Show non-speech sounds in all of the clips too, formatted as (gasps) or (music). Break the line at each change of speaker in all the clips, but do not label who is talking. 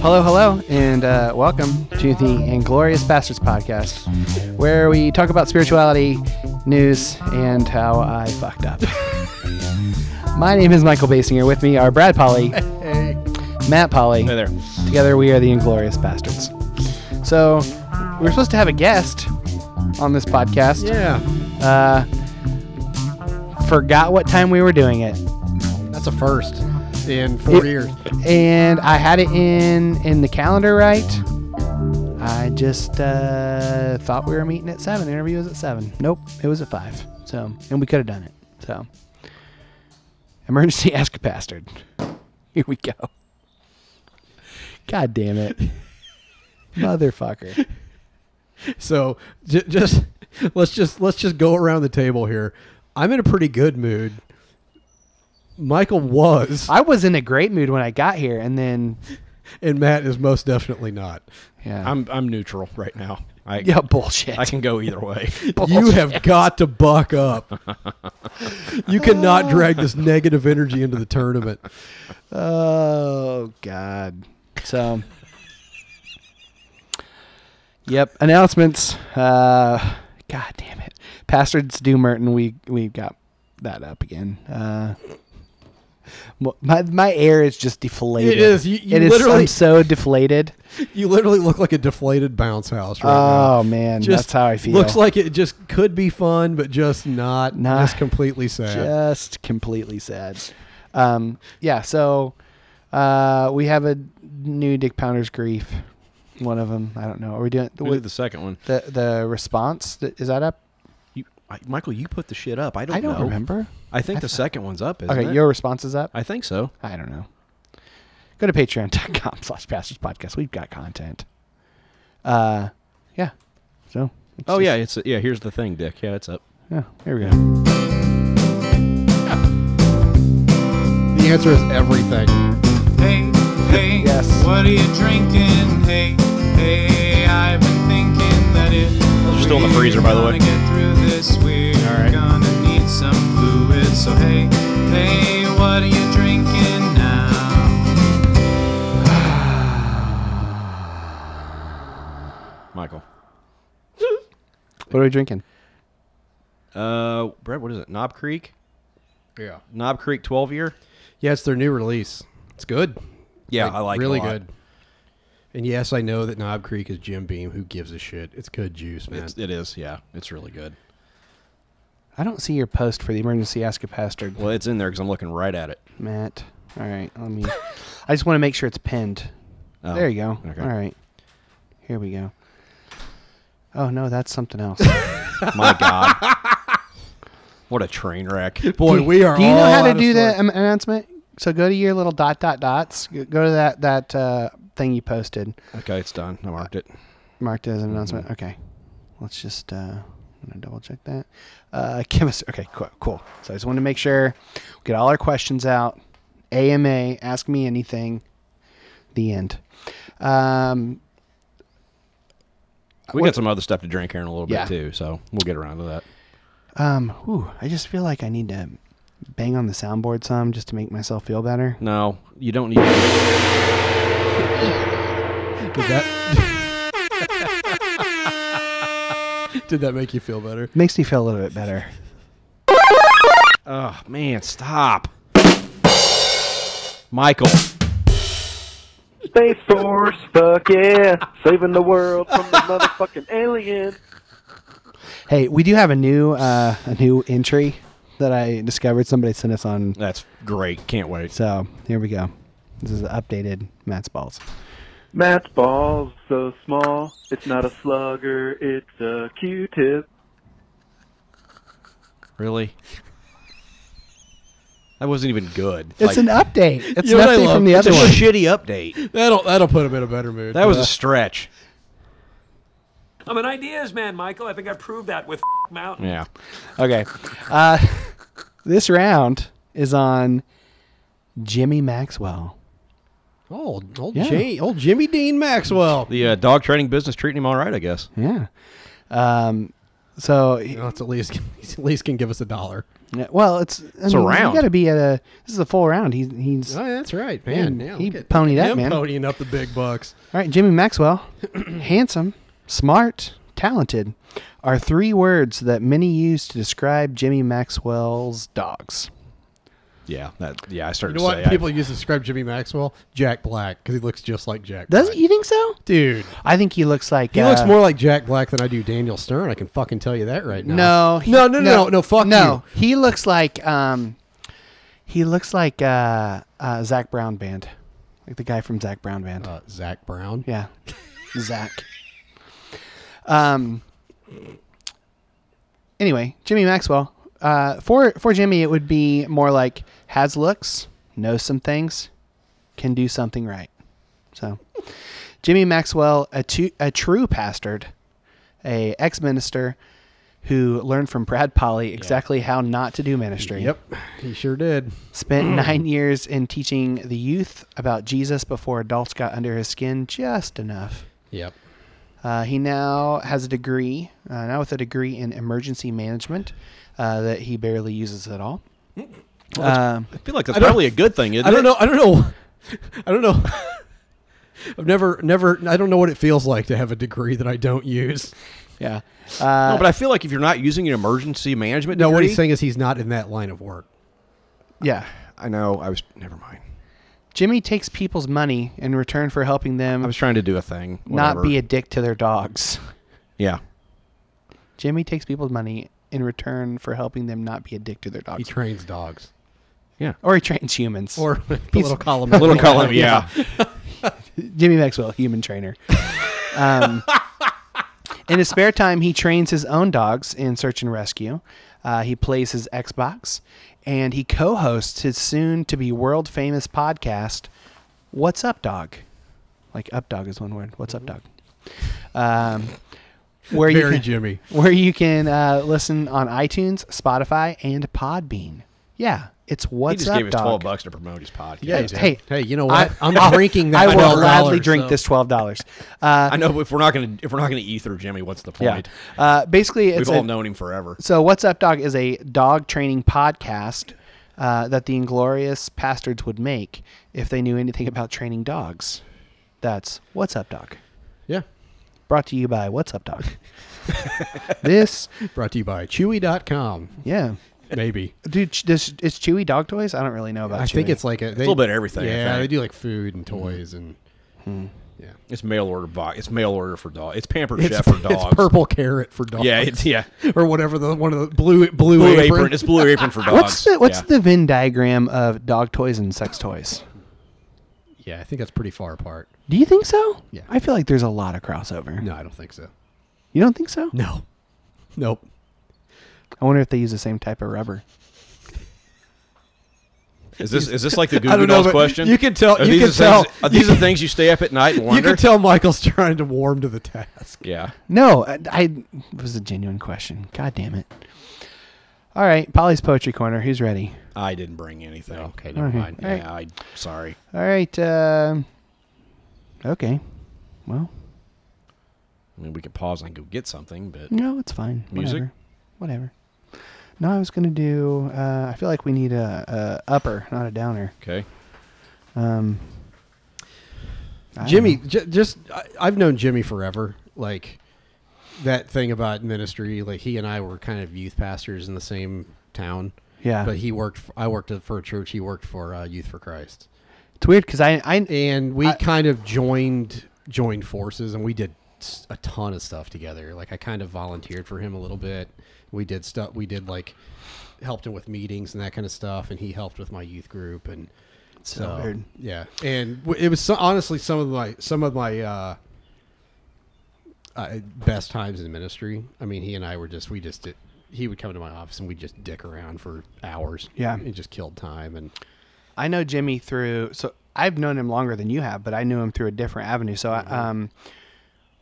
Hello, hello, and uh, welcome to the Inglorious Bastards podcast, where we talk about spirituality, news, and how I fucked
(laughs)
up. My name is Michael Basinger. With me are Brad Polly, Matt Polly.
Hey there.
Together we are the Inglorious Bastards. So, we were supposed to have a guest on this podcast.
Yeah.
Uh, forgot what time we were doing it.
That's a first in four
It-
years.
and I had it in in the calendar right. I just uh, thought we were meeting at seven. The interview was at seven. Nope, it was at five. So, and we could have done it. So, emergency (laughs) ask a bastard. Here we go. God damn it, (laughs) motherfucker.
So j- just let's just let's just go around the table here. I'm in a pretty good mood. Michael was,
I was in a great mood when I got here, and then
and Matt is most definitely (laughs) not.
yeah,
I'm I'm neutral right now. I
yeah bullshit.
I can go either way.
You have got to buck up. you cannot drag (laughs) this negative energy into the tournament.
Oh God. So. yep. Announcements. Uh, God damn it, Pastors do Merton. We we got that up again. Uh, mo- my my air is just deflated.
It is. You- you
It is- I'm
literally-
so deflated.
You literally look like a deflated bounce house right now.
Oh man, that's how I feel.
Looks like it just could be fun, but just not.
Nah.
Just completely sad.
just completely sad. Um, yeah, so uh, we have a new Dick Pounder's grief. One of them, I don't know. Are we doing
Who did
with
(laughs) the second one?
the the response? Th- Is that up?
You, I, Michael, you put the shit up. I don't.
I don't
know.
remember.
I think
I
the
thought-
second one's up. Isn't
Okay,
it?
your response is up.
I think so.
I don't know. Go to patreon.com (laughs) slash pastors podcast. We've got content. Uh, yeah. So. it's
Oh
just-
yeah, it's yeah. Here's the thing, Dick. Yeah, it's up.
Yeah. Here we go.
The answer is everything.
Hey, hey,
Yes.
what are you drinking? Hey, hey, I've been thinking that if
are still in the freezer, by the way.
we're gonna get through this, we're
Alright.
gonna need some fluid. So hey, hey, what are you drinking now?
Michael.
What are we drinking?
Uh, Brett, what is it? Knob Creek.
Yeah.
Knob Creek 12 year.
Yeah, it's their new release. It's good.
Yeah, I like it a
really
lot.
good. And yes, I know that Knob Creek is Jim Beam. Who gives a shit? It's good juice, man.
It's, it is. Yeah, it's really good.
I don't see your post for the emergency ask a pastor.
Well, it's in there because I'm looking right at it.
Matt. All right, let me. I just want to make sure it's pinned.
Oh,
there you go.
okay.
All right, here we go. Oh no, that's something
(laughs)
else.
My God. What a train wreck.
Boy, we are.
do you know
all
how to
out of
do
sorts.
that um, announcement? So go to your little dot dot dots. Go go to that that uh, thing you posted.
Okay, it's done. I marked it.
Marked it as an announcement.
Mm-hmm.
Okay, let's just. Uh, I'm gonna double check that. Uh, (laughs) give us. Okay, cool, cool. So I just wanted to make sure we get all our questions out. AMA, ask me anything. The end. Um,
We
What-
got some other stuff to drink here in a little
Yeah.
bit too, so we'll get around to that.
Um, whew, I just feel like I need to bang on the soundboard some just to make myself feel better.
No, you don't need. to-
Did that, did that make you feel better?
Makes me feel a little bit better.
Oh man, stop. Michael.
Space Force, fuck yeah, saving the world from the motherfucking alien.
Hey, we do have a new uh, a new entry that I discovered. Somebody sent us on.
That's great. Can't wait.
So here we go. This is the updated Matt's balls.
Matt's ball's so small, it's not a slugger, it's a Q-tip.
Really? That wasn't even good.
It's
Like,
an update. It's
You know
an
what I
update
love?
from the
it's
other
a
one.
shitty update.
That'll that'll put him in a better mood.
That was
Uh,
a stretch.
I'm an ideas man, Michael. I think I proved that with (laughs) Mountain.
Yeah.
Okay. Uh, this round is on Jimmy Maxwell.
old old
Yeah.
Jay, old Jimmy Dean Maxwell.
The uh, dog training business treating him all right, I guess.
Yeah. Um, So,
You know, it's at least (laughs) at least can give us a dollar.
yeah, well, it's I
a round.
You got to be at a. This is a full round. He's he's
Oh,
all
yeah, that's right, man.
Man,
yeah,
he
look at-
ponied
look at
up,
him
man.
Ponying up the big bucks.
right. Jimmy
(clears throat)
Maxwell, handsome, smart, talented, are three words that many use to describe Jimmy Maxwell's dogs.
Yeah, that. Yeah, I started
You know
to
what
say.
people
I,
use to describe Jimmy Maxwell? Jack Black, because he looks just like Jack.
Does
Black.
you think so?
dude?
I think he looks like
He looks
uh,
more like Jack Black than I do Daniel Stern. I can fucking tell you that right now.
No, he-
no, no, no, no, no. Fuck
no.
you.
He looks like um, he looks like uh, uh Zach Brown Band, like the guy from Zach Brown Band.
Uh, Zach Brown.
Yeah, Zach. Um. Anyway, Jimmy Maxwell. Uh, for for Jimmy, it would be more like has looks, knows some things, can do something right. So, Jimmy Maxwell, a, tu- a true pastored, a ex minister, who learned from Brad Polly exactly how not to do ministry
Yep, he sure did.
spent nine years in teaching the youth about Jesus before adults got under his skin just enough.
Yep.
Uh, he now has a degree, uh, now with a degree in emergency management uh, that he barely uses at all. Um,
I feel like that's
I don't-
probably a good thing, isn't
I don't
it?
know. I don't know. (laughs) I don't know. (laughs) I've never, never. I don't know what it feels like to have a degree that I don't use.
yeah. Uh,
No, but I feel like if you're not using an emergency management,
No, what
degree-
he's saying is he's not in that line of work.
yeah.
I know. I was never mind.
Jimmy takes people's money in return for helping them
I was trying to do a thing.
not
whatever.
be a dick to their dogs.
(laughs)
yeah.
Jimmy takes people's money in return for helping them not be a dick to their
He
dogs.
trains dogs
(laughs) or he trains humans.
or the
He's- (laughs)
little column.
Little column.
(laughs)
Yeah.
Jimmy Maxwell, human trainer. Um, in his spare time, he trains his own dogs in search and rescue. Uh, he plays his Xbox, and he co-hosts his soon-to-be world-famous podcast, "What's Up, Dog." Like "Up Dog" is one word. "What's
Mm-hmm.
Up, Dog." Um, where you
Very
can,
Jimmy.
where you can uh, listen on iTunes, Spotify, and Podbean. Yeah, it's
he
"What's
just
Up,
gave us
Dog."
twelve bucks to promote his podcast.
Yeah,
Hey,
he did.
hey,
hey, you know what?
(laughs) I-
I, am drinking that.
I will
$12,
gladly drink
so-
this twelve dollars. Uh,
I know. But if we're not gonna if we're not gonna ether Jimmy, what's the
Yeah.
(laughs) point?
Uh, basically, it's
We've
a,
all known him forever.
so what's up, dog? Is a dog training podcast uh, that the inglorious pastards would make if they knew anything about training dogs. That's what's up, dog.
Yeah.
Brought to you by What's Up
(laughs)
Dog. this,
Brought to you by Chewy.com.
yeah,
Maybe.
dude, ch- does it's Chewy dog toys? I don't really know about.
(laughs) I think
Chewy.
it's like a, they,
little bit of everything, I
Yeah,
think. Mm-hmm.
they do like food and toys and yeah.
It's mail order box. It's mail order for dog. It's
(laughs)
pampered
It's,
chef for
it's
dogs.
purple carrot for dogs.
(laughs) Yeah, it's yeah.
or whatever the one of the blue blue,
Blue
apron.
apron. It's blue
(laughs)
apron for dogs.
What's the what's
Yeah.
the Venn diagram of dog toys and sex toys?
Yeah, I think that's pretty far apart.
Do you think so?
Yeah.
I feel like there's a lot of crossover.
No, I don't think so.
You don't think so?
No, nope.
I wonder if they use the same type of rubber.
Is this is this like the Goo
I
Goo
don't know,
Dolls
but
question?
you can tell-
Are
you
these
can
the things-
tell-
Are these
you
the things you stay up at night and wonder?
You can tell Michael's (laughs) trying to warm to the task.
Yeah.
No, I, I it was a genuine question. God damn it. All right, Polly's Poetry Corner. Who's ready?
I didn't bring anything. Okay,
never Okay. mind.
Yeah, I sorry.
All right. um okay. Well,
I mean, we could pause and go get something, but
no, it's fine.
Music?
Whatever. Whatever. No, I was gonna do. Uh, I feel like we need a, a upper, not a downer.
okay.
Um, I don't
Jimmy,
know.
j- just I, I've known Jimmy forever. Like that thing about ministry. Like he and I were kind of youth pastors in the same town.
Yeah.
but he worked. f I I worked for a church. He worked for uh, Youth for Christ,
It's weird because I, I,
and we
I-
kind of joined joined forces, and we did s- a ton of stuff together. Like I kind of volunteered for him a little bit. We did stuff. We did like helped him with meetings and that kind of stuff, and he helped with my youth group and.
so weird.
Yeah, and w- it was so, honestly some of my some of my uh, uh, best times in ministry. I mean, he and I were just we just did. He would come to my office and we'd just dick around for hours.
Yeah.
it just killed time. And
I know Jimmy through so I've known him longer than you have, but I knew him through a different avenue. So
Mm-hmm.
I, um,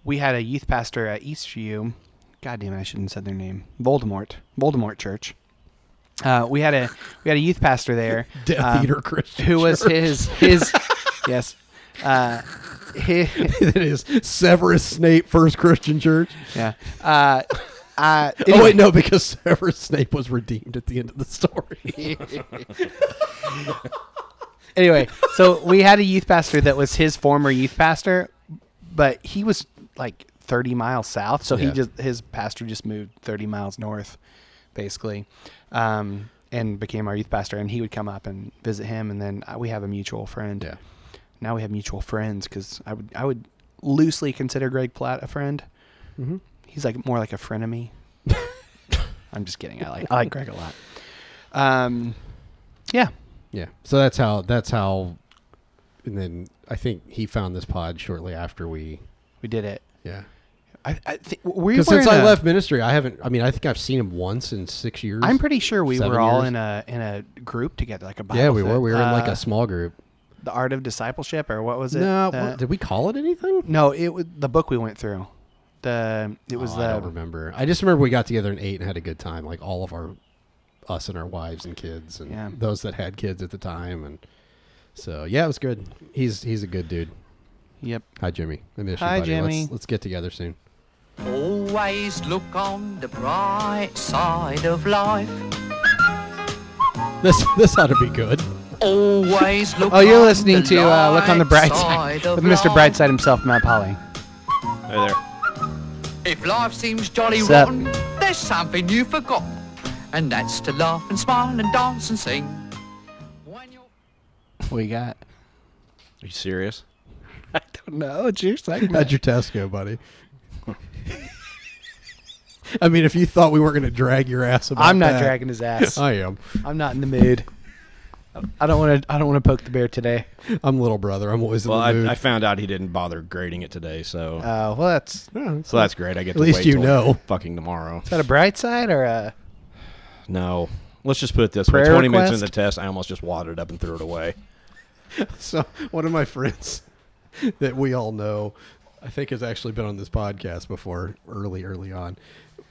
we had a youth pastor at Eastview. God damn it, I shouldn't have said their name. Voldemort, Voldemort Church. Uh, we had a we had a youth pastor there,
(laughs) Death
um,
Eater Christian,
who was his his (laughs) yes, uh, his, (laughs)
(laughs)
(laughs)
it is Severus Snape First Christian Church.
yeah. Uh, Uh,
(laughs) Oh wait, no, because (laughs) Severus Snape was redeemed at the end of
(laughs)
the story.
anyway, so we had a youth pastor that was his former youth pastor, but he was like 30 miles south, so he
Yeah.
just his pastor just moved 30 miles north, basically, um, and became our youth pastor. And he would come up and visit him, and then uh, we have a mutual friend.
Yeah.
Now we have mutual friends because I would I would loosely consider Greg Platt a friend. Mm-hmm. He's like more like a frenemy. (laughs) I'm just kidding. I like I like Greg a lot. Um, yeah.
yeah. So that's how. That's how. And then I think he found this pod shortly after we.
We did it.
Yeah.
I, I think we were
Because since
in uh,
I
a-
left ministry, I haven't. I mean, I think I've seen him once in six years.
I'm pretty sure we
seven
were all
years.
in a in a group together, like a Bible
Yeah, we were.
thing.
We were in like
Uh,
a small group.
the art of discipleship or what was it? uh,
No,
The-
what- did we call it anything?
no, it was the book we went through. The it was
Oh,
the
I don't remember. I just remember we got together and ate and had a good time, like all of our us and our wives and kids and
Yeah.
those that had kids at the time and so yeah, it was good. He's he's a good dude.
yep.
Hi Jimmy. I miss
Hi,
you, buddy.
Jimmy.
Let's, let's get together soon.
Always look on the bright side of life.
This this ought to be good.
Always look.
Oh, you're
on
listening
the
to uh, Look on the
light
Bright Side
of
with Mr.
life.
Brightside himself, Matt Polly.
Hey there.
If life seems jolly
What's up?
rotten, there's something you forgot, and that's to laugh and smile and dance and sing. When you're
What you got?
Are you serious?
No, it's your
How'd
segment.
your test go, buddy? (laughs) I mean, if you thought we weren't going to drag your ass about
I'm not
that-
dragging his (laughs) ass.
(laughs) I am.
I'm not in the mood. I don't want to. I don't want to poke the bear today.
I'm little brother. I'm always
Well,
in the mood.
I, I found out he didn't bother grading it today, so
Uh, well, that's is
(laughs) Yeah,
so that's great. I get
At
to
least
wait
you
till
know.
fucking tomorrow.
that a bright side or a?
No, let's just put it this way:
Prayer
twenty minutes
request?
into the test, I almost just wadded up and threw it away.
So one of my friends (laughs) that we all know, I think has actually been on this podcast before, early, early on.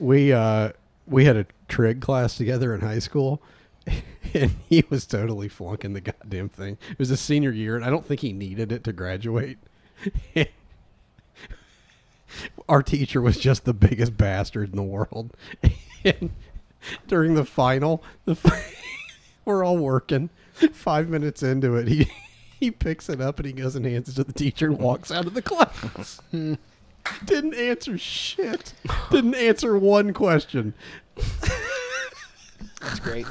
We uh, we had a trig class together in high school, (laughs) and he was totally flunking the goddamn thing. It was his senior year, and I don't think he needed it to graduate. Our teacher was just the biggest bastard in the world. (laughs) And during the final, the. fi- (laughs) we're all working. Five minutes into it, he (laughs) he picks it up and he goes and hands it to the teacher and walks out of the class. (laughs) Didn't answer shit. Didn't answer one question.
That's great.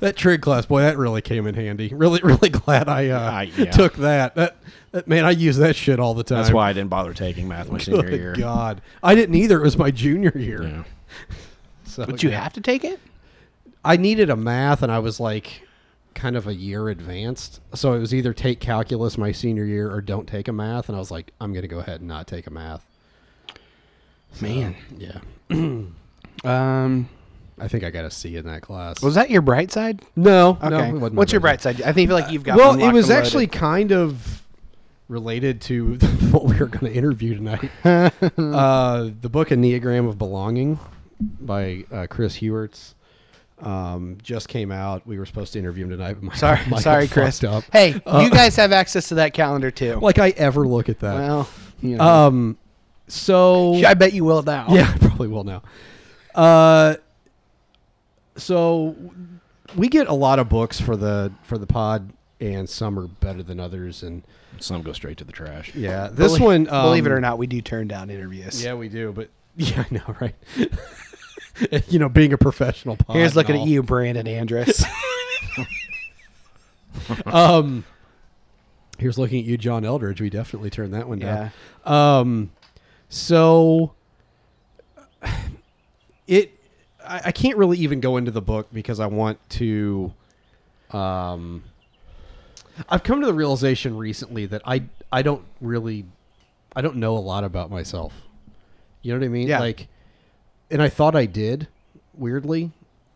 That trig class, boy, that really came in handy. Really, (laughs) really glad I uh,
I- yeah.
took that. that. That man, I use that shit all the time.
That's why I didn't bother taking math my senior year.
Good God, I didn't either. It was my junior year.
Yeah.
So,
But you
yeah.
have to take it.
I needed a math, and I was like kind of a year advanced. So it was either take calculus my senior year or don't take a math. And I was like, I'm going to go ahead and not take a math.
Man.
Yeah.
Um,
I think I got a C in that class.
was that your bright side?
no, no.
Okay.
it wasn't
What's your
my
bright side? I think like you've got.
well,
one
it
locked
was
and loaded.
actually kind of related to (laughs) what we were going to
(laughs)
interview tonight. uh, the book "A Neogram of Belonging" by uh, Chris Hewerts um, just came out. We were supposed to interview him tonight. But my, (laughs)
Sorry,
my
sorry,
fucked
Chris.
Up.
Hey,
Uh,
you guys have access to that calendar too.
like I ever look at that.
Well, you know.
um, so
(laughs) I bet you will now. (laughs)
yeah, I probably will now. Uh, so we get a lot of books for the for the pod, and some are better than others, and
Some go straight to the trash.
yeah, this
Believe-
one, um,
believe it or not, we do turn down interviews.
yeah, we do, but (laughs) yeah, I know, right? (laughs) you know, being a professional pod,
Here's
and
looking
all.
at you, Brandon
(laughs)
Andrus.
Um, here's looking at you, John Eldridge. We definitely turned that one down. Um, so it, I, I can't really even go into the book because I want to. Um, I've come to the realization recently that I I don't really, I don't know a lot about myself. You know what I mean?
Yeah.
Like, and I thought I did, weirdly,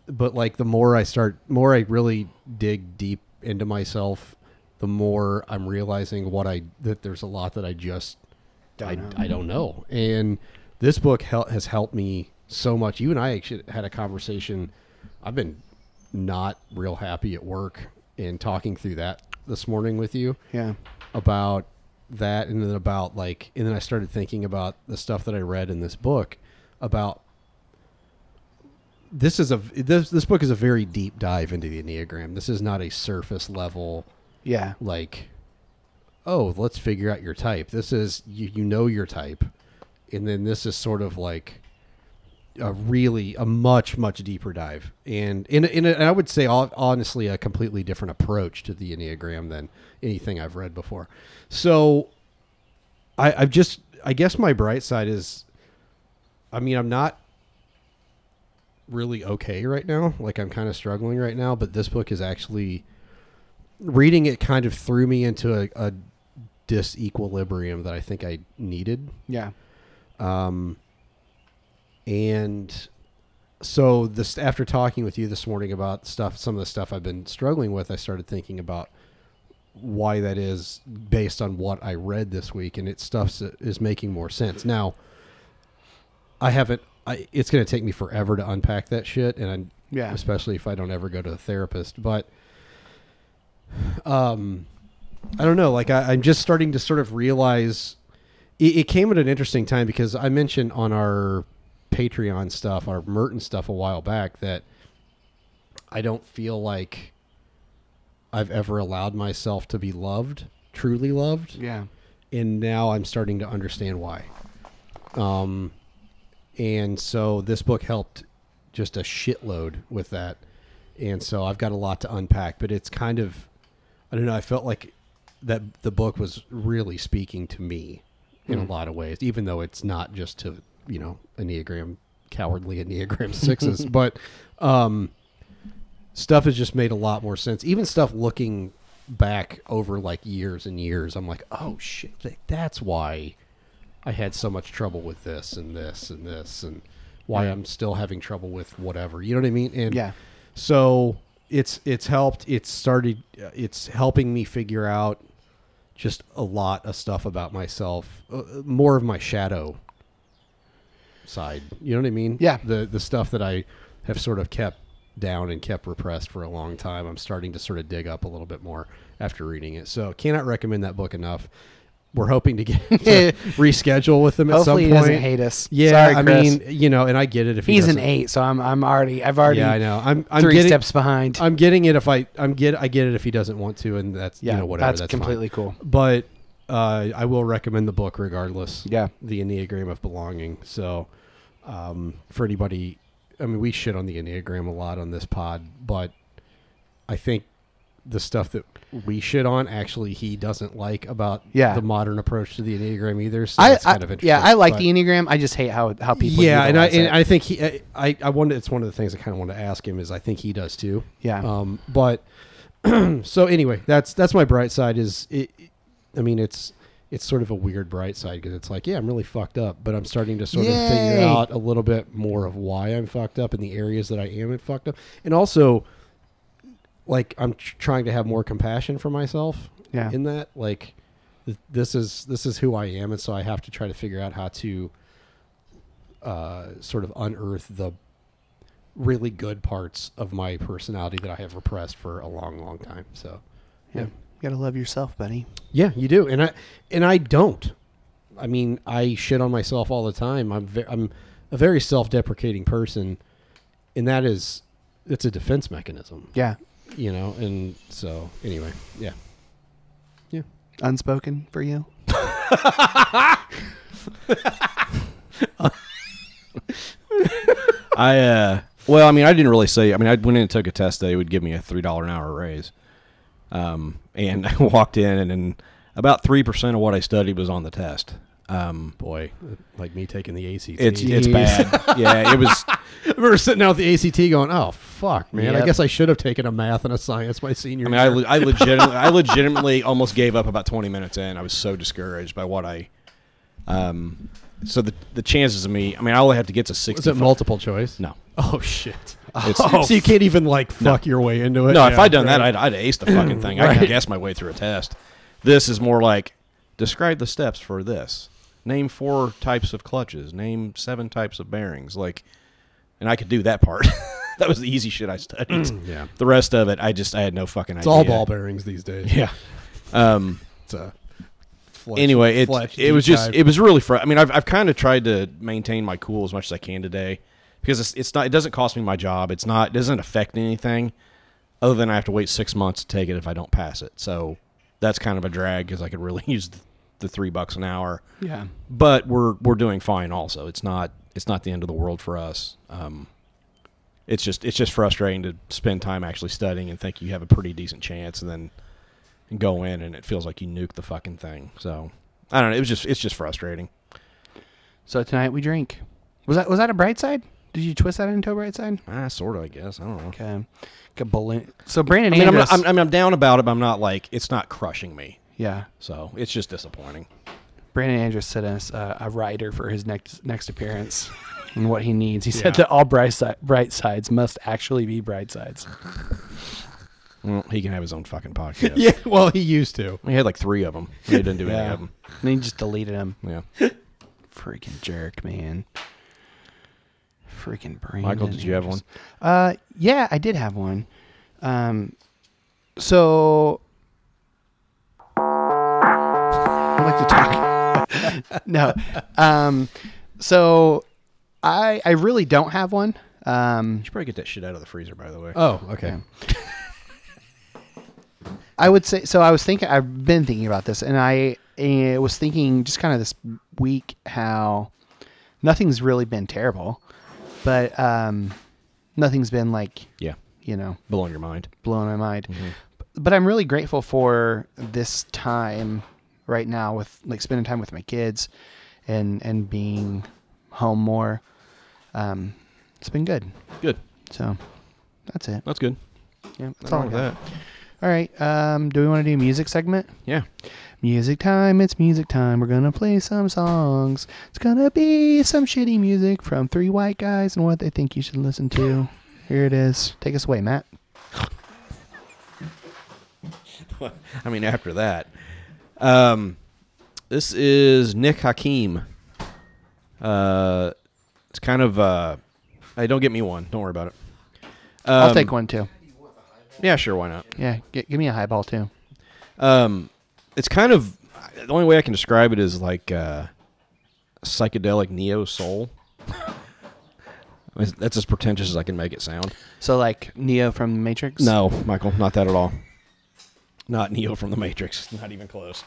but like the more I start, more I really dig deep into myself, the more I'm realizing what I that there's a lot that I just I, I don't know. And this book hel- has helped me so much. You and I actually had a conversation. I've been not real happy at work and talking through that this morning with you
yeah.
about that and then about like and then I started thinking about the stuff that I read in this book about this is a this this book is a very deep dive into the enneagram. This is not a surface level
Yeah.
like oh let's figure out your type this is you, you know your type and then this is sort of like a really a much much deeper dive and in, a- in a, and i would say hon- honestly a completely different approach to the enneagram than anything i've read before so i i've just i guess my bright side is i mean i'm not really okay right now like i'm kind of struggling right now but this book is actually reading it kind of threw me into a, a disequilibrium that I think I needed.
Yeah.
And so this after talking with you this morning about stuff some of the stuff I've been struggling with, I started thinking about why that is based on what I read this week and it stuff is making more sense. Now I haven't I, it's going to take me forever to unpack that shit and I'm,
Yeah.
especially if I don't ever go to a therapist, but um, I don't know. Like I, I'm just starting to sort of realize it, it came at an interesting time because I mentioned on our Patreon stuff, our Merton stuff a while back that I don't feel like I've ever allowed myself to be loved, truly loved
Yeah.
and now I'm starting to understand why. Um, and so this book helped just a shitload with that, and so I've got a lot to unpack. But it's kind of, I don't know. I felt like that the book was really speaking to me in a lot of ways, even though it's not just to you know enneagram cowardly enneagram (laughs) sixes, but um, stuff has just made a lot more sense. Even stuff looking back over like years and years, I'm like, oh shit, like, that's why I had so much trouble with this and this and this and why I'm still having trouble with whatever. You know what I mean? And
Yeah.
so it's it's helped. It's started. uh, It's helping me figure out just a lot of stuff about myself, uh, more of my shadow side. You know what I mean?
Yeah.
The the stuff that I have sort of kept down and kept repressed for a long time. I'm starting to sort of dig up a little bit more after reading it. So cannot recommend that book enough. We're hoping to get
(laughs)
(laughs) to reschedule with them at
Hopefully he
some point.
doesn't hate us.
Yeah,
Sorry,
I
Chris.
mean, you know, and I get it if he
he's an
doesn't.
eight, so I'm I'm already I've already
Yeah, I know. I'm I'm
three
getting,
steps behind.
I'm getting it if I I'm get I get it if he doesn't want to, and that's
yeah,
you know whatever. That's,
That's,
fine.
completely cool.
But uh, I will recommend the book regardless.
Yeah.
the Enneagram of Belonging. So um, for anybody, I mean, we shit on the Enneagram a lot on this pod, but I think the stuff that we shit on actually he doesn't like about
Yeah.
the modern approach to the Enneagram either. So
I,
that's
I
kind of interesting.
yeah, I like
but-
the enneagram. I just hate how how people
yeah, and I
utilize
and
it.
I think he I I, I wonder it's one of the things I kind of want to ask him is I think he does too.
Yeah.
Um, but (clears throat) so anyway, that's that's my bright side is it. I mean, it's it's sort of a weird bright side because it's like yeah, I'm really fucked up, but I'm starting to sort of
Yay.
figure out a little bit more of why I'm fucked up and the areas that I am fucked up, and also like I'm tr- trying to have more compassion for myself.
Yeah.
In that, like, th- this is this is who I am, and so I have to try to figure out how to uh, sort of unearth the really good parts of my personality that I have repressed for a long, long time. So,
yeah. You gotta love yourself, buddy.
yeah, you do, and I and I don't. I mean, I shit on myself all the time. I'm ve- I'm a very self-deprecating person, and that is it's a defense mechanism
Yeah.
you know and so anyway yeah yeah
Unspoken for you.
I uh, well, I mean, I didn't really say. I mean, I went in and took a test that it would give me a three dollar an hour raise. Um, and (laughs) I walked in, and, and about three percent of what I studied was on the test. Um,
boy like me taking the act
it's
(laughs)
it's bad. yeah, it was.
i remember sitting out with the act going oh fuck man i
Yep.
guess i should have taken a math and a science my senior
I mean, I,
year.
le- I legitimately, I legitimately almost gave up about 20 minutes in. I was so discouraged by what I, um, so the the chances of me, I mean, I only had to get to 60.
was
(laughs)
it multiple choice
No,
oh
(laughs)
shit
It's-
(laughs) so you can't even like fuck your way into it
no. if
Yeah,
I'd done that,
right.
I'd, I'd ace the fucking thing. I could guess my way through a test. This is more like describe the steps for this. Name four types of clutches. Name seven types of bearings. Like, and I could do that part. (laughs) that was the easy shit I studied.
yeah
The rest of it, I just I had no fucking
Mm. it's
idea.
all ball bearings these days
Yeah. Um,
it's a uh, flesh.
anyway, it
flesh
it was
deep
just
dive.
it was really fr- I mean, I've I've kind of tried to maintain my cool as much as I can today because it's, it's not it doesn't cost me my job. It's not it doesn't affect anything other than I have to wait six months to take it if I don't pass it. So that's kind of a drag because I could really (laughs) use the, the three bucks an hour.
yeah.
But we're we're doing fine. Also, it's not it's not the end of the world for us. Um, it's just it's just frustrating to spend time actually studying and think you have a pretty decent chance, and then go in and it feels like you nuke the fucking thing. So I don't know. It was just it's just frustrating.
So tonight we drink. Was that was that a bright side? Did you twist that into a bright side?
Ah, sort of. I guess I don't know.
Okay. Good balloon. So Brandon
I mean, I'm,
Andrus.
not, I'm, I'm I'm down about it, but I'm not like it's not crushing me.
yeah.
So it's just disappointing.
Brandon Andrews sent us uh, a writer for his next next appearance and what he needs. He said that all bright, si- bright sides must actually be bright sides.
Well, he can have his own fucking podcast.
(laughs) Yeah. Well, he used to.
he had like three of them. He didn't do any
Yeah.
of them.
And he just deleted him.
Yeah. (laughs)
Freaking jerk, man. Freaking Brandon.
Michael, did you have one?
Andrews. Uh, yeah, I did have one. Um, so I like to talk. (laughs) no, um, so I I really don't have one. Um,
You should probably get that shit out of the freezer, by the way.
Oh, okay.
I would say so. I was thinking. I've been thinking about this, and I eh, was thinking just kind of this week how nothing's really been terrible, but um, nothing's been like
yeah.
you know
Blow on your mind.
blowing my mind.
Mm-hmm.
But I'm really grateful for this time right now with like spending time with my kids and and being home more. Um, it's been good.
Good.
So that's it.
That's good.
Yeah, that's
Nothing
all
wrong
I
with
got.
that.
All right. Um, do we want to do a music segment?
Yeah.
Music time, it's music time. We're gonna play some songs. It's gonna be some shitty music from three white guys and what they think you should listen
(laughs)
to. Here it is. Take us away, Matt.
I mean, after that, um, this is Nick Hakim. Uh, it's kind of. Uh, hey, don't get me one. Don't worry about it.
I'll
Um,
take one too.
Yeah, sure. Why not?
Yeah, g- give me a highball too.
Um, it's kind of the only way I can describe it is like uh, psychedelic neo (laughs) soul. I mean, That's as pretentious as I can make it sound.
So like Neo from the Matrix.
No, Michael, not that at all. Not Neo from the Matrix. (laughs) Not even close.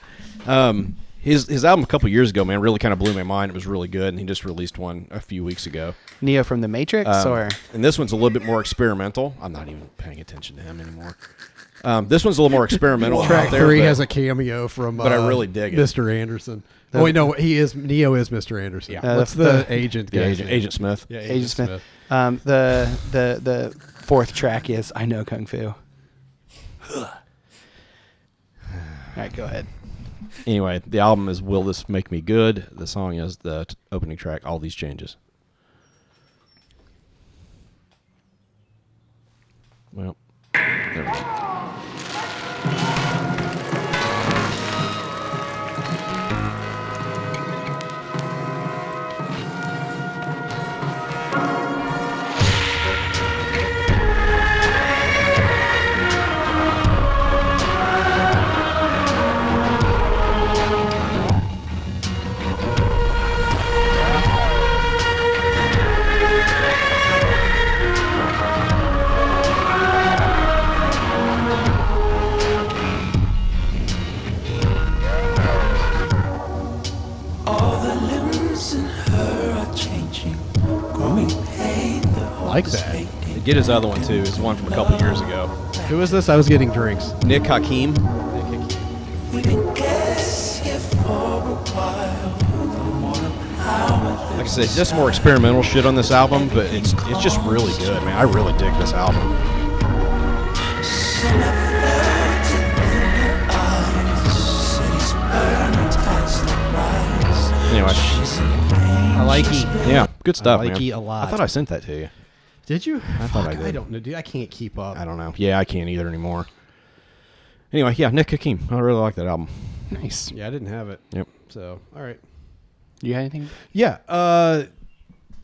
Um, his his album a couple years ago, man, really kind of blew my mind. It was really good, and he just released one a few weeks ago.
Neo from the Matrix
Um,
or
And this one's a little bit more experimental. I'm not even paying attention to him anymore. Um, this one's a little more experimental. (laughs) out
Track
there,
three
but-
has a cameo from.
but I
uh,
really dig it.
Mr. Anderson. Oh wait, no, he is Neo is Mr. Anderson.
Yeah.
What's the,
the-
agent?
yeah,
guy's
Agent,
name?
Agent Smith.
Yeah,
Agent Smith. Um, the the the fourth track is I know Kung Fu.
(sighs)
all right, go ahead.
Anyway, the album is "Will This Make Me Good." The song is the t- opening track. All these changes. Well, there we go.
Like that.
Get his other one too. It's one from a couple years ago.
Who is this? I was getting drinks.
Nick Hakim. Like I said, just more experimental shit on this album, but it's it's just really good, man. I really dig this album. Anyway,
I like he.
yeah, good stuff,
like
man.
it a lot.
I thought I sent that to you.
Did you? I
thought I
I
did.
don't know, dude. I can't keep up.
I don't know. Yeah, I can't either anymore. Anyway, yeah, Nick Hakim. I really like that album.
Nice.
Yeah, I didn't have it.
Yep.
So, all right.
You got anything?
Yeah. Uh,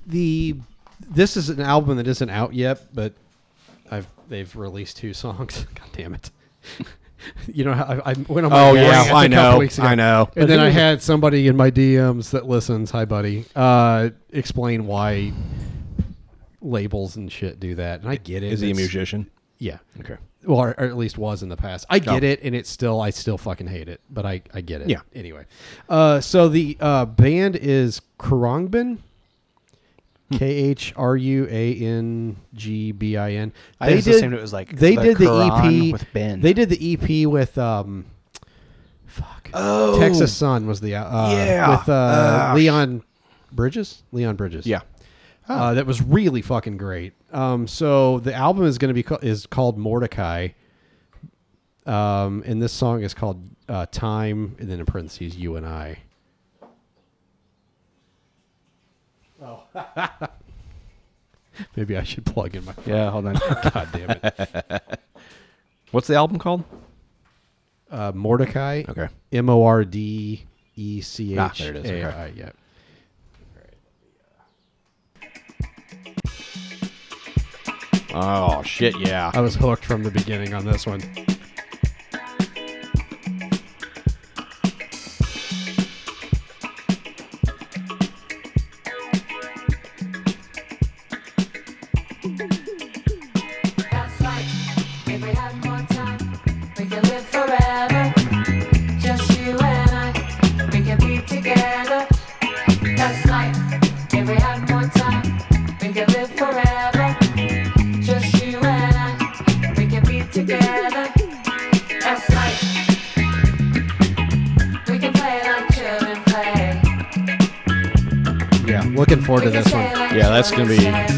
the this is an album (laughs) that isn't out yet, but I've they've released two songs. God damn it. You know, I, I went on. my
Oh, yeah,
rant a
I
couple
know,
weeks ago.
I know.
And (laughs) then I had somebody in my DMs that listens. Hi, buddy. Uh, explain why labels and shit do that, and I get it.
Is he a
It's-
musician?
Yeah.
Okay.
Well, or, or at least was in the past. I get
Oh.
it, and it's still I still fucking hate it, but I I get it.
Yeah.
Anyway, uh, so the uh, band is Krungbin.
Hmm.
K H R U A N G B I N.
I just assumed it was like
they
the
did the
Quran
EP
with Ben.
They did the EP with um, fuck.
Oh,
Texas Sun was the uh,
Yeah.
with uh,
Oh,
Ah,
Leon Bridges. Leon Bridges.
Yeah.
Uh, that was really fucking great. Um, so the album is going to be ca- is called Mordecai, um, and this song is called uh, Time, and then in parentheses, You and I. Oh, maybe I should plug in my.
Yeah, hold on.
(laughs) God damn it,
What's the album called?
uh, Mordecai.
Okay.
M O R D E C
Ah,
H
there it is,
A
okay.
I. Yeah.
Oh shit, yeah.
I was hooked from the beginning on this one.
That's life. If we had more time, we could live forever. Just you and I, we could be together. That's life. If we had more time, we could live forever. Just you and I, we could be together. That's life. We can play like children play.
Yeah, looking forward to
We can
this one.
say like
Yeah, that's gonna be-
children say.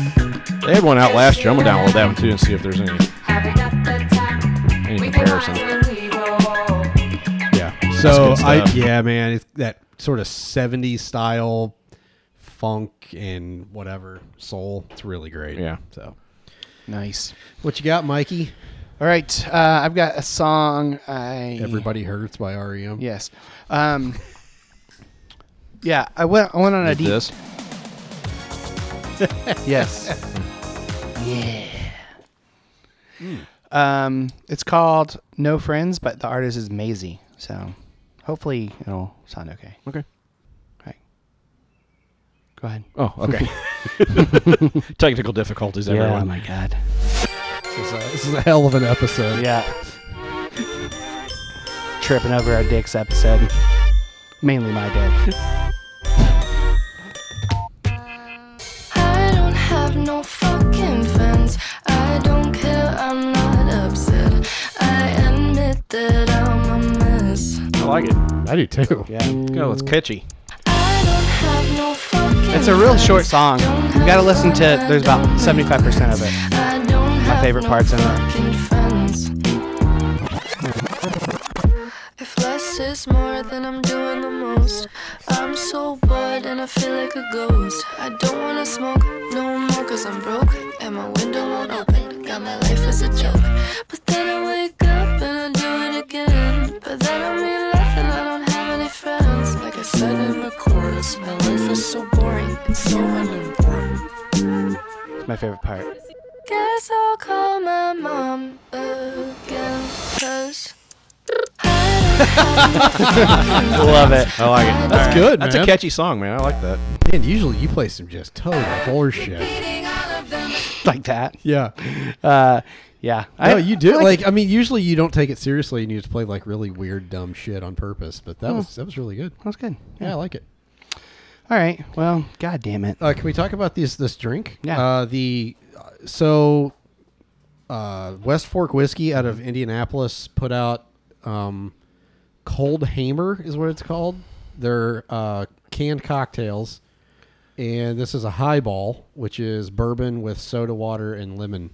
They had one out last year. I'm gonna download that one too and see if there's any
Having up the time,
Any
we can
comparison.
hide when we go.
Yeah. So
good
I
stuff.
yeah, man, it's that sort of 70s style funk and whatever soul. It's really great.
Yeah.
So
nice.
what you got, Mikey?
All right, uh, I've got a song. I
Everybody hurts by E REM.
Yes. Um, yeah, I went. I went on a
Is
deep.
this.
(laughs)
Yes. yeah. Um, it's called No Friends, but the artist is Maisie. So hopefully it'll sound okay. All
Okay.
right. Go ahead.
Oh, okay. Technical difficulties, everyone.
Oh god.
This, is a, this is a hell of an episode.
Yeah. (laughs) Tripping over our dicks episode. Mainly my
(laughs)
dick.
I don't have no fucking friends. I don't care, I'm not upset. I admit that I'm a mess.
I like it.
I do too.
Yeah.
Oh, it's catchy.
I don't have no fucking
It's a real short
friends.
song. You gotta listen to there's about 75% of it.
I don't have
favorite
no
part's in it.
fucking friends. If less is more, then I'm doing the most. I'm so bored and I feel like a ghost. I don't wanna smoke no more cause I'm broke and my window won't open. Got my life as a joke. But then I wake up and I do it again. But then I mean nothing, I don't have any friends. Like I said in the chorus, my life is so boring and so unimportant.
It's my favorite part. (laughs)
Guess I'll call my mom again, cause
Love it.
I like it.
That's (laughs) good,
That's
man.
a catchy song, man. I like that.
Man, usually you play some just total horseshit.
Like that.
Yeah.
Uh, yeah.
No, you do. Like, I mean, usually you don't take it seriously and you just play like really weird, dumb shit on purpose. But that was that was really Oh. good.
That was good.
Yeah, I like it.
All right. Well, god damn it.
Uh, can we talk about this this drink?
Yeah.
Uh, the uh, so uh, West Fork whiskey out of Indianapolis put out um, Cold Hammer is what it's called. They're uh, canned cocktails, and this is a highball, which is bourbon with soda water and lemon.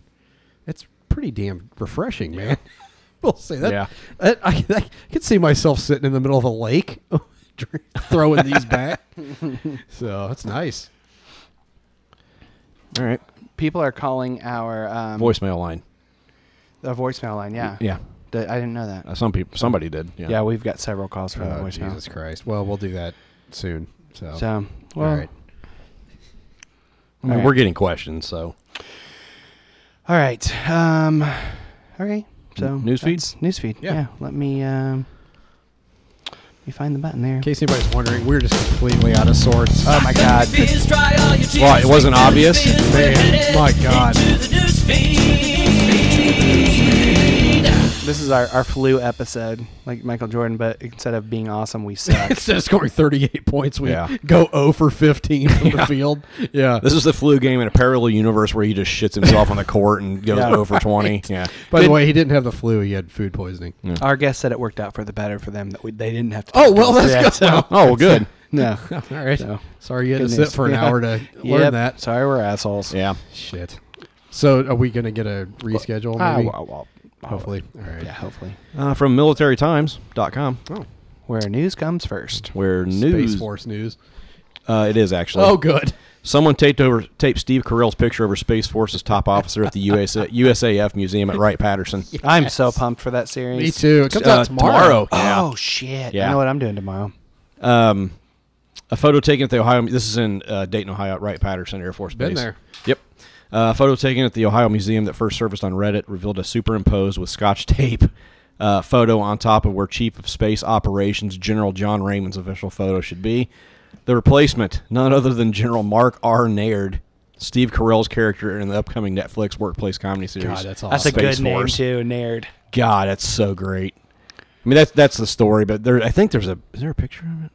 It's pretty damn refreshing, man. (laughs) we'll say that.
Yeah.
that- I, I could see myself sitting in the middle of a lake, (laughs) drink- throwing these back. so that's nice.
All right.
People are calling our um,
Voicemail line.
the voicemail line. Yeah.
Yeah.
The- I didn't know that.
Uh, some people, somebody did. Yeah.
yeah, we've got several calls for the
Oh,
voicemail.
Jesus Christ. Well, we'll do that soon. So,
So, well,
all right.
I mean,
All right.
we're getting questions, so
all right. Um, okay. So
Newsfeed?
that's Newsfeed. Yeah.
Yeah.
Let me um, let me find the button there.
In case anybody's wondering, we're just completely out of (laughs) sorts.
Oh my God.
Why, it wasn't obvious?
Man, my God.
This is our, our flu episode, like Michael Jordan, but instead of being awesome, we suck.
(laughs) Instead of scoring 38 points, we
Yeah.
go 0 for 15 from the field. Yeah.
This is the flu game in a parallel universe where he just shits himself on the court and goes
Yeah.
over 20. Yeah.
By the way, he didn't have the flu. He had food poisoning.
our guest said it worked out for the better for them that we, they didn't have to.
Oh, well, that's
Yeah,
good.
so-
(laughs)
Oh, well, good.
No.
All right.
So,
Sorry you had
goodness.
to sit for an
Yeah.
(laughs) hour to
Yep.
learn that.
Sorry, we're assholes.
Yeah.
Shit. So are we going to get a reschedule
Ah,
maybe?
well, well,
Hopefully. All right. Oh,
yeah, hopefully.
Uh, from militarytimes.com,
Where news comes first.
where
Space
news.
Force news.
Uh, it is actually.
Oh, good.
Someone taped over taped Steve Carell's picture over Space Force's top officer at the USA, USAF Museum at Wright
(laughs)
Patterson.
I'm so pumped for that series.
Me too. It comes
Uh,
out tomorrow.
Yeah.
Oh shit!
Yeah.
You know what I'm doing tomorrow?
Um, a photo taken at the Ohio. This is in uh, Dayton, Ohio, at Wright Patterson Air Force Base.
Been there.
Yep. Uh, a photo taken at the Ohio Museum that first surfaced on Reddit revealed a superimposed with Scotch tape uh, photo on top of where Chief of Space Operations General John Raymond's official photo should be. The replacement, none other than General Mark R. Naird, Steve Carell's character in the upcoming Netflix workplace comedy series.
God, that's
That's
awesome.
a good
Space Force.
name too, Nerd.
God, that's so great. I mean, that's that's the story, but there, I think there's a is there a picture of it?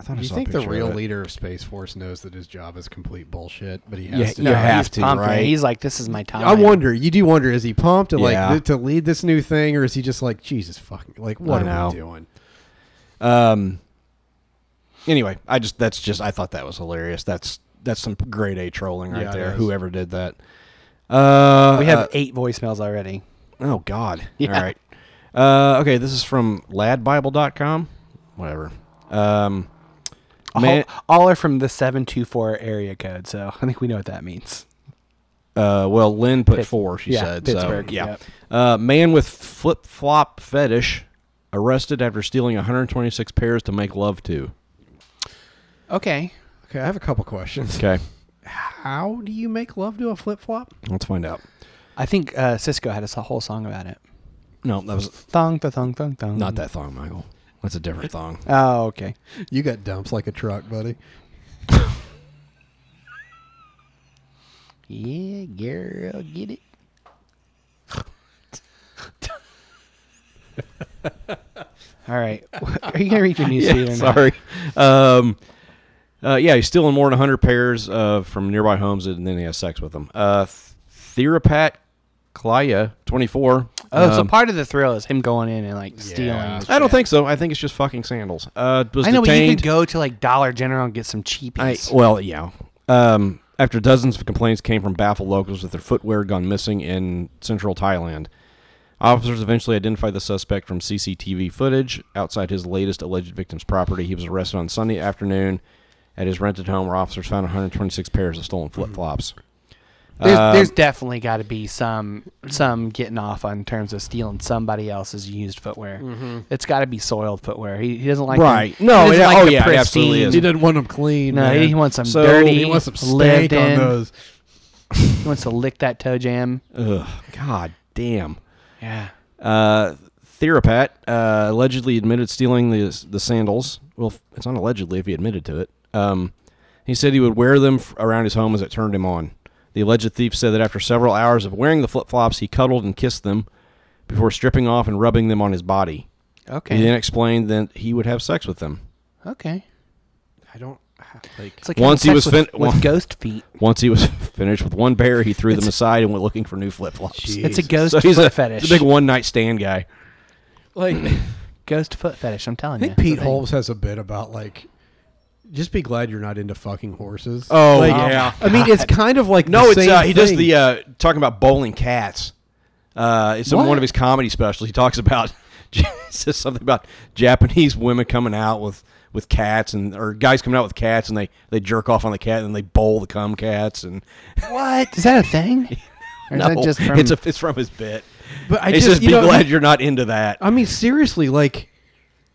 I thought I
Do you
saw a
think the
picture of
real
it.
leader of Space Force knows that his job is complete bullshit, but he has
Yeah,
to?
you
do it?
have
he's
to,
pumped, man.
right?
He's like, this is my time.
I wonder. You do wonder. Is he pumped to
Yeah.
like th- to lead this new thing, or is he just like Jesus fucking like what
I
are
know.
we doing?
Um. Anyway, I just that's just I thought that was hilarious. That's that's some grade A trolling right
Yeah, it
there.
is.
Whoever did that. Uh,
We have
uh,
eight voicemails already.
oh God.
(laughs) Yeah.
All right. Uh, okay, this is from ladbible.com. Whatever. Um, man,
all, all are from the seven two four area code, so I think we know what that means.
uh, well, Lynn put
Pitt-
four. She
yeah,
said
Pittsburgh,
So, yeah.
yep.
Uh, man with flip flop fetish arrested after stealing 126 pairs to make love to.
Okay.
Okay, I have a couple questions.
Okay,
(laughs) How do you make love to a flip flop?
let's find out.
I think uh, Cisco had a s- whole song about it.
No, that was
Thong, th- thong, thong, thong.
not that thong, Michael. That's a
(laughs)
different thong.
Oh, okay.
You got dumps like a truck, buddy.
Yeah, girl, get it. (laughs) All right. Are you going to read
(laughs)
your news feed or not?
Sorry. Um, uh, yeah, he's stealing more than 100 pairs uh, from nearby homes, and then he has sex with them. Uh, Therapat Klaya, 24.
Oh, so
um,
part of the thrill is him going in and like stealing.
Yeah.
the
I don't
shit.
think so. I think it's just fucking sandals. Uh, was
I know, but you
detained.
could go to like Dollar General and get some
I,
cheapies.
well, yeah. Um, after dozens of complaints came from baffled locals with their footwear gone missing in central Thailand. Officers eventually identified the suspect from CCTV footage outside his latest alleged victim's property. He was arrested on Sunday afternoon at his rented home where officers found 126 pairs of stolen flip flops.
there's,
uh,
there's definitely got to be some some getting off on terms of stealing somebody else's used footwear. It's got to be soiled footwear. He, he doesn't like them-
Mm-hmm. Right.
he
No,
doesn't
yeah, oh,
the
yeah, it absolutely
pristine-
is.
He didn't want them clean.
No,
man.
he wants some
So-
dirty.
He wants some
lived
stank on
in.
those.
He wants to lick that toe jam.
Um, Ugh, God damn.
Yeah.
Uh, Therapat uh, allegedly admitted stealing the the sandals. Well, it's not allegedly if he admitted to it. Um, he said he would wear them f- around his home as it turned him on. The alleged thief said that after several hours of wearing the flip flops, he cuddled and kissed them before stripping off and rubbing them on his body. He then
Okay.
explained that he would have sex with them.
Okay.
I don't like.
It's like
Once
having
he
sex
was
with,
fin-
with
one-
ghost
(laughs)
feet.
Once he was (laughs) finished with one pair, he threw them aside and went looking for new flip flops.
Jeez.
It's a ghost
(laughs) So he's
foot
a,
fetish.
he's a big one night stand guy. (laughs)
Like I
ghost foot fetish. I'm telling you.
think Pete Holmes has a bit about like. Just be glad you're not into fucking horses.
Oh,
Like,
yeah.
I mean, it's kind of like
No,
the
it's
same
uh, he does
thing.
the uh, talking about bowling cats. Uh, it's in
What?
one of his comedy specials. He talks about (laughs) says something about Japanese women coming out with with cats and or guys coming out with cats and they they jerk off on the cat and they bowl the cum cats and (laughs)
What is that a
(laughs)
thing? Or is
No,
that just from
it's a, it's from his bit.
But I
he
just
says,
you
"Be
know,
glad you're not into that."
I mean, seriously, like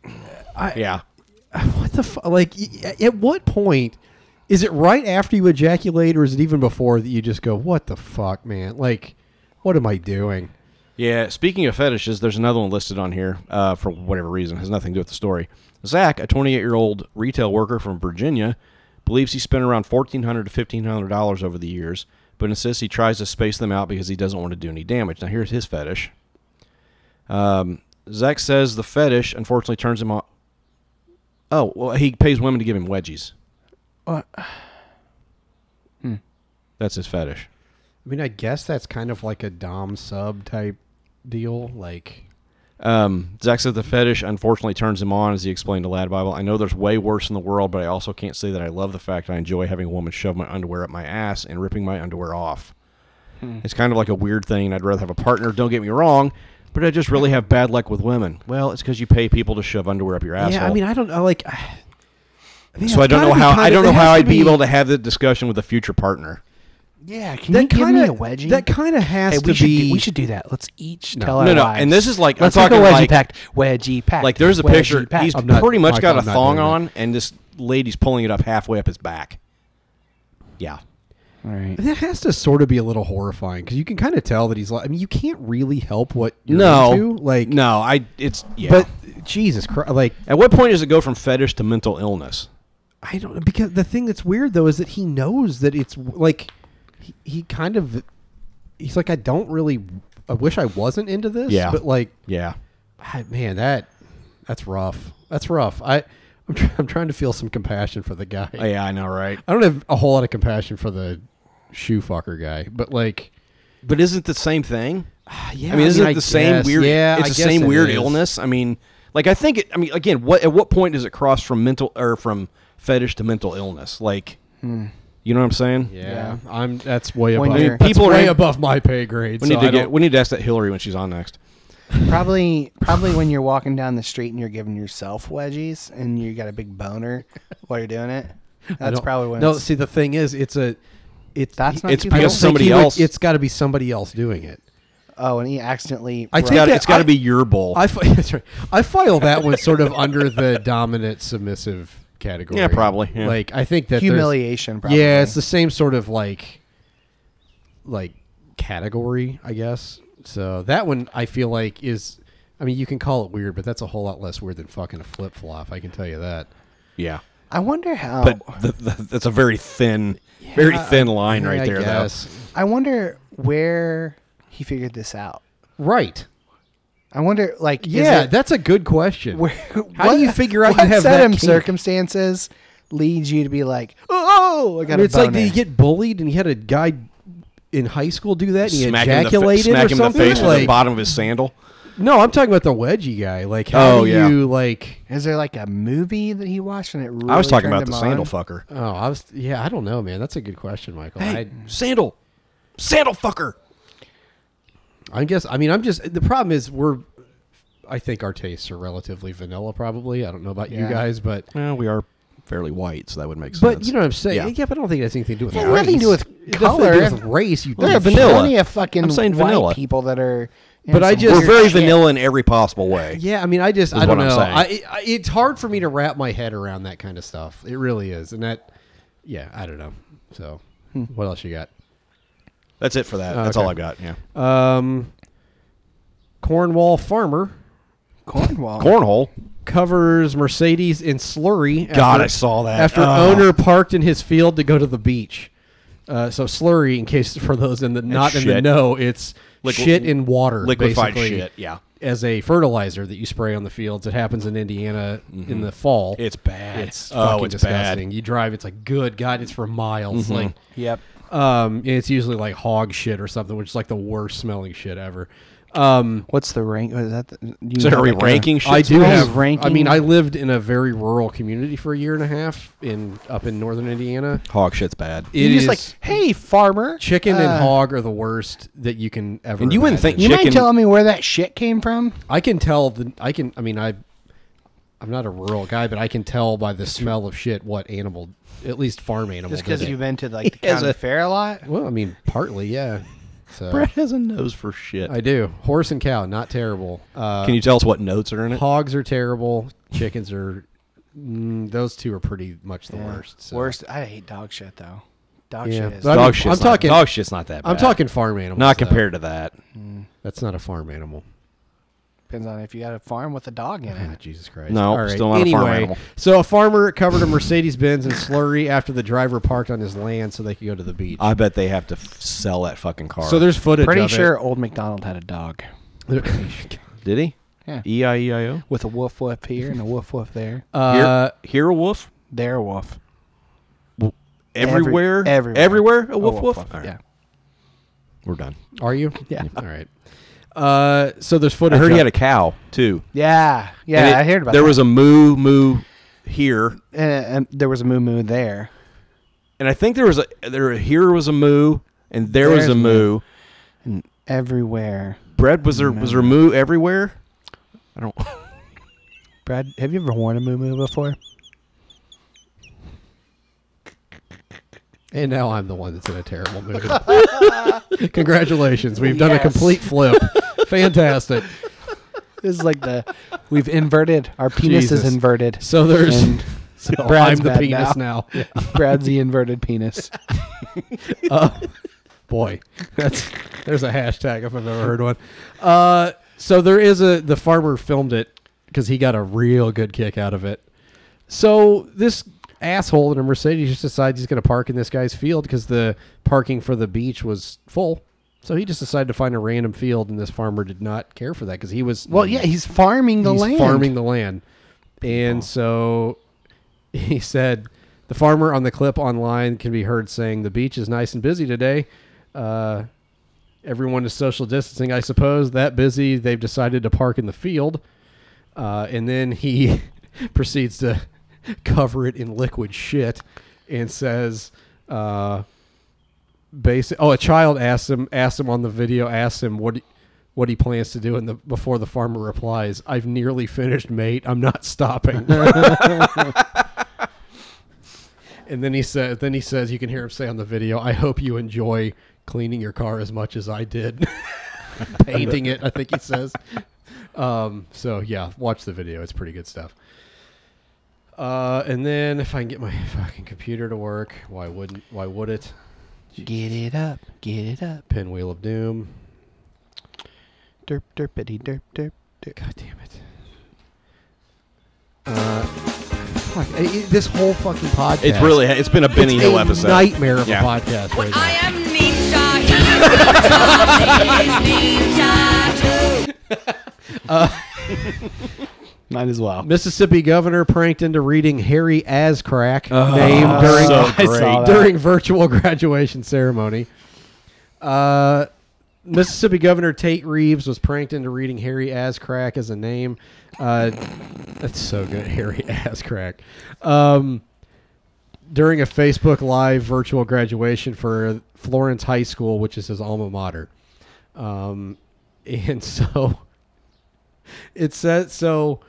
(laughs)
yeah,
what the fu- like y- at what point is it right after you ejaculate or is it even before that you just go what the fuck man like what am i doing
Yeah, speaking of fetishes, there's another one listed on here uh, for whatever reason. It has nothing to do with the story. Zach, a 28 year old retail worker from Virginia, believes he spent around $1,400 to $1,500 over the years, but insists he tries to space them out because he doesn't want to do any damage. Now, here's his fetish. Um, Zach says the fetish unfortunately turns him on. Oh, well, he pays women to give him wedgies. Hmm.
What?
That's his fetish.
I mean, I guess that's kind of like a dom sub type deal. Like,
Um, Zach said the fetish unfortunately turns him on, as he explained to Lad Bible. I know there's way worse in the world, but I also can't say that I love the fact I enjoy having a woman shove my underwear up my ass and ripping my underwear off. It's kind of like a weird thing. and I'd rather have a partner. Don't get me wrong, but I just really have bad luck with women. Well, it's because you pay people to shove underwear up your asshole.
yeah, I mean, I don't know. Like, I, mean,
so I
it's
don't know
gotta be
how
kinda-
I don't know
there has
how
to
I'd be able to have the discussion with a future partner.
Yeah, can you
That
give me
kinda-
a wedgie?
That kind of has
Hey,
to
we should,
be.
do, we should do that. Let's each tell our
No, no,
wives.
and this is like- I'm
let's make a
talking
wedgie
like-
pact. Wedgie pact.
Like there's a
wedgie
picture.
pact.
He's
I'm not-
pretty much
Mike,
got
I'm
a
not
thong
doing
on, and this lady's pulling it up halfway up his back. Yeah.
All right.
That has to sort of be a little horrifying because you can kind of tell that he's like. I mean, you can't really help what you're
no,
into. Like,
no, I it's yeah.
But Jesus Christ, like
at what point does it go from fetish to mental illness?
I don't because the thing that's weird though is that he knows that it's like he, he kind of he's like I don't really I wish I wasn't into this.
Yeah.
but like
Yeah,
I- man, that that's rough. That's rough. I I'm, try, (laughs) I'm trying to feel some compassion for the guy.
Oh, yeah, I know, right?
I don't have a whole lot of compassion for the shoe fucker guy, but like
But isn't it the same thing?
yeah,
I mean, isn't it
I
the same
guess.
weird?
Yeah,
it's
I
the
guess
same
it
weird
is.
illness. I mean, like I think it. I mean, again, what at what point does it cross from mental or from fetish to mental illness? Like, you know what I'm saying?
Hmm. Yeah, I'm. That's way
When
above.
you're-
that's
people are
way
in-
above my pay grade.
We
so
need
I
to get.
don't-
We need to ask that Hillary when she's on next.
Probably, probably when you're walking down the street and you're giving yourself wedgies and you got a big boner while you're doing it.
(laughs) I
That's
don't-
probably when.
No,
it's-
see, the thing is, it's a. It's
That's not
it's
too
I don't
because
think
bad.
somebody
he would-
else-
it's got to be somebody else doing it.
Oh, and he accidentally.
I
rubbed-
think
Gotta-
that
it's got
I-
to be your bowl.
I fi- (laughs) that's right. I file that one sort of
(laughs)
under the dominant submissive category.
Yeah, probably, yeah.
Like I think that there's-
humiliation. Probably.
Yeah, it's the same sort of like, like category, I guess. So that one I feel like is. I mean, you can call it weird, but that's a whole lot less weird than fucking a flip flop. I can tell you that.
yeah,
I wonder how.
but the, the, that's a very thin, very thin line
Oh. Yeah,
right
I
there.
guess.
I wonder where he figured this out.
Right.
I wonder, like, is
Yeah,
it-
that's a good
(laughs)
question.
where,
(laughs) How do you figure out you
what
have
set
that
of
kink?
circumstances leads you to be like, oh, I got
I mean,
a
it's like,
boner."
did he get bullied and he had a guy in high school do that and he
Smack him in the fa-
ejaculated
smack
or
him in the
something?
face with the
Like-
bottom of his sandal.
No, I'm talking about the wedgie guy. Like, how
Oh,
do
yeah.
you like?
Is there like a movie that he watched and it? Really
I was talking
turned
about the
him
sandal
on?
fucker.
Oh, I was. Yeah, I don't know, man. That's a good question, Michael. I,
sandal, sandal fucker.
I guess. I mean, I'm just. The problem is, we're. I think our tastes are relatively vanilla. Probably. I don't know about you
Yeah.
guys, but.
Well, we are fairly white, so that would make sense.
But you know what I'm saying? Yeah,
Yeah.
but I don't think it has anything to do with
It
race.
had nothing to do with
It has nothing to do
color.
with race. You
There are
dumb
vanilla.
plenty of fucking
I'm saying
white
vanilla.
people that are. in
But I
some
just-
we're
weird
very
shit.
vanilla in every possible way.
Yeah, I mean, I just,
Is
I don't
what I'm
know.
saying.
I, I, it's hard for me to wrap my head around that kind of stuff. It really is, and that, yeah, I don't know. So, what else you got?
That's it for that. That's
okay.
all I've got. Yeah,
Um, Cornwall farmer
Cornwall.
cornhole.
covers Mercedes in slurry.
God, I saw that.
after
Oh.
owner parked in his field to go to the beach. Uh, so slurry, in case (laughs) for those in the not in the
shit.
know, it's
Liqui-
shit in water,
liquefied
basically,
shit, yeah.
as a fertilizer that you spray on the fields. It happens in Indiana
Mm-hmm.
in the fall.
It's bad.
It's
Oh,
fucking
it's
disgusting. You drive, it's like good God, it's for miles. Like
Yep.
um, and it's usually like hog shit or something, which is like the worst smelling shit ever. Um,
What's the rank? Is that the, you
So
have
are we
like a-
ranking shit?
I do
smells
have.
ranking.
I mean, I lived in a very rural community for a year and a half in up in northern Indiana.
hog shit's bad.
It
You
is
just like, hey, farmer.
chicken and
uh,
hog are the worst that you can ever.
And you wouldn't
imagine.
think-
You mind
chicken-
telling me where that shit came from?
I can tell the I can I mean I I'm not a rural guy, but I can tell by the smell of shit what animal at least farm animal.
Just
did
because
it.
you've been to (laughs) like the
He has
county
a-
fair a lot.
Well, I mean partly, yeah. So
Brett has a nose for shit.
I do. Horse and cow, not terrible. Uh,
Uh, Can you tell us what notes are in it?
hogs are terrible. Chickens are mm, those two are pretty much the worst. So.
Worst. I hate dog shit though. Dog
Yeah.
shit is.
But I mean,
Dog shit's
I'm
not-
talking-
Dog shit's not that. bad.
I'm talking farm animals.
Not
though.
compared to that.
That's not a farm animal.
Depends on if you got a farm with a dog in
Ah,
it.
Jesus Christ.
Mm. No, still not a farm animal.
So a farmer covered a Mercedes Benz in slurry after the driver parked on his land so they could go to the beach.
I bet they have to f- sell that fucking car.
so there's footage.
Pretty
of it. (laughs)
sure old McDonald had a dog
did he?
Yeah.
E I E I O.
with a woof woof here and a woof woof there.
Uh,
Here, here a wolf
There woof.
everywhere,
everywhere.
a woof woof. All right,
Yeah.
we're done.
are you?
Yeah.
All right. Uh, so there's footage.
I heard he
of-
had a cow too.
Yeah. Yeah.
And it-
I heard about
There
that.
was a moo moo here,
and, and there was a moo moo there.
and I think there was a there here was a moo, and there was
There's
a
a moo.
moo.
Everywhere.
Bread was there was there moo everywhere. I don't.
Brad, have you ever worn a moo moo before?
And now I'm the one that's in a terrible mood. (laughs) Congratulations. We've done a
Yes.
complete flip.
(laughs)
Fantastic.
This is like the we've inverted. Our penis
Jesus.
is inverted.
So there's.
(laughs) And
so
Brad's
I'm the
Oh, bad
penis now.
(laughs) Brad's the inverted penis.
(laughs) Boy, that's there's a hashtag if I've ever heard one. Uh, so there is a the farmer filmed it because he got a real good kick out of it. So this asshole in a Mercedes just decides he's going to park in this guy's field because the parking for the beach was full. So he just decided to find a random field, and this farmer did not care for that because he
(laughs)
was
Well, yeah, he's farming the
he's
land.
farming the land. And so he said the farmer on the clip online can be heard saying the beach is nice and busy today. Uh, everyone is social distancing, I suppose. That busy, they've decided to park in the field. Uh, and then he (laughs) proceeds to (laughs) cover it in liquid shit and says, uh, basic. Oh, a child asked him, asked him on the video, asked him what, he- what he plans to do, and the before the farmer replies, "I've nearly finished, mate. I'm not stopping." (laughs) and then he says, then he says, you can hear him say on the video, "I hope you enjoy cleaning your car as much as I did, (laughs) painting it." I think he says. Um, so yeah, watch the video. It's pretty good stuff. Uh, and then if I can get my fucking computer to work, why wouldn't? Why would it?
Get it up. Get it up.
Pinwheel of Doom.
Derp derpity derp derp. derp.
God damn it. Uh, fuck, I- I- this whole fucking podcast.
It's really it's been a Benny
it's
Hill
a
episode.
nightmare of
Yeah.
a podcast right now.
am Ninja. He's Ninja too.
Might as well.
Mississippi governor pranked into reading Harry Ascrack name during
Oh, Uh,
(laughs)
so I saw great. that.
during virtual (laughs) graduation ceremony. Uh, Mississippi Governor Tate Reeves was pranked into reading Harry Ascrack as a name. Uh, that's so good, (laughs) Harry Ascrack. Um, during a Facebook Live virtual graduation for Florence High School, which is his alma mater. Um, and (laughs) so it says so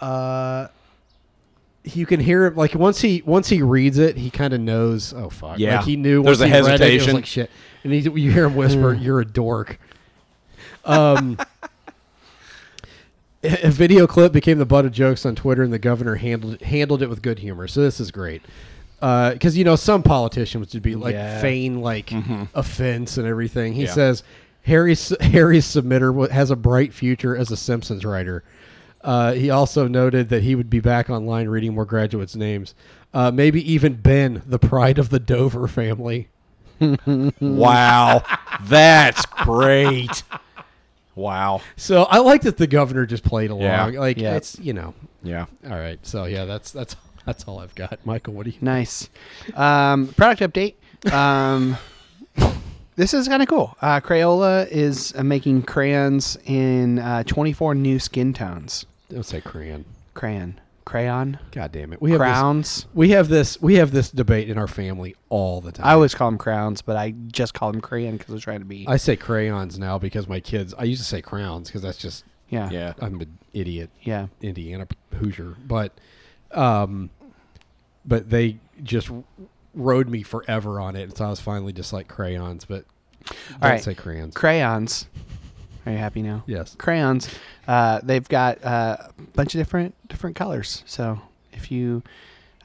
uh you can hear him like once he once he reads it he kind of knows oh fuck
Yeah.
like he knew
There's
once
a
he read it, it was
hesitation. Mm.
like shit and he, you hear him whisper you're a dork um a video clip became the butt of jokes on twitter and the governor handled handled it with good humor so this is great because you know some politicians would be like
Yeah.
feign like offense and everything he
Mm-hmm. Yeah.
says Harry's Harry's submitter wa- has a bright future as a Simpsons writer. Uh, he also noted that he would be back online reading more graduates' names, uh, maybe even Ben, the pride of the Dover family.
Wow, that's great. Wow.
So I like that the governor just played along.
Yeah.
Like
Yeah.
it's you know,
Yeah.
all right. So yeah, that's that's that's all I've got. Michael, what do you?
Nice. Um, product update. (laughs) Um, this is kind of cool. Uh, Crayola is uh, making crayons in uh, 24 new skin tones.
Don't say crayon.
Crayon. Crayon.
God damn it. We have
Crowns.
This, we have this we have this debate in our family all the time.
I always call them crowns, but I just call them crayon because I was trying to be.
I say crayons now because my kids. I used to say crowns because that's just
yeah.
Yeah.
I'm an idiot.
Yeah.
Indiana Hoosier, but um, but they just r- rode me forever on it, so I was finally just like crayons, but don't
right.
say crayons.
Crayons. Are you happy now?
yes,
crayons. Uh, they've got uh, a bunch of different different colors. So if you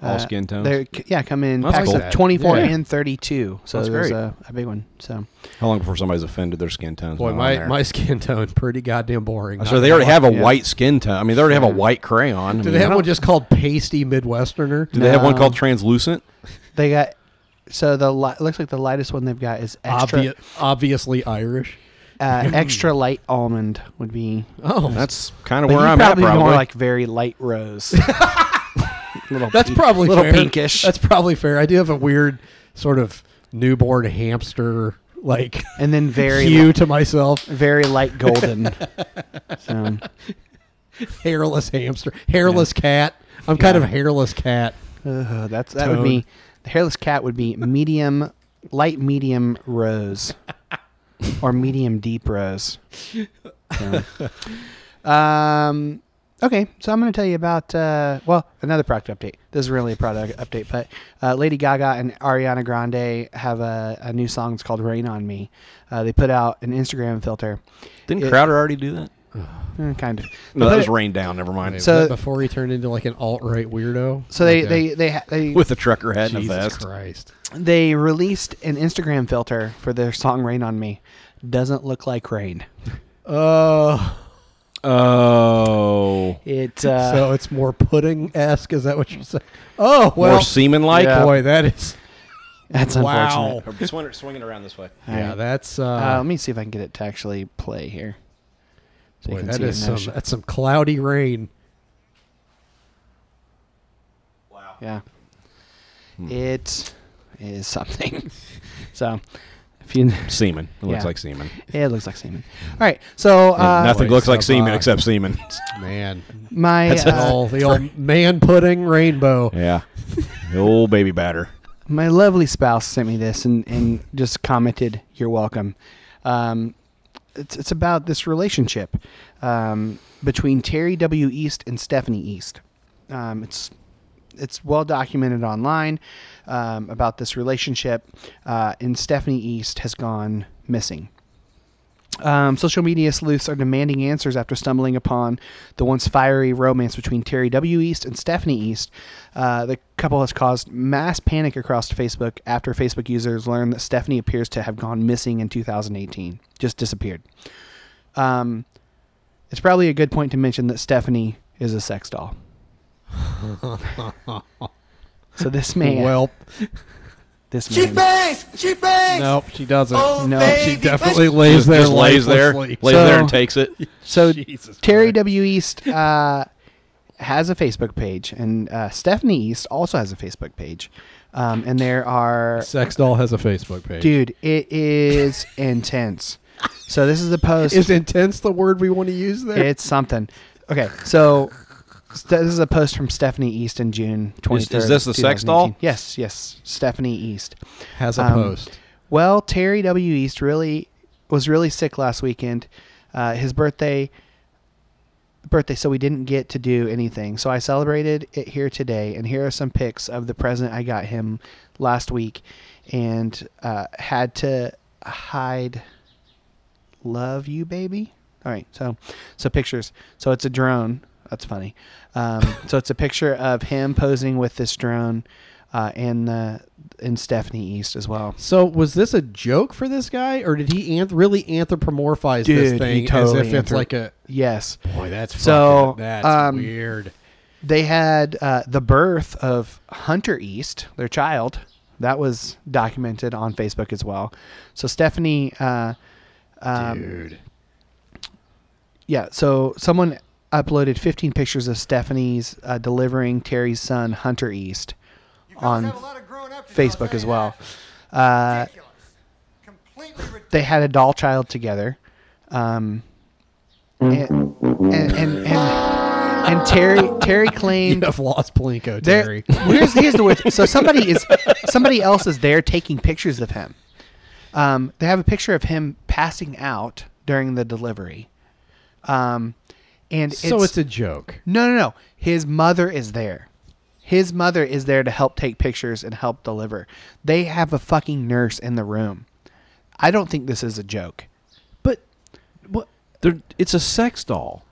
All skin tones?
They're, c- yeah, come in
That's
packs
cool.
of 24
Yeah.
and 32. So
That's
there's
great.
A, a big one. So
How long before somebody's offended their skin tone's
Boy,
not on
my,
there?
my skin tone pretty goddamn boring.
so they already have a white skin tone. I mean, they already have a
Yeah.
white crayon. I
Do
mean,
they have
I
one
don't-
just called pasty Midwesterner?
Do they have one
No.
called translucent?
they got. So the li- looks like the lightest one they've got is extra
Obvi- obviously Irish. (laughs)
uh, extra light almond would be.
Oh, that's
That's kind of
But
where
you'd
I'm
probably,
at. Probably.
more like very light rose. little
that's
pink-
probably
little
fair.
pinkish.
That's probably fair. I do have a weird sort of newborn hamster like
and then very
hue to myself.
very light golden. so,
Hairless hamster, hairless cat. I'm kind of a hairless cat.
uh, that's that would be the hairless cat would be medium, light medium
(laughs)
rose, or medium deep rose. So, um. Okay, so I'm going to tell you about uh, well another product update. This is really a product update, but uh, Lady Gaga and Ariana Grande have a, a new song. It's called "Rain on Me." Uh, they put out an Instagram filter,
Didn't
it-
Crowder already do that?
Mm, kind of. They
No, that
put
was
it-
rain down. Never mind.
So-
So before he turned into like an alt right weirdo.
So they
Okay.
they they ha- they
With the trucker hat and a
Jesus
vest.
Christ.
they released an Instagram filter for their song "Rain on Me." Doesn't look like rain. Uh,
Oh,
Oh.
(laughs)
It uh,
so it's more pudding esque. Is that what you're saying? Oh well,
more semen like?
Yeah.
boy, that is.
that's
Wow.
unfortunate.
Swinging around this way.
All
Yeah,
right.
that's uh,
Uh, let me see if I can get it to actually play here. So
boy,
you can
that
see it
is
in
some
action.
that's some cloudy rain.
Yeah,
Hmm.
it is something. (laughs) so if you, (laughs)
Semen. It looks
Yeah.
like
Uh,
semen.
it looks like semen. All right, so uh,
Nothing
boy,
looks like
so,
semen
uh,
except semen. (laughs)
Man,
my
the
uh,
old, the old man pudding rainbow.
yeah. Oh, baby batter.
my lovely spouse sent me this and, and just commented, "You're welcome." Um, it's it's about this relationship um, between Terry W. East and Stephanie East. Um, it's it's well documented online um, about this relationship, uh, and Stephanie East has gone missing. Um, social media sleuths are demanding answers after stumbling upon the once fiery romance between Terry W. East and Stephanie East. Uh, the couple has caused mass panic across Facebook after Facebook users learned that Stephanie appears to have gone missing in 2018, just disappeared. Um, it's probably a good point to mention that Stephanie is a sex doll. so this man,
Well,
this man,
bangs! She bangs!
nope, she doesn't.
no,
she definitely lays
Just,
there.
just lays there. Lays
lifelessly.
there and
So-
takes it. (laughs)
So
Jesus
Terry
Christ.
W. East uh, has a Facebook page, and uh, Stephanie East also has a Facebook page. Um, and there
(laughs)
are,
Sex doll has a Facebook page.
dude, it is intense. So this is the post.
Is intense the word we want to use there?
it's something. Okay, so st- this is a post from Stephanie East in June 23rd.
Is- is this the sex doll?
2018. Yes, yes, Stephanie East.
has a
Um,
post.
Well, Terry W. East really was really sick last weekend. Uh, his birthday birthday, so we didn't get to do anything. So I celebrated it here today, and here are some pics of the present I got him last week, and uh, had to hide. Love you, baby. All right, so so pictures. So it's a drone. That's funny.
(laughs)
Um, so it's a picture of him posing with this drone, uh, and the and Stephanie East as well.
So was this a joke for this guy, or did he anth- really anthropomorphize
Dude,
this
he
thing
totally
as if it's
anthrop-
like a
Yes.
boy? That's
So,
fucking- that's
um,
weird.
They had uh, the birth of Hunter East, their child. That was documented on Facebook as well. So Stephanie, uh,
Dude,
yeah. So someone uploaded 15 pictures of Stephanie's uh, delivering Terry's son Hunter East on Facebook as well. Uh, they had a doll child together. Um, and, and, and, and, and Terry Terry claimed
you'd have lost Plinko,
There-
(laughs) Terry.
(laughs) Here's, here's the word. So somebody is somebody else is there taking pictures of him. Um, they have a picture of him passing out during the delivery. Um, and
so it's, a joke.
no no no. His mother is there. His mother is there to help take pictures and help deliver. They have a fucking nurse in the room. I don't think this is a joke.
But
They're- it's a sex doll.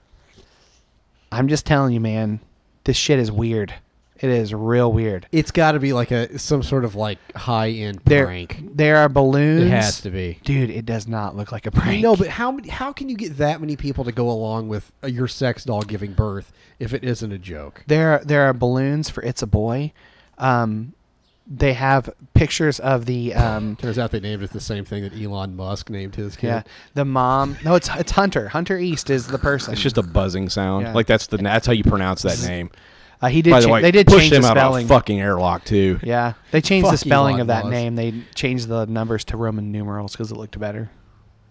I'm just telling you, man. This shit is weird. It is real weird.
It's got to be like a some sort of like high end
There,
prank.
there are balloons.
It has to be.
dude. It does not look like a prank.
No, but how many- how can you get that many people to go along with uh, your sex doll giving birth if it isn't a joke?
there there are balloons for "It's a Boy." Um, they have pictures of the um,
Turns out they named it the same thing that Elon Musk named his kid.
yeah the mom. No, it's it's Hunter. Hunter East is the person.
It's just a buzzing sound.
Yeah.
Like that's the that's how you pronounce that name.
Uh, he did.
By the
cha-
way,
they did
push
change
him
the
out
spelling.
of a fucking airlock too.
Yeah, they changed the
Fuck
spelling
Elon
of that
Musk.
name. They changed the numbers to Roman numerals because it looked better.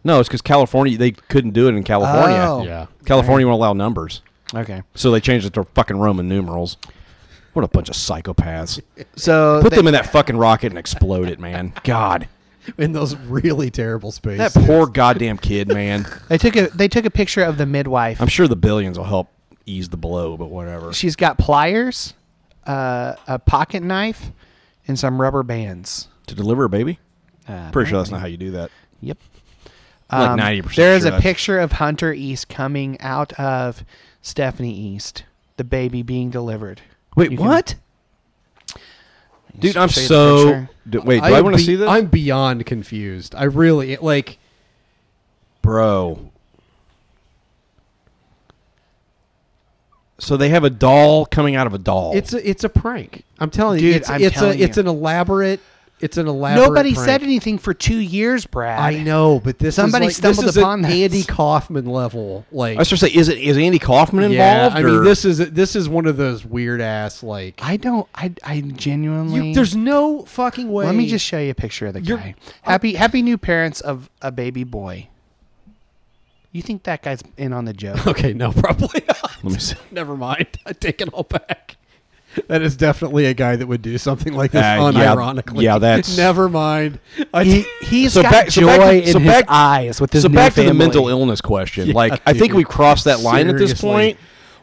No, it's because California they couldn't do it in California.
Oh.
Yeah.
California won't allow numbers,
Okay,
so they changed it to fucking Roman numerals. What a bunch of psychopaths!
so
Put
they-
them in that fucking rocket and explode it,
(laughs)
man. God,
(laughs) In those really terrible spaces.
that poor goddamn kid, man.
They took a they took a picture of the midwife.
I'm sure the billions will help ease the blow, but whatever.
She's got pliers, uh, a pocket knife, and some rubber bands.
To deliver a baby?
Uh,
Pretty sure that's not how you do that.
Yep. Um,
I'm like 90%
There is
sure
a
that's-
picture of Hunter East coming out of Stephanie East, the baby being delivered.
Wait,
You can-
what? Dude, I'm
show you the
so.
picture.
D- wait, do I,
am
want to
be-
see this?
I'm beyond confused. I really it, like.
Bro. So they have a doll coming out of a doll.
It's a, it's a prank. I'm telling you,
Oh. Dude,
it's,
I'm
it's
telling
a it's
you.
an elaborate. It's an elaborate.
Nobody
prank.
said anything for two years, Brad.
I know, but this
Somebody
is like,
stumbled
this
upon
is
this.
an Andy Kaufman level. Like
I was just say, is it is Andy Kaufman involved?
yeah, I mean
or-
this is this is one of those weird ass like.
I don't. I, I genuinely.
You, there's no fucking way.
Let me just show you a picture of the
You're-
guy. Happy happy new parents of a baby boy. You think that guy's in on the joke? (laughs)
Okay, no, probably not.
Let me see.
Never mind. I take it all back. That is definitely a guy that would do something like this
Uh, yeah,
unironically.
yeah,
(laughs)
that's-
Never mind. I
he,
t-
he's
So
got
back- so
joy
back to-
in
so
his
back-
eyes with his
So
new
back to the
family.
mental illness
(laughs)
question.
Yeah,
like, I think
dude.
we crossed that line at this
Seriously.
point.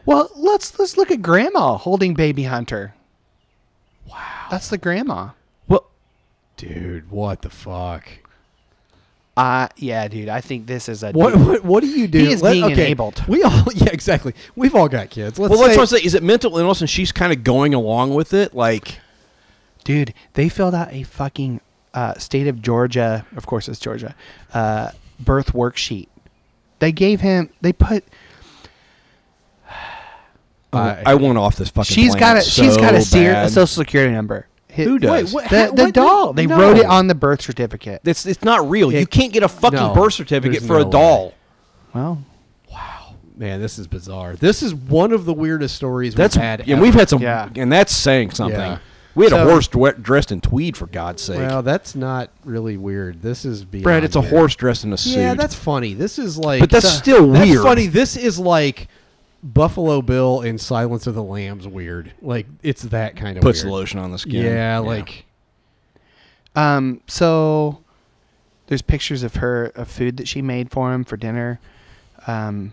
Well, let's let's look at grandma holding baby Hunter. Wow, that's the grandma.
Well,
dude, what the fuck?
Uh yeah, dude. I think this is a
What what, what do you do?
He is being enabled.
We all (laughs) yeah, exactly. We've all got kids. Let's
well
say,
that's what I'm saying. Is it mental illness and she's kind of going along with it? Like,
dude. They filled out a fucking uh, state of Georgia. Of course, it's Georgia. Uh, birth worksheet. They gave him. They put.
I-
oh, I want off this fucking
She's got a.
planet
she's got a,
so
ser- a
bad.
social security number. Hi-
Who does?
what-
The, the
what-
doll. They
no.
wrote it on the birth certificate.
It's it's not real.
Yeah.
you can't get a fucking
No,
birth certificate
there's
for
no
a doll.
way.
Well,
man, this is bizarre. This is one of the weirdest stories
That's
we've had.
and we've
ever.
had some
Yeah.
and that's saying something.
Yeah.
We had
So-
a horse dwe- dressed in tweed for God's sake.
Well, that's not really weird. This is beyond
Brad, it's a
weird.
horse dressed in a suit.
Yeah, that's funny. This is like,
But that's
It's a-
still
that's
weird.
Funny. This is like Buffalo Bill and Silence of the Lambs weird. Like it's that kind of
puts
weird.
lotion on the skin.
Yeah, like
Um, so there's pictures of her of food that she made for him for dinner. Um,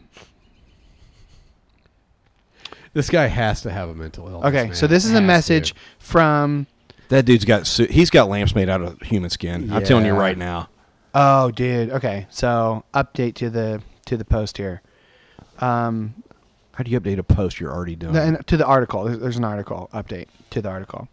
this guy has to have a mental illness.
okay,
man.
so this is a
Has to.
message from
that dude's got su- he's got lamps made out of human skin. I'm telling you
Yeah.
right now.
Oh, dude. Okay, so update to the to the post here. Um,
How do you update a post you're already doing?
No, and to the article, there's, there's an article update to the article.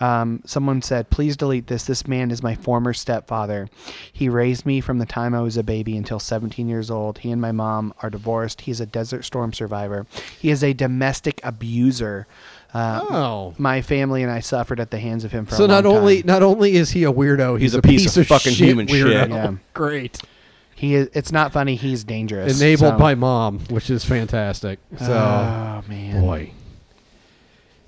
Um, someone said, "Please delete this. This man is my former stepfather. He raised me from the time I was a baby until 17 years old. He and my mom are divorced. He's a Desert Storm survivor. He is a domestic abuser. Uh,
Oh.
my family and I suffered at the hands of him for a
So not
long
only
time.
not only is he a weirdo, he's, a piece, of,
fucking
shit
human shit.
weirdo.
Yeah.
(laughs) Great.
he is. It's not funny. He's dangerous.
Enabled
So-
by mom, which is fantastic. So
Oh man,
boy,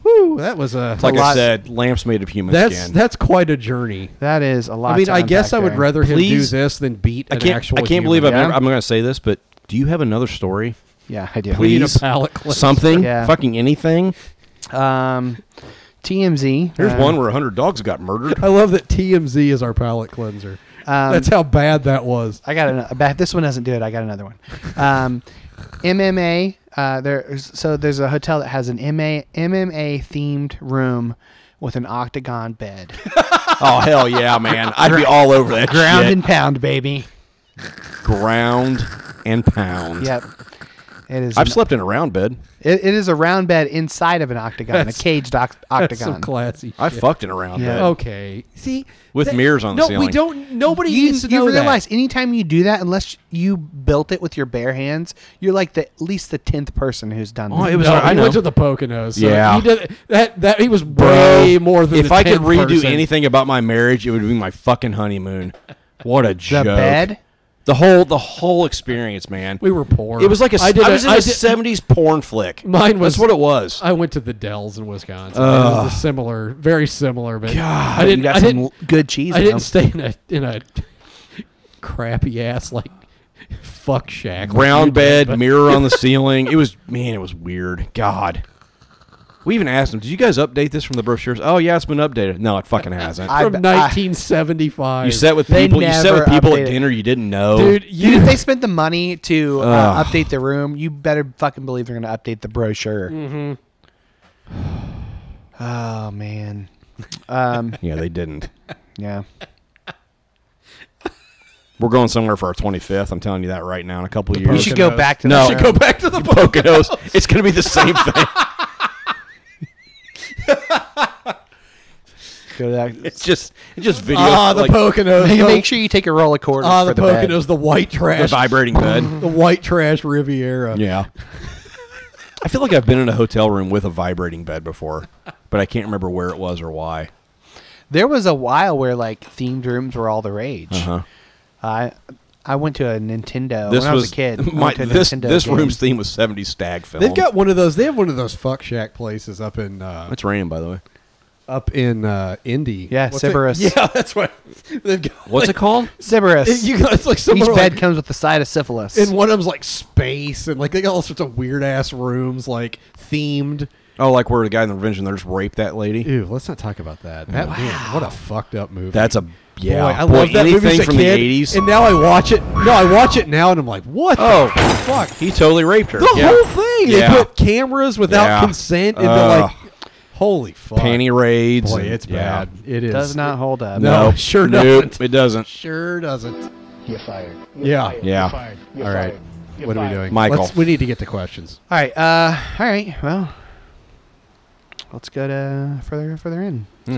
woo, that was a
like
lot-
I said, lamps made of human
that's
skin.
that's quite a journey.
that is a lot.
I mean,
to
I guess
unpack
I would
there.
rather him
Please-
do this than beat
I
an
can't
actual.
I can't
human.
believe I've
Yeah.
never, I'm going to say this, but do you have
(laughs)
another story?
Yeah, I do.
We need a
Please, (laughs)
palate cleanser.
something,
Yeah.
fucking anything.
Um, TMZ.
Here's
uh,
one where 100 dogs
(laughs)
got murdered.
I love that TMZ is our palate cleanser.
Um,
That's how bad that
(laughs)
was.
I got another. But if this one doesn't do it. I got another one. Um, MMA. Uh, there's so there's a hotel that has an MA, MMA themed room with an octagon bed,
Oh hell yeah, man! I'd be all over that
ground
shit.
and pound, baby.
ground and pound.
Yep. It is.
I've
an-
slept in a round bed.
it, it is a round bed inside of an octagon, a
That's-
caged oct-
That's
octagon.
some classy.
I
shit.
fucked in a round
Yeah.
bed.
Oh, Okay. See,
With mirrors on the
no, we
ceiling.
don't. Nobody
you,
needs to know
you
that.
realize anytime you do that, unless you built it with your bare hands, you're like the at least the tenth person who's done.
Oh,
that.
it was.
No,
I
he
know.
went to the Poconos. So
Yeah.
he did, that that he was
Bro,
way more than.
If
the
I could
10th
redo
person.
anything about my marriage, it would be my fucking honeymoon.
(laughs)
What a
the
joke!
bed.
the whole the whole experience, man.
we were poor.
It was like a.
I
I
did
was
a-
in
I
a
did-
seventies porn flick.
Mine was
That's what it was.
I went to the Dells in Wisconsin. it was a similar, very similar, but I didn't.
you got
I
some
didn't,
l- good cheese.
I
in them.
didn't stay in a in a crappy ass like fuck shack. like you
Round
did,
bed,
but- (laughs)
mirror on the ceiling. It was man, it was weird. God. We even asked them, "Did you guys update this from the brochures?" Oh yeah, it's been updated. No, it
(laughs)
fucking hasn't.
I
from
bet- I-
1975.
you sat with
They
people. You sat with
never
people
updated.
at dinner you didn't know.
dude.
Dude,
You
if they spent the money to uh, update the room, you better fucking believe they're going to update the brochure. Mm-hmm. Oh man, Um,
(laughs) Yeah, they didn't.
yeah.
We're going somewhere for our 25th. I'm telling you that right now. In a couple of years,
We should go back to
No.
the
(laughs) You should go
(laughs) back.
to the
Poconos. it's going to be the same thing. It's just, it's just video.
ah the
like,
Poconos.
Make,
the-
make sure you take a roll of quarters
ah
for
the
the, bed.
Poconos, the white
the
trash,
vibrating
(laughs)
bed.
the white trash Riviera.
Yeah. I feel like I've been in a hotel room with a vibrating bed before, but I can't remember where it was or why.
There was a while where like themed rooms were all the rage.
Uh-huh.
I I went to a Nintendo when I was a
(laughs)
kid. I went
Uh, my-
to a
this
Nintendo
this
game.
room's theme was 70s stag film.
They've got one of those. They have one of those fuck shack places up in uh,
It's raining, by the way.
up in uh, Indy.
Yeah,
What's
Sybaris.
It? (laughs) Yeah, that's right. They've got.
What's it called?
Sybaris.
(laughs) You got it's like some
Each
are
bed
like,
comes with a side of syphilis.
and one of them's like space and like they got all sorts of weird ass rooms like themed.
Oh, like where the guy in the revenge and there's raped that lady.
Ew, let's not talk about that. That man, what a fucked up movie.
That's a yeah.
Boy, I
Boy,
love that
anything
movie as a
from
kid,
the 80s.
and now I watch it. No, I watch it now, and I'm like, what?
Oh.
the fuck!
he totally raped her.
The
Yeah.
whole thing. They
Yeah.
put cameras without
Yeah.
consent into
Ugh.
like, holy fuck!
panty raids.
Boy,
and-
it's
yeah.
bad. It is.
does not hold up.
No. it sure
nope,
doesn't.
It doesn't.
Sure doesn't.
You're fired.
Yeah.
Yeah.
You're
All right.
fired.
What are we doing,
Michael.
Let's, we need to get to questions.
All right. Uh, all right. Well, let's go to further further in.
Hmm.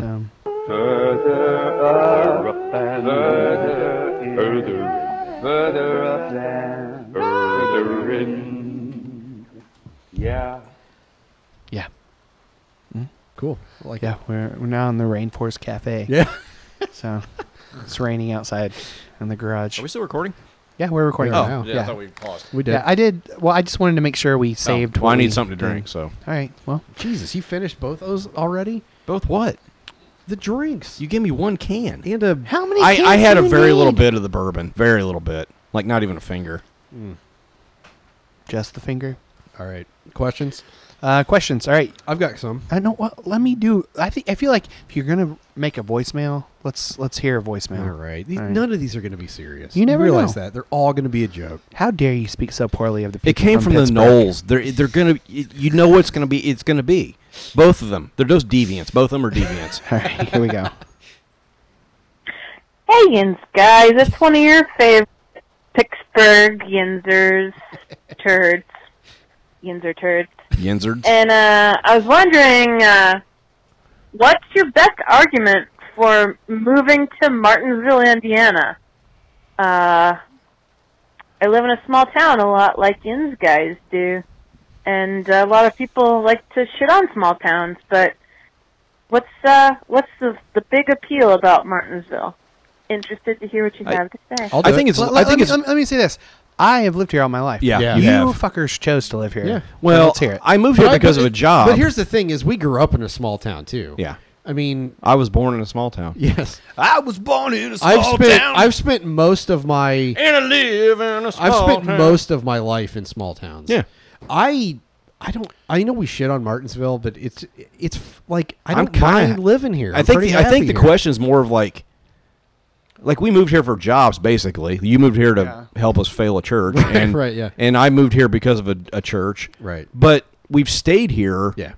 So. Yeah.
Cool. I like
Yeah.
it.
We're, we're now in the Rainforest Cafe.
Yeah.
So it's raining outside in the garage.
Are we still recording?
yeah, we're recording.
Oh,
now.
yeah,
yeah.
I thought we paused.
We did.
Yeah, I did. Well, I just wanted to make sure we saved.
Well,
what
I
we-
need something to drink, so.
All right. Well,
(laughs) Jesus, you finished both those already?
Both what?
The drinks.
You gave me one can.
and a
how many?
I, I
cans
had
do
a
we
very
need?
little bit of the bourbon. Very little bit. Like, not even a finger.
Just the finger.
All right. Questions?
Uh, questions. All right.
I've got some.
I know what. Let me do. I think I feel like if you're gonna make a voicemail, let's let's hear a voicemail.
All right. These,
All right.
None of these are going to be serious.
You never
realize
know.
that they're all going to be a joke.
How dare you speak so poorly of the people?
It came from, the
Pittsburgh.
Knolls. They're they're gonna. You know what's gonna be. It's gonna be both of them. They're those deviants. Both of them are deviants.
(laughs) All right, here we
(laughs)
go.
Yins, guys, it's one of your favorite Pittsburgh Yinzers, turds, Yinzer turds.
Yinzards.
And uh, I was wondering, uh, what's your best argument for moving to Martinsville, Indiana? Uh, I live in a small town, a lot like Yinz guys do, and a lot of people like to shit on small towns. But what's uh, what's the the big appeal about Martinsville? Interested to hear what you
I-
have to say.
I'll
I
do
think
it.
it's.
Let,
I think
me,
it's.
let, me, let me say this. I have lived here all my life.
Yeah,
Yeah.
You
you have.
fuckers chose to live here.
Yeah.
So
Well,
let's hear it.
(laughs) I moved
But
here
I-
because of a job.
But here's the thing: is we grew up in a small town too.
Yeah.
I mean, (laughs)
I was born in a small town.
yes.
I was born in a small
I've spent I've spent most of my
and I live in a small
I've spent
town.
most of my life in small towns.
Yeah.
I I don't I know we shit on Martinsville, but it's it's f- like I
I'm
don't
kinda-
mind living here.
I
I'm
think.
pretty
The, I think
happy
the
here.
question is more of like. Like we moved here for jobs, basically. You moved here to help us fail a church, and
right, yeah.
and I moved here because of a, a church,
Right.
But we've stayed here,
Yeah.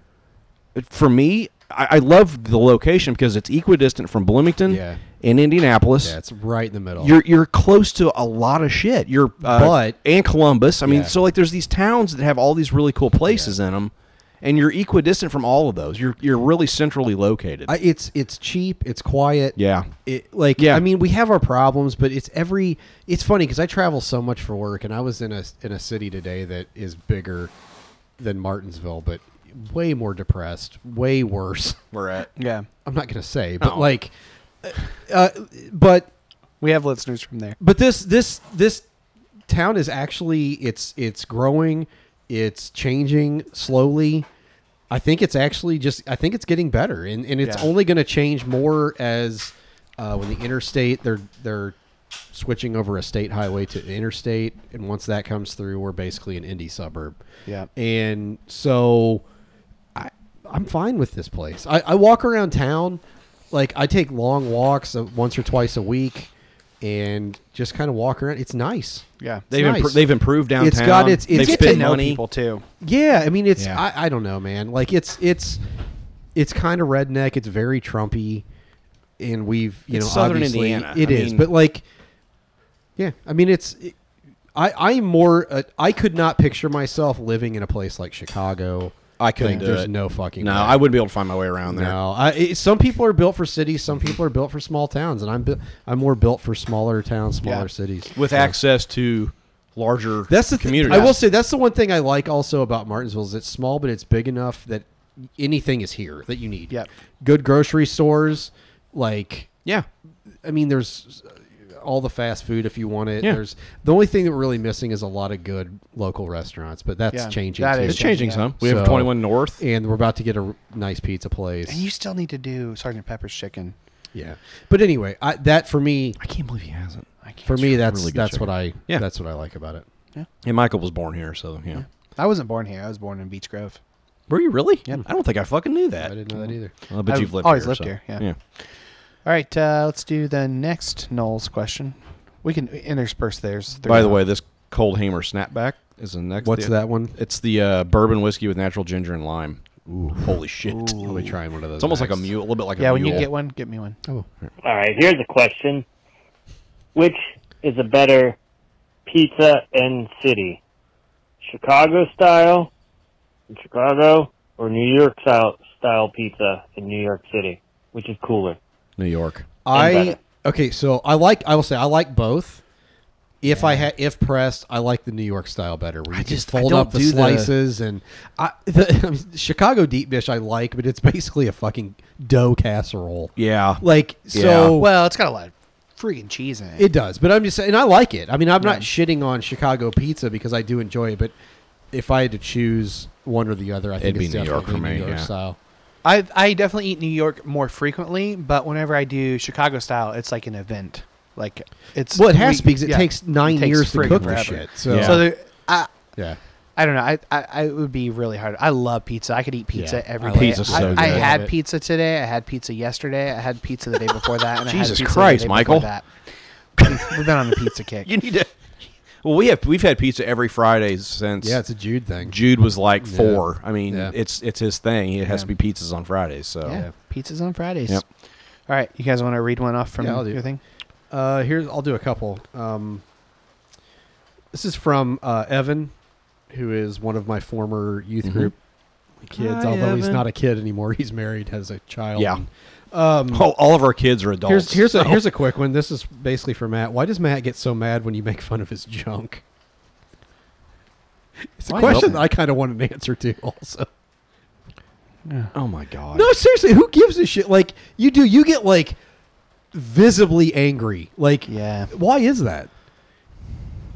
for me, I, I love the location because it's equidistant from Bloomington.
Yeah.
in Indianapolis.
Yeah, it's right in the middle.
You're you're close to a lot of shit. You're uh,
But-
and Columbus. I mean,
Yeah.
so like there's these towns that have all these really cool places in 'em, in them, and you're equidistant from all of those. You're you're really centrally located.
I, it's it's cheap. It's quiet.
Yeah.
It like
Yeah.
I mean we have our problems, but it's every. It's funny because I travel so much for work, and I was in a in a city today that is bigger than Martinsville, but way more depressed, way worse. (laughs)
we're at
Yeah.
I'm not gonna say, but
No.
like, uh, but
We have listeners from there.
but this this this town is actually it's it's growing it's changing slowly i think it's actually just i think it's getting better and, and it's
Yeah.
only going to change more as uh, when the interstate they're they're switching over a state highway to interstate and once that comes through we're basically an indie suburb
Yeah.
and so I, I'm fine with this place. I, I walk around town, like I take long walks uh, once or twice a week, and just kind of walk around. It's nice.
Yeah.
They-
They've,
nice.
impro- they've improved downtown.
It's got its- it's
they've
get
to
spent
know
money.
people too.
Yeah, I mean it's
Yeah.
I, I don't know, man. Like it's it's it's kind of redneck. It's very Trumpy, and we've you
It's
know
Southern
obviously
Indiana.
it
I
is,
mean-
but like yeah, I mean it's. I I'm more. Uh, I could not picture myself living in a place like Chicago.
I couldn't
Like,
do
there's
it.
no fucking.
No,
way.
I wouldn't be able to find my way around there.
No, I, it, some people are built for cities. Some people are built for small towns, and I'm bu- I'm more built for smaller towns, smaller
Yeah.
cities
With
So-
access to larger
That's the community.
communities.
I will say that's the one thing I like also about Martinsville is it's small, but it's big enough that anything is here that you need.
Yep.
good grocery stores. Like,
Yeah.
I mean, there's uh, all the fast food if you want it.
Yeah.
There's the only thing that we're really missing is a lot of good local restaurants, but that's
Yeah,
changing.
that
too.
is
It's changing
Yeah.
some. We have
So-
21 North.
and we're about to get a r- nice pizza place.
And you still need to do Sergeant Pepper's chicken.
yeah, but anyway, I, that for me,
I can't believe he hasn't.
I can't
for me, that's
really good
that's
chicken.
what I
Yeah.
that's what I like about it.
And Michael was born here, so yeah.
I wasn't born here. I was born in Beech Grove.
Were you really? I don't think I fucking knew that.
I didn't know that either.
Well, but
I've
you've lived
always
here,
lived
so-
here, yeah. All right, uh, let's do the next Knowles question. We can intersperse theirs.
By the
throughout.
way, this Cold Hamer Snapback is the next.
What's
the-
that one?
It's the uh, bourbon whiskey with natural ginger and lime. Ooh, holy shit!
I'll be trying one of those.
It's almost like a
next.
mule, a little bit like
yeah,
a
when
mule.
you get one, get me one.
Oh,
All right, here's a question. Which is a better pizza and city? Chicago style in Chicago or New York style, style pizza in New York City? Which is cooler?
New York.
I
better.
okay, so I like I will say I like both. If I had if pressed, I like the New York style better. Where you can
just- I
fold
don't
up the
do the-
slices and I (laughs) the Chicago deep dish I like, but it's basically a fucking dough casserole.
Yeah,
Like
Yeah.
so
Well, it's got a lot of freaking cheese in it.
it does, but I'm just saying and I like it. I mean, I'm not shitting on Chicago pizza because I do enjoy it, but if I had to choose one or the other, I think
It'd be
it's
New York
definitely
for me,
New York
yeah.
style.
I I definitely eat New York more frequently, but whenever I do Chicago style, it's like an event. Like it's
Well, it has to be
we-
'cause it
yeah,
takes nine
it takes
years to
friggin'
cook this
forever.
shit. So,
Yeah.
So there, I
yeah.
I don't know. I, I I it would be really hard. I love pizza. I could eat pizza
Yeah,
every
I
day.
like
Pizza's
I,
so
I
good.
had
Love it.
pizza today. I had pizza yesterday. I had pizza the day before that. And
Jesus
I had pizza
Christ,
the day before
Michael.
That. We've- We've been on the pizza kick.
(laughs) you need to. Well, we have we've had pizza every Friday since.
Yeah, it's a Jude thing.
Jude was like four. I mean,
Yeah.
it's it's his thing. It has to be pizzas on Fridays. So
yeah, pizzas on Fridays.
Yep.
All right, you guys want to read one off from
Yeah, I'll do.
your thing?
Uh, here's I'll do a couple. Um, this is from uh, Evan, who is one of my former youth group kids.
Mm-hmm. Hi,
although he's
Evan.
not a kid anymore, (laughs) he's married, has a child.
Yeah.
and-
Oh, (laughs) all of our kids are
Here's
adults.
here's a
so-
here's a quick one. This is basically for Matt. Why does Matt get so mad when you make fun of his junk? It's a
Why?
question that I kind of want an answer to. Also,
oh my god.
no, seriously, who gives a shit? Like you do, you get like visibly angry. Like
Yeah.
Why is that?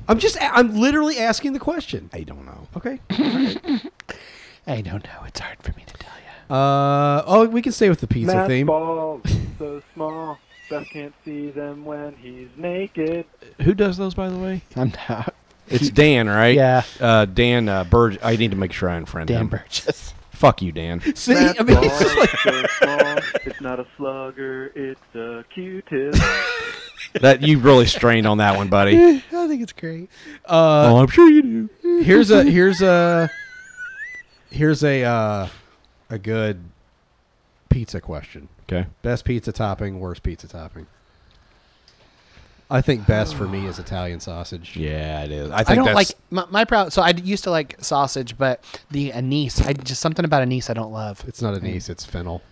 I'm just I'm literally asking the question.
I don't know.
Okay.
I don't know. It's hard for me to tell you.
Uh oh, we can stay with the pizza
Matt's
theme.
balls so small, Beth can't see them when he's naked.
Who does those, by the way?
(laughs) I'm not
It's Dan, right?
Yeah.
Uh, Dan uh, Burge. I need to make sure I unfriend
Dan
him.
Burgess.
Fuck you, Dan.
See,
Matt's
I mean,
balls
it's just like
so small, it's not a slugger, it's a Q-tip.
that you really strained on that
(laughs)
one,
Uh,
buddy.
I think it's great.
oh, I'm sure you do.
(laughs)
here's a here's a here's a uh, a good pizza question.
Okay.
Best pizza topping, worst pizza topping. I think best for me
(sighs)
is Italian sausage.
Yeah, it is.
I, don't like my, my problem. So I d- used to like sausage, but the anise, I just something about anise I don't love.
It's not anise. It's fennel,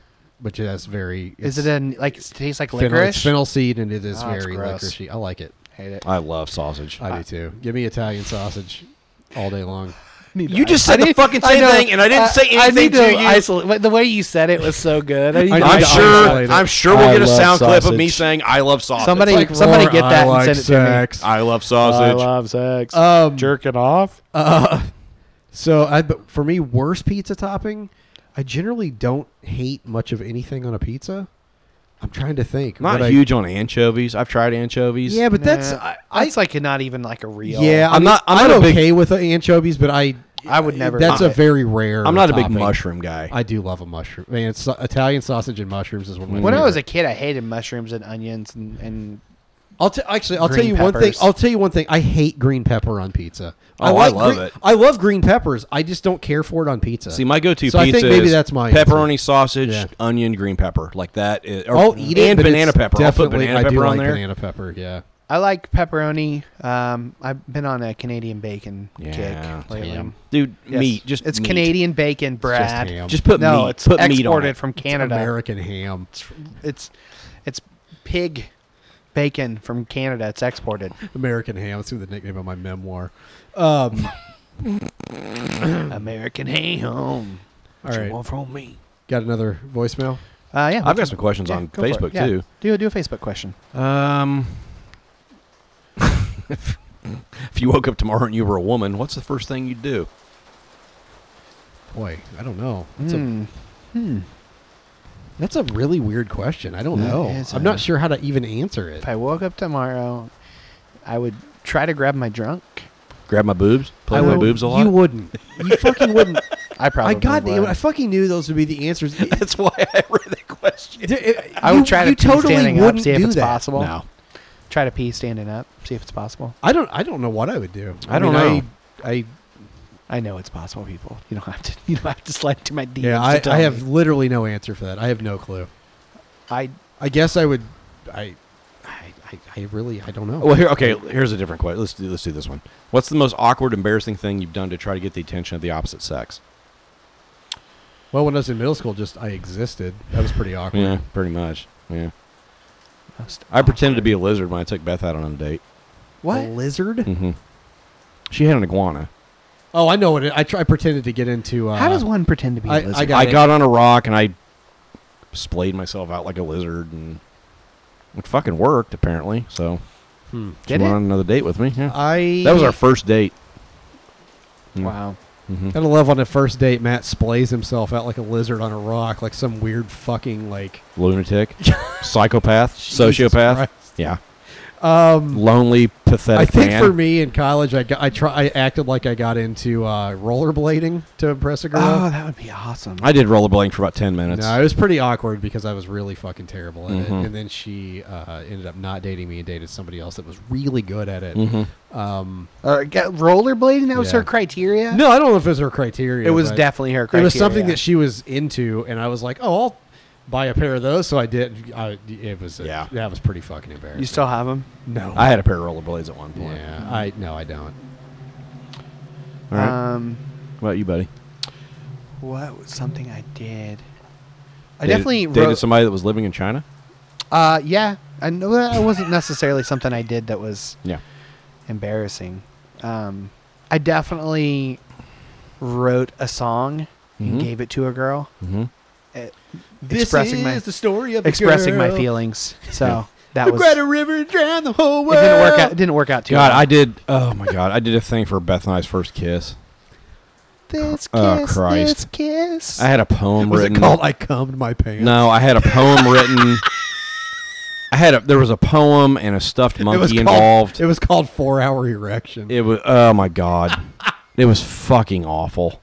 which is very.
Is it
it's
an like it tastes like
fennel,
licorice?
It's fennel seed, and it is
Oh, it's
very
gross.
licoricey. I like it.
Hate it.
I love sausage.
I do too. Give me Italian sausage all day long.
You just said
I
the fucking
I
same
know.
thing, and I didn't
Uh,
say
I
anything
need
to, you.
Isolate. but The way you said it
(laughs)
was (laughs) so good. I need
I
to
need
I'm
to
isolate
sure.
it.
isolated.
I'm sure we'll
I
get a
love
sound clip of me
sausage.
saying "I love sausage."
Somebody,
It's like,
somebody
Roar,
get
I
that
like
and send it
sex.
I love
Oh,
sausage.
love sex.
Um,
Jerking off.
Uh, so, I, but for me, worst pizza topping, I generally don't hate much of anything on a pizza. I'm trying to think.
not
What I-
huge on anchovies. I've tried anchovies.
yeah, but that's
Nah,
I, I
it's like not even like a real.
yeah.
I'm
I mean,
not- I'm
I'm,
not a big-
okay with the anchovies, but I
I would never
That's
eat
a
it.
very rare.
I'm not a big
topping.
mushroom guy.
I do love a mushroom. Man, it's Italian sausage and mushrooms is one of my
When I
favorite.
was a kid, I hated mushrooms and onions and, and
I'll t- actually I'll tell
Green
you one thing.
peppers.
I'll tell you one thing. I hate green pepper on pizza.
Oh, I
like
love
green-
it.
I love green peppers. I just don't care for it on pizza.
See, my go-to
So I
pizza
think maybe
is
that's my
pepperoni sausage,
Yeah.
onion, green pepper, like that. Is, or,
I'll eat it,
and
but
banana
it's
pepper. I'll put
Definitely,
banana
I do
pepper on
like
there.
Banana pepper, yeah.
I like pepperoni. Um, I've been on a Canadian bacon
Yeah,
kick lately.
damn.
Dude,
Yes.
meat. Just
it's
meat.
Canadian bacon, Brad.
ham.
Just put
no,
meat.
it's
put
exported
meat on it.
from Canada.
American ham.
It's, it's pig bacon from Canada. It's
(laughs)
exported.
American ham. That's the nickname of my memoir. Um,
American ham.
all right. Got another voicemail?
Uh, yeah,
I've got some questions
yeah,
on
go for it.
Facebook
Yeah.
too.
Do a, do a Facebook question.
Um, (laughs) if you woke up tomorrow and you were a woman, what's the first thing you'd do?
Boy, I don't know. That's,
Hmm.
a, that's a really weird question. I don't
That
know.
is
I'm
a-
not sure how to even answer it.
If I woke up tomorrow, I would try to grab my drunk.
Grab my boobs, play
I
with my
would-
boobs a lot.
You wouldn't. You fucking wouldn't.
I probably
I god damn it,
would.
I fucking knew those would be the answers.
(laughs) That's why I read the question.
I would try to pee standing up, see if it's
that.
possible.
No,
Try to pee standing up, see if it's possible.
I don't. I don't know what I would do.
I don't know.
I, I
I know it's possible, people. You don't have to. (laughs) You don't have to slide to my DMs.
yeah.
to
I,
tell
I have
me.
literally no answer for that. I have no clue.
I
I guess I would. I. I. I, I really. I don't know.
Well, here, okay. Here's a different question. Let's do let's do this one. What's the most awkward, embarrassing thing you've done to try to get the attention of the opposite sex?
Well, when I was in middle school, just I existed. That was pretty awkward.
Yeah, pretty much. Yeah,
most,
I pretended to be a lizard when I took Beth out on a date.
what?
A lizard?
Mm-hmm. She had an iguana.
Oh, I know what it. I, try, I pretended to get into. Uh,
How does one pretend to be a
I- I
lizard?
Got
I
it.
got on a rock and I splayed myself out like a lizard, and it fucking worked apparently. So
Hmm.
she
Did
went
it?
on another date with me. Yeah,
I.
that was our first date. Mm.
wow.
Mm-hmm.
Gotta love on the first date, Matt splays himself out like a lizard on a rock, like some weird fucking like
Lunatic,
(laughs)
psychopath,
Jesus
sociopath.
Christ.
Yeah,
Um,
lonely, pathetic.
I think
man.
for me in college, I got, I try, I acted like I got into uh, rollerblading to impress a girl.
Oh, that would be awesome.
Uh, I did rollerblading for about ten minutes.
no, it was pretty awkward because I was really fucking terrible at
Mhm.
it. And then she uh, ended up not dating me and dated somebody else that was really good at it.
hmm
Um,
Or Uh, get rollerblading? That was
Yeah.
her criteria.
no, I don't know if it was her criteria.
it was
but
definitely her criteria.
It was something that she was into, and I was like, oh, I'll buy a pair of those. So I did. I, it was a-
Yeah.
that was pretty fucking embarrassing.
you still have them.
no.
I had a pair of rollerblades at one point.
yeah, I no, I don't.
All right.
Uh,
Um,
what about you, buddy?
what was something I did? I
Dated-
definitely
dated
ro-
somebody that was living in China.
Uh, yeah. I know that wasn't necessarily something I did that was
Yeah.
embarrassing. Um, I definitely wrote a song
Mhm.
and gave it to a girl,
Mm-hmm.
expressing my
story of
expressing my feelings.
(laughs)
So that was it.
River drowned the whole world.
Didn't work out. It didn't work out too.
God,
well.
I did. Oh my God, I did a thing for Beth and I's first kiss.
this kiss,
oh, Christ.
this kiss.
I had a poem
Was
written.
it called "I Cummed My Pants"?
No, I had a poem
(laughs)
written. I had a there was a poem and a stuffed
it was
monkey
called,
involved.
It was called Four Hour Erection.
It was oh my god, it was fucking awful.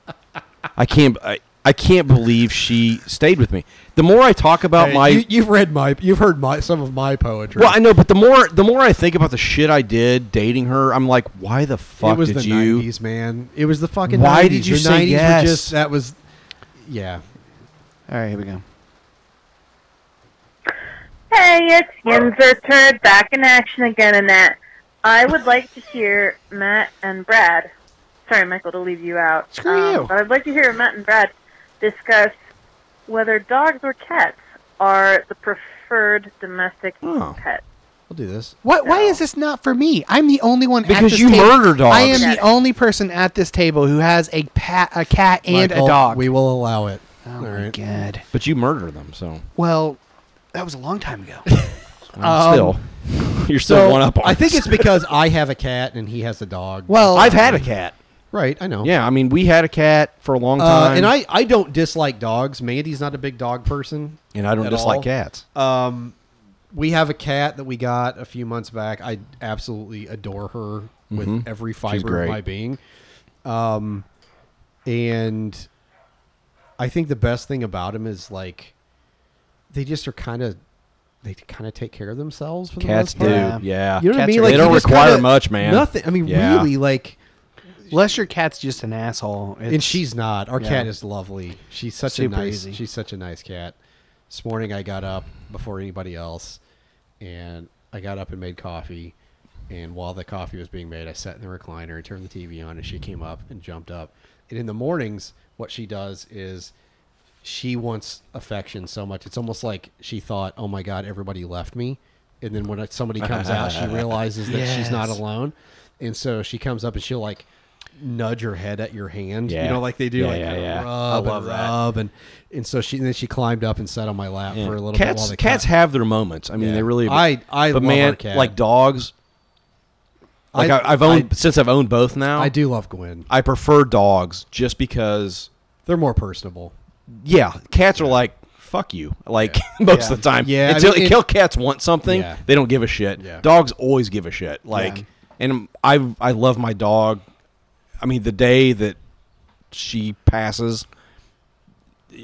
I can't I, I can't believe she stayed with me. The more I talk about
Hey,
my
you, you've read my, you've heard my some of my poetry.
Well, I know, but the more the more I think about the shit I did dating her, I'm like, why the fuck
it was
did
the
you?
'90s, man. It was the fucking.
Why
90s.
did you
the
say
90s
yes?
Were just, that was, yeah.
All right, here we go.
Hey, it's Yinzer Turd back in action again, Annette. I would like to hear Matt and Brad. Sorry, Michael, to leave you out. Screw
you.
But I'd like to hear Matt and Brad discuss whether dogs or cats are the preferred domestic
Oh.
pet.
I'll do this.
What? Why is this not for me? I'm the only one. at
Because
this
you
table.
murder dogs.
I am
Yes.
the only person at this table who has a pat, a cat, and
Michael,
a dog.
We will allow it.
Oh my god!
But you murder them, so
Well, that was a long time ago.
(laughs)
Well, still, (laughs) you're still one up. On
Um, I think
us. (laughs)
it's because I have a cat and he has a dog. (laughs)
I've had a cat.
Right, I know.
Yeah, I mean, we had a cat for a long
Uh,
time,
and I, I don't dislike dogs. Mandy's not a big dog person.
And I don't
at
dislike
all.
cats.
Um, we have a cat that we got a few months back. I absolutely adore her with
Mhm.
every
She's
fiber of
great.
my being. Um, and I think the best thing about him is like they just are kind of they kind of take care of themselves. For the
Cats
most part.
do, yeah.
You know what I
Cats
mean?
are-
Like you
They don't
just
require
kinda-
much, man.
Nothing. I mean,
Yeah.
really, like
unless your cat's just an asshole.
and she's not. Our
yeah.
cat is lovely. She's such
Super
a nice.
easy.
She's such a nice cat. This morning I got up before anybody else, and I got up and made coffee. And while the coffee was being made, I sat in the recliner and turned the TV on, and she came up and jumped up. And in the mornings, what she does is she wants affection so much. It's almost like she thought, "Oh my God, everybody left me," and then when somebody comes out,
(laughs)
she realizes that she's not
Yes.
alone, and so she comes up and she'll like nudge her head at your hand, you
Yeah.
know, like they do,
Yeah,
like
yeah,
kinda
yeah. I
rub
love
and
that.
rub, and and so she and then she climbed up and sat on my lap
Yeah.
for a little bit while
cats,
the
cats
cat-
have their moments. I mean,
Yeah.
they really.
I- I love
but man,
our cat.
like dogs. Like
I-
I, have owned since I've owned both now.
I do love Gwen.
I prefer dogs just because
They're more personable.
Yeah, cats are like fuck you. Like (laughs) most
Yeah.
of the time,
Yeah, I
Until
mean, it-
kill cats want something,
Yeah.
they don't give a shit.
Yeah.
Dogs always give a shit. Like,
Yeah.
and I I love my dog. I mean, the day that she passes,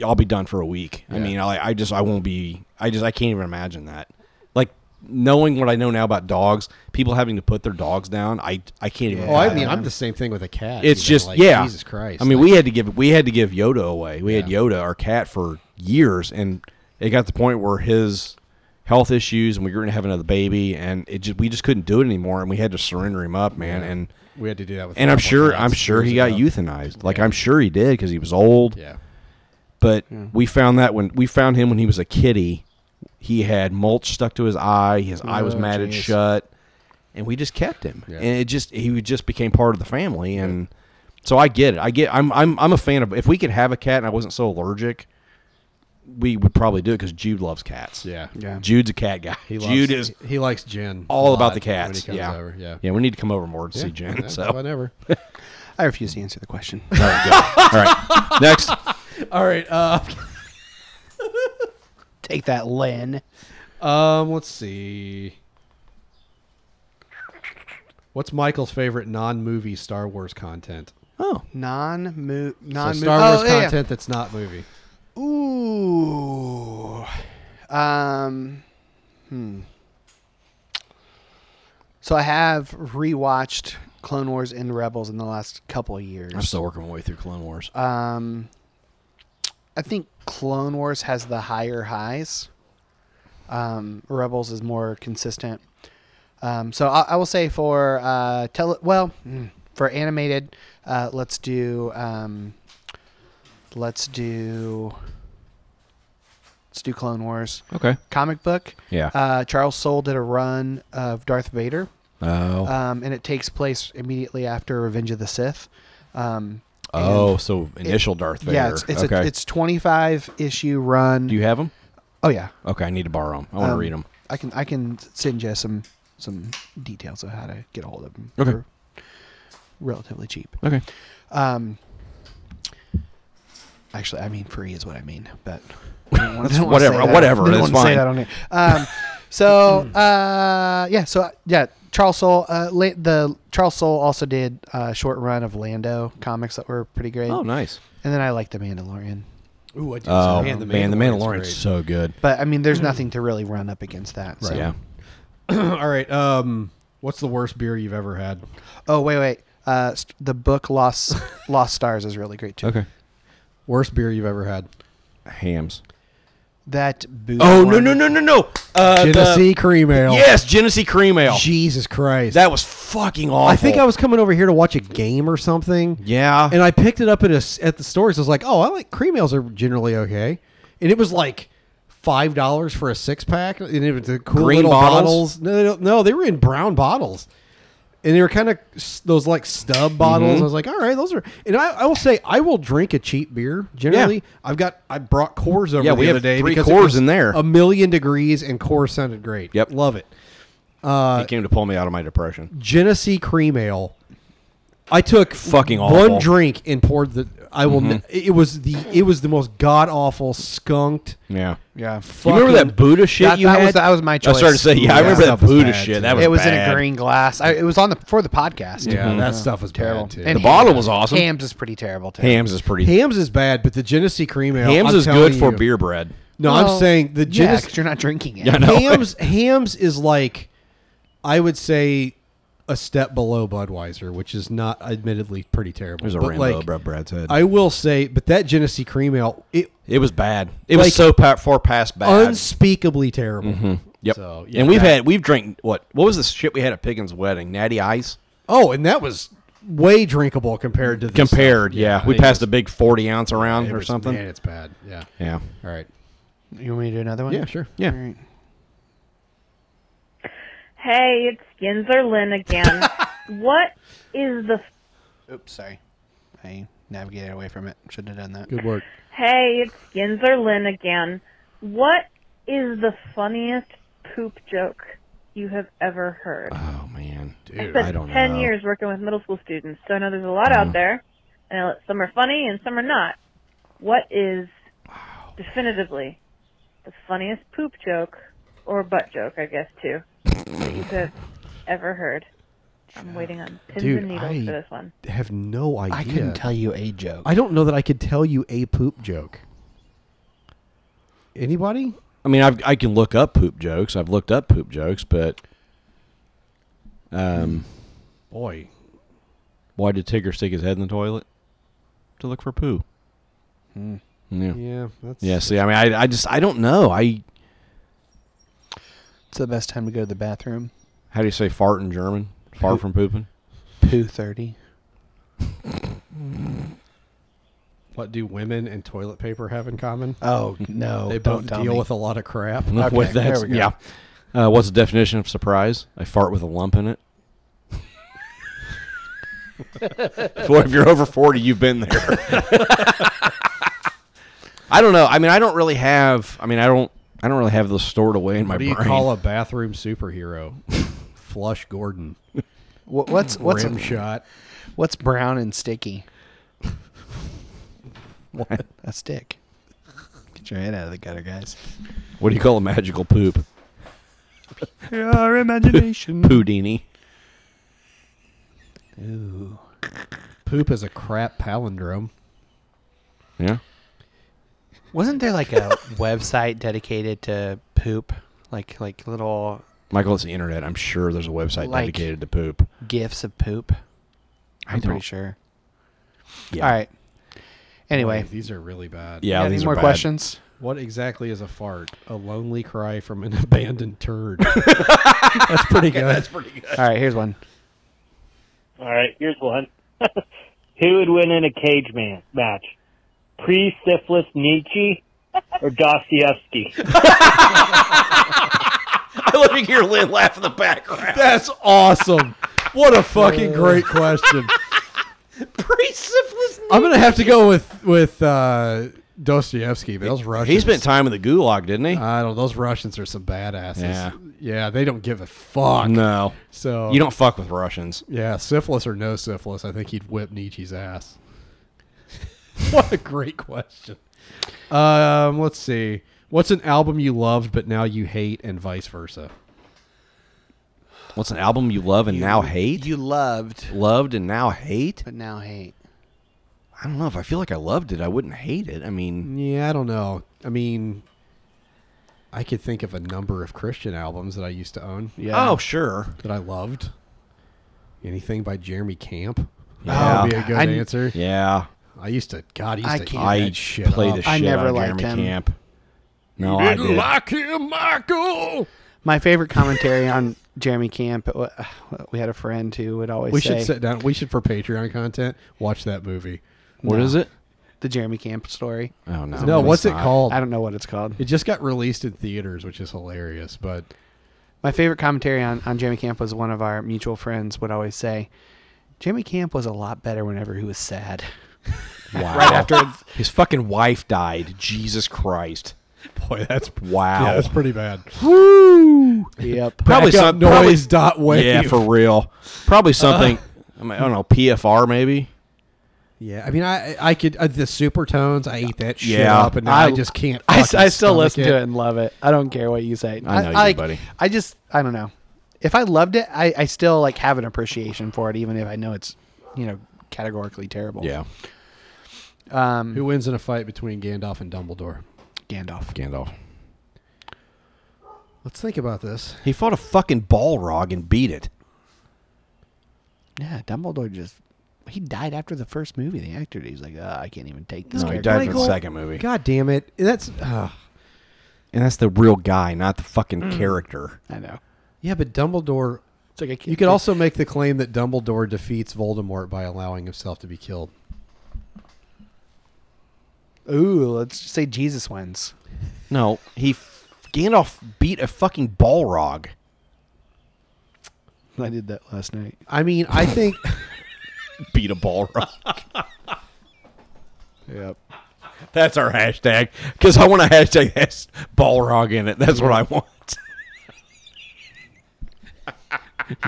I'll be done for a week. I
Yeah.
mean, I I just I won't be. I just I can't even imagine that. Like knowing what I know now about dogs, people having to put their dogs down, I I can't even.
Oh, I
fathom.
mean, I'm the same thing with a cat.
It's
you know,
just
like,
yeah.
Jesus Christ.
I mean,
like,
we had to give we had to give Yoda away. We had Yoda, our cat, for years, and it got to the point where his health issues, and we were going to have another baby, and it just we just couldn't do it anymore, and we had to surrender him up, man.
Yeah.
And
We had to do that with
and I'm
Pablo
sure
Cats
I'm sure he got
years ago.
euthanized. Like I'm sure he did because he was old.
Yeah.
But we found that when we found him when he was a kitty, he had mulch stuck to his eye. His eye was
Oh,
matted
jeez.
shut, and we just kept him.
Yeah.
And it just he just became part of the family. And so I get it. I get. I'm I'm I'm a fan of. If we could have a cat and I wasn't so allergic, we would probably do it because Jude loves cats.
Yeah. Yeah.
Jude's a cat guy.
He loves,
Jude is
he- he likes Jen a
all
lot
about the
When he
cats.
comes
yeah.
over. Yeah.
yeah. We need to come over more to
Yeah.
see Jen.
Yeah,
so
whatever.
I refuse to answer the question. (laughs)
(laughs) All right, good. All right. Next.
All right. Uh,
Take that, Len.
um, let's see. What's Michael's favorite non-movie Star Wars content?
Oh,
Non mo
So
non
Star Wars content that's not movie.
Ooh. Um. Hmm. So I have rewatched Clone Wars and Rebels in the last couple of years.
I'm still working my way through Clone Wars.
Um, I think Clone Wars has the higher highs. Um, Rebels is more consistent. Um, so I, I will say for uh, tele, well, mm, for animated, uh, let's do um, let's do let's do Clone Wars.
Okay.
Comic book.
Yeah.
Uh, Charles Soule did a run of Darth Vader
Oh.
um, and it takes place immediately after Revenge of the Sith. Um, and
Oh, so initial Darth
Yeah,
Vader.
it's it's, a,
Okay.
it's 25 issue run.
Do you have them?
oh yeah,
Okay, I need to borrow them. I want to
Um,
read them.
I can I can send you some some details of how to get a hold of them.
Okay.
for relatively cheap.
Okay.
Um, actually, I mean free is what I mean,
(laughs)
but I didn't wanna- didn't wanna
Whatever,
say that.
whatever,
Didn't
it's
wanna Say
fine.
that on here. Um,
(laughs)
so uh, yeah, so uh, yeah, Charles Soule. Uh, la- the Charles Soule also did a short run of Lando comics that were pretty great.
Oh, nice.
And then I like the Mandalorian,
Ooh, I did.
Oh
Man,
man,
The
the,
Mandalorian's
Mandalorian's
great.
so good.
but I mean, there's nothing to really run up against that. So.
Hmm. Yeah.
(laughs) All right. Um, what's the worst beer you've ever had?
Oh wait, wait. Uh, st- the book Lost Lost Stars is really great too.
Okay.
Worst beer you've ever had?
Hams.
that booze.
Oh no
one.
no no no no! Uh, the-
Genesee cream ale.
Yes, Genesee cream ale.
Jesus Christ.
That was fucking awful.
I think I was coming over here to watch a game or something.
Yeah.
And I picked it up at a s at the stores. I was like, oh, I like cream ales are generally okay. And it was like five dollars for a six pack. And it was the cool
Green
little
bottles?
bottles. No, they don't- no, they were in brown bottles. And they were kind of those like stub bottles.
Mhm.
I was like, all right, those are. And I, I will say, I will drink a cheap beer. Generally, I've got I brought Coors over
Yeah,
the
we
other
have
day
three
because it
Coors
was
in there.
A million degrees and Coors sounded great. Yep, love it. Uh,
he came to pull me out of my depression.
Genesee cream ale. I took
Fucking
one
awful.
drink and poured the. I will.
Mhm.
n- it was the. It was the most god awful skunked.
Yeah.
Yeah.
You remember that Buddha shit
that,
you
that Was,
had?
that was my
I
choice.
started to say, yeah, I remember that
stuff was
Buddha
bad,
shit.
too.
That was
it was in
bad.
a green glass. I, it was on the for the podcast. Mhm.
Yeah,
Mm-hmm.
that stuff was bad,
terrible.
too.
And
The bottle
Hams-
was awesome.
Hams is pretty terrible too.
Hams is pretty.
Hams is bad, but the Genesee cream ale.
Hams
I'm
is
telling
good for
you-
beer bread.
No,
Well,
I'm saying the
yeah,
Genesee.
'cause you're not drinking it.
Yeah, I know.
Hams Hams is like I would say a step below Budweiser, which is not admittedly pretty terrible.
There's a
but
rainbow
like,
above Brad's head.
I will say, but that Genesee cream ale, it
it was bad. It
Like-
was so pa- far past bad. Mm-hmm.
unspeakably terrible.
yep.
So, yeah,
and we've
that-
had we've drank what what was the shit we had at Piggins' wedding? Natty Ice.
Oh, and that was way drinkable compared to this
Compared,
stuff.
yeah, we
it
passed
was-
a big forty ounce around
it
or
was-
something.
Man, it's bad. Yeah.
yeah.
All right.
You want me to do another one?
Yeah, sure.
Yeah.
All right.
Hey, it's Ginzer Lynn again. what is the
Oops, sorry. I navigated away from it. Shouldn't have done that.
Good work.
Hey, it's Ginzer Lynn again. What is the funniest poop joke you have ever heard?
Oh man,
I
dude,
spent
I don't
10
know.
years working with middle school students, so I know there's a lot out there, and I- some are funny and some are not. What is definitively the funniest poop joke, or butt joke, I guess, too, that you have ever heard? I'm waiting on pins
Dude,
and needles
I-
for this one.
Have no idea.
I couldn't tell you a joke.
I don't know that I could tell you a poop joke. Anybody?
I mean, I've, I can look up poop jokes. I've looked up poop jokes, but um,
Boy,
why did Tigger stick his head in the toilet to look for poo?
Hmm.
Yeah.
yeah, that's
Yeah, see, I mean, I, I just, I don't know. I,
It's the best time to go to the bathroom.
how do you say fart in German? Far from pooping?
Poo thirty.
What do women and toilet paper have in common?
Oh no!
they
don't
both
tell
deal
me.
with a lot of
(laughs)
crap.
Okay,
With
there
that-
we go.
Yeah. Uh, what's the definition of surprise? I fart with a lump in (laughs) it. Boy, if you're over 40, you've been there. (laughs) I don't know. I mean, I don't really have, I mean, I don't, I don't really have those stored away in my
What do you
brain.
call a bathroom superhero? (laughs) Flush Gordon.
Wha- what's what's
Rim shot.
what's brown and sticky? (laughs) what a stick! Get your head out of the gutter, guys.
What do you call a magical poop?
Our imagination.
Poodini.
Ooh.
Poop is a crap palindrome.
Yeah.
Wasn't there like (laughs) a website dedicated to poop? Like like little
Michael, it's the internet. I'm sure there's a website
Like-
dedicated to poop.
gifs of poop.
I
I'm pretty
don't-
sure.
Yeah.
All right. Anyway,
Boy, these are really bad.
Yeah,
got
these
any
are
more
bad.
questions?
What exactly is a fart? A lonely cry from an (laughs) abandoned
(laughs)
turd. That's pretty good. That's pretty good.
All right, here's one.
All right, here's one. (laughs) Who would win in a cage man match? Pre-syphilis Nietzsche or Dostoevsky?
(laughs)
I love you hear Lynn laugh in the background.
That's awesome. What a
Uh.
fucking great
(laughs)
question. I'm gonna have to go with with uh, Dostoevsky, but those Russians.
He spent time in the gulag, didn't he?
I don't. know. Those Russians are some badasses.
Yeah.
Yeah, they don't give a fuck.
no.
So
You don't fuck with Russians.
Yeah, syphilis or no syphilis, I think he'd whip Nietzsche's ass. (laughs) what a great question. Um, let's see. What's an album you loved but now you hate, and vice versa?
What's an album you love and now hate?
You loved,
loved and now hate?
but now hate.
I don't know. If I feel like I loved it, I wouldn't hate it. I mean,
Yeah, I don't know. I mean, I could think of a number of Christian albums that I used to own
Yeah.
oh, sure.
that I loved. Anything by Jeremy Camp?
Yeah.
That would be a good
I-
answer.
Yeah.
I used to, God, I used
I
to eat
can't-
that
I
shit
play
up.
the shit
I never
out of
liked
Jeremy
him.
Camp. No,
You
I
didn't
did.
like
him, Michael.
My favorite commentary on Jeremy Camp. it wa- We had a friend who would always
We
say,
should sit down. We should for Patreon content watch that movie.
What
What
is
is
it?
The Jeremy Camp story.
Oh no!
No, what's it called?
I don't know what it's called.
It just got released in theaters, which is hilarious. But (laughs)
My favorite commentary on, on Jeremy Camp was one of our mutual friends would always say, Jeremy Camp was a lot better whenever he was sad.
Wow.
right after it's-
his fucking wife died. Jesus Christ.
Boy, that's
wow.
yeah, that's pretty bad.
Woo! (laughs) Yep. (laughs)
Probably
Back up
some probably-
noise dot wave.
Yeah, for real. Probably something. I, mean, I don't know. PFR maybe.
(laughs) Yeah, I mean, I I could uh, the supertones. I ate that shit
Yeah.
up, and now I, just can't.
I,
fucking
I still
stomach
listen to it and love it. I don't care what you say.
I know you,
like-
buddy.
I just I don't know. If I loved it, I, I still like have an appreciation for it, even if I know it's you know categorically terrible.
Yeah.
Um,
Who wins in a fight between Gandalf and Dumbledore?
Gandalf.
Gandalf.
Let's think about this.
He fought a fucking Balrog and beat it.
Yeah, Dumbledore just he died after the first movie. The actor he's like, oh, I can't even take this.
No, he
character."
died in the Michael, second movie.
God damn it! That's uh,
And that's the real guy, not the fucking
Mm.
character.
I know.
yeah, but Dumbledore.
It's like I can't
You could also make the claim that Dumbledore defeats Voldemort by allowing himself to be killed.
Ooh, let's just say Jesus wins.
No, he f- Gandalf beat a fucking Balrog.
I did that last night.
I mean, I think (laughs)
beat a Balrog. (laughs)
Yep.
That's our hashtag because I want a hashtag that has Balrog in it. That's what I want.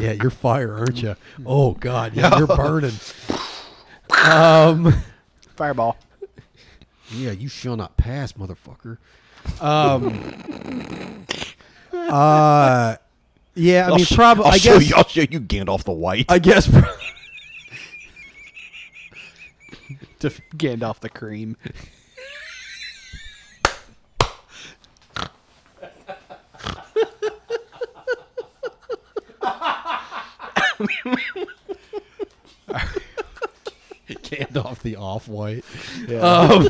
yeah, you're fire, aren't you? Oh God, yeah, (laughs) you're burning. Um,
Fireball. (laughs)
yeah, you shall not pass, motherfucker. Um, (laughs) uh, yeah, I
I'll
mean,
sh-
probably.
I'll
I
show
guess.
you, I'll show you Gandalf the White.
I guess.
Def- Gandalf the cream.
Gandalf (laughs) the off white.
Yeah.
Um,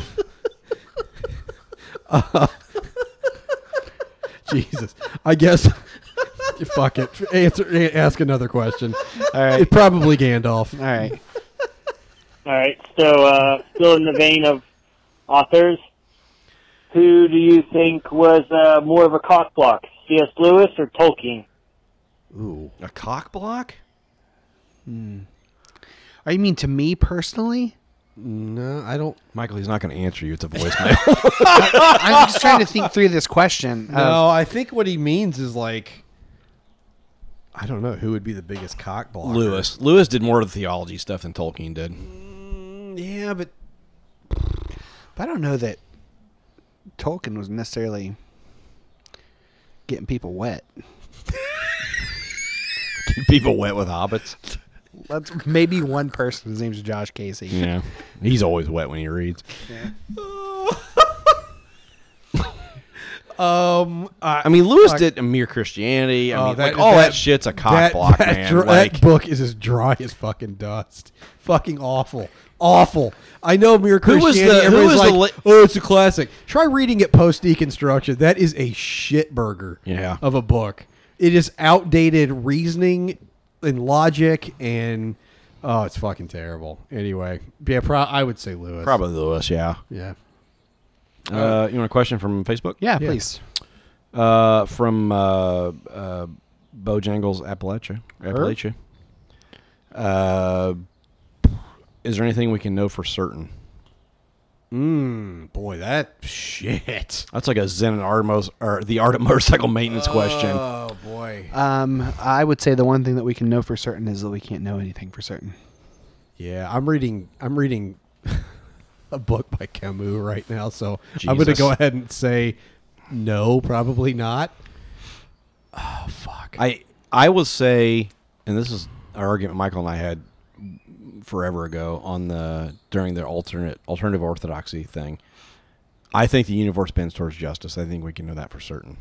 uh, (laughs) Jesus, I guess. (laughs) Fuck it. Answer. a- Ask another question.
All right.
It's probably Gandalf.
All right.
All right. So, uh, still in the vein of authors, who do you think was uh, more of a cock block, C.S. Lewis or Tolkien?
Ooh,
a cock block?
Are Oh, you mean to me personally?
No, I don't.
Michael, he's not going to answer you. It's a voicemail.
I'm just trying to (laughs) think through this question.
No,
Um,
I think what he means is like, I don't know who would be the biggest cock blocker.
(laughs) Lewis. Lewis did more of the theology stuff than Tolkien did.
Yeah, but
But I don't know that Tolkien was necessarily getting people wet.
People wet with hobbits.
Let's (laughs) maybe one person. His name's Josh Casey.
Yeah. He's always wet when he reads.
um, I,
I mean, Lewis
fuck.
did A Mere Christianity. I
Oh,
mean, like, all that, shit's a cock
that- (laughs)
block,
that
man.
dr-
like,
that book is as dry as fucking dust. Fucking awful, awful. I know Mere
Who was
Christianity.
the- who
everybody's
was the
like, oh, it's a classic. Try reading it post deconstruction. That is a shit burger.
Yeah.
of a book. It is outdated reasoning and logic, and oh, it's fucking terrible. Anyway, yeah, pro- I would say Lewis.
probably Lewis, yeah.
Yeah.
Uh, you want a question from Facebook?
Yeah,
Yeah.
please.
Uh, from uh, uh, Bojangles Appalachia. Appalachia. Uh, is there anything we can know for certain?
Mm, boy, that shit.
That's like a Zen and Art of Mos- or the Art of Motorcycle Maintenance question.
Oh boy.
Um, I would say the one thing that we can know for certain is that we can't know anything for certain.
Yeah, I'm reading. I'm reading (laughs) a book by Camus right now, so I'm going to
Jesus.
go ahead and say no, probably not. Oh fuck.
I I will say, and this is our argument Michael and I had forever ago on the during the alternate alternative orthodoxy thing. I think the universe bends towards justice. I think we can know that for certain.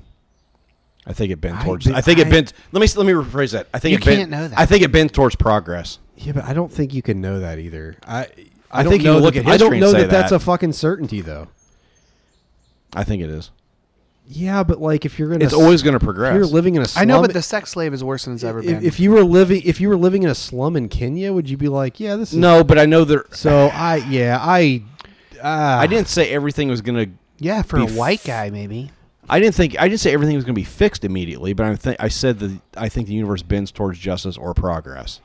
I think it bends
I
towards.
be-
I, think
I-
it bends. Let me let me rephrase that. I think
You
it bend-
can't know that.
I think it bends towards progress.
yeah, but I don't think you can know that either. I
I think you
know
look
that-
at
I
history
don't
and
know
say
that that's
that.
a fucking certainty though.
I think it is.
Yeah, but like if you're gonna,
It's always gonna progress.
if You're living in a slum.
I know, but the sex slave is worse than it's ever
if,
been.
if you were living, if you were living in a slum in Kenya, would you be like, yeah, this? is...
No, but I know there.
So I, yeah, I, uh,
I didn't say everything was gonna.
yeah, for a
be
white guy, maybe.
I didn't think I didn't say everything was going to be fixed immediately, but I think I said that I think the universe bends towards justice or progress.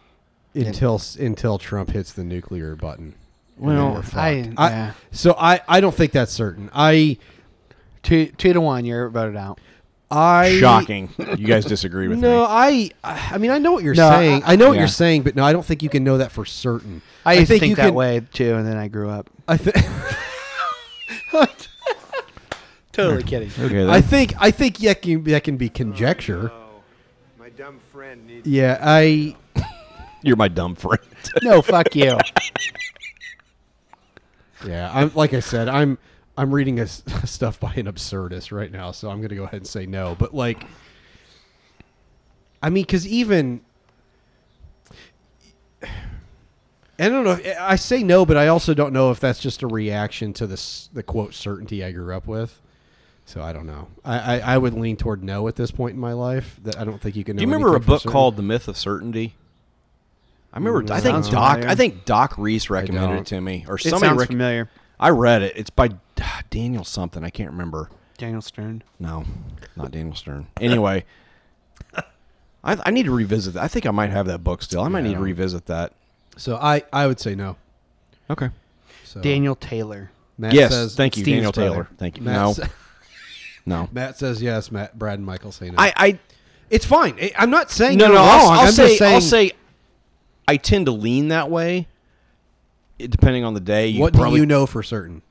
until until Trump hits the nuclear button. And then
Well,
we're fucked.
I-
I-
yeah.
so I I don't think that's certain. I
Two two to one, you're voted out.
I
Shocking. you guys disagree
(laughs)
with
no,
me.
I I mean I know what you're
No, I-
saying. I, know what
Yeah.
you're saying, but no, I don't think you can know that for certain.
I used to
you
think that
can-
way too, and then I grew up.
I think
Totally kidding.
Okay,
(laughs)
then.
I think I think yeah, can, that can be conjecture.
Oh, My dumb friend needs.
Yeah, I
(laughs) you're my dumb (laughs) friend.
No, fuck you.
(laughs) yeah, I'm like I said, I'm I'm reading a s (laughs) stuff by an absurdist right now, so I'm going to go ahead and say no. But like I mean cuz even I don't know. if- I say no, but I also don't know if that's just a reaction to this the quote certainty I grew up with. So I don't know. I, I, I would lean toward no at this point in my life. That I don't think you can.
Do
Know
you remember a
anything for
book
certain.
called The Myth of Certainty? I remember. I think
Sounds
Doc.
familiar.
I think Doc Reese recommended it
don't.
to me, or
It
somebody.
sounds
rec-
familiar.
I read it. It's by (sighs) ah, Daniel something. I can't remember.
Daniel Stern.
No, not Daniel Stern.
(laughs)
Anyway, I, I need to revisit that. I think I might have that book still. I
Yeah,
might
I
need to
don't-
revisit that.
So I I would say no.
Okay.
So
Daniel Taylor.
Matt
yes.
says-
thank you,
Steve's
Daniel
brother.
Taylor. Thank you.
Matt
no.
sa-
no.
Matt says yes. Matt, Brad, and Michael say no.
I. I
it's fine. I, am not saying
no,
you're
no. I'll,
wrong.
I'll
I'm just
say. I'll
saying-
say. I tend to lean that way. It- depending on the day, you
What
probably-
do you know for certain?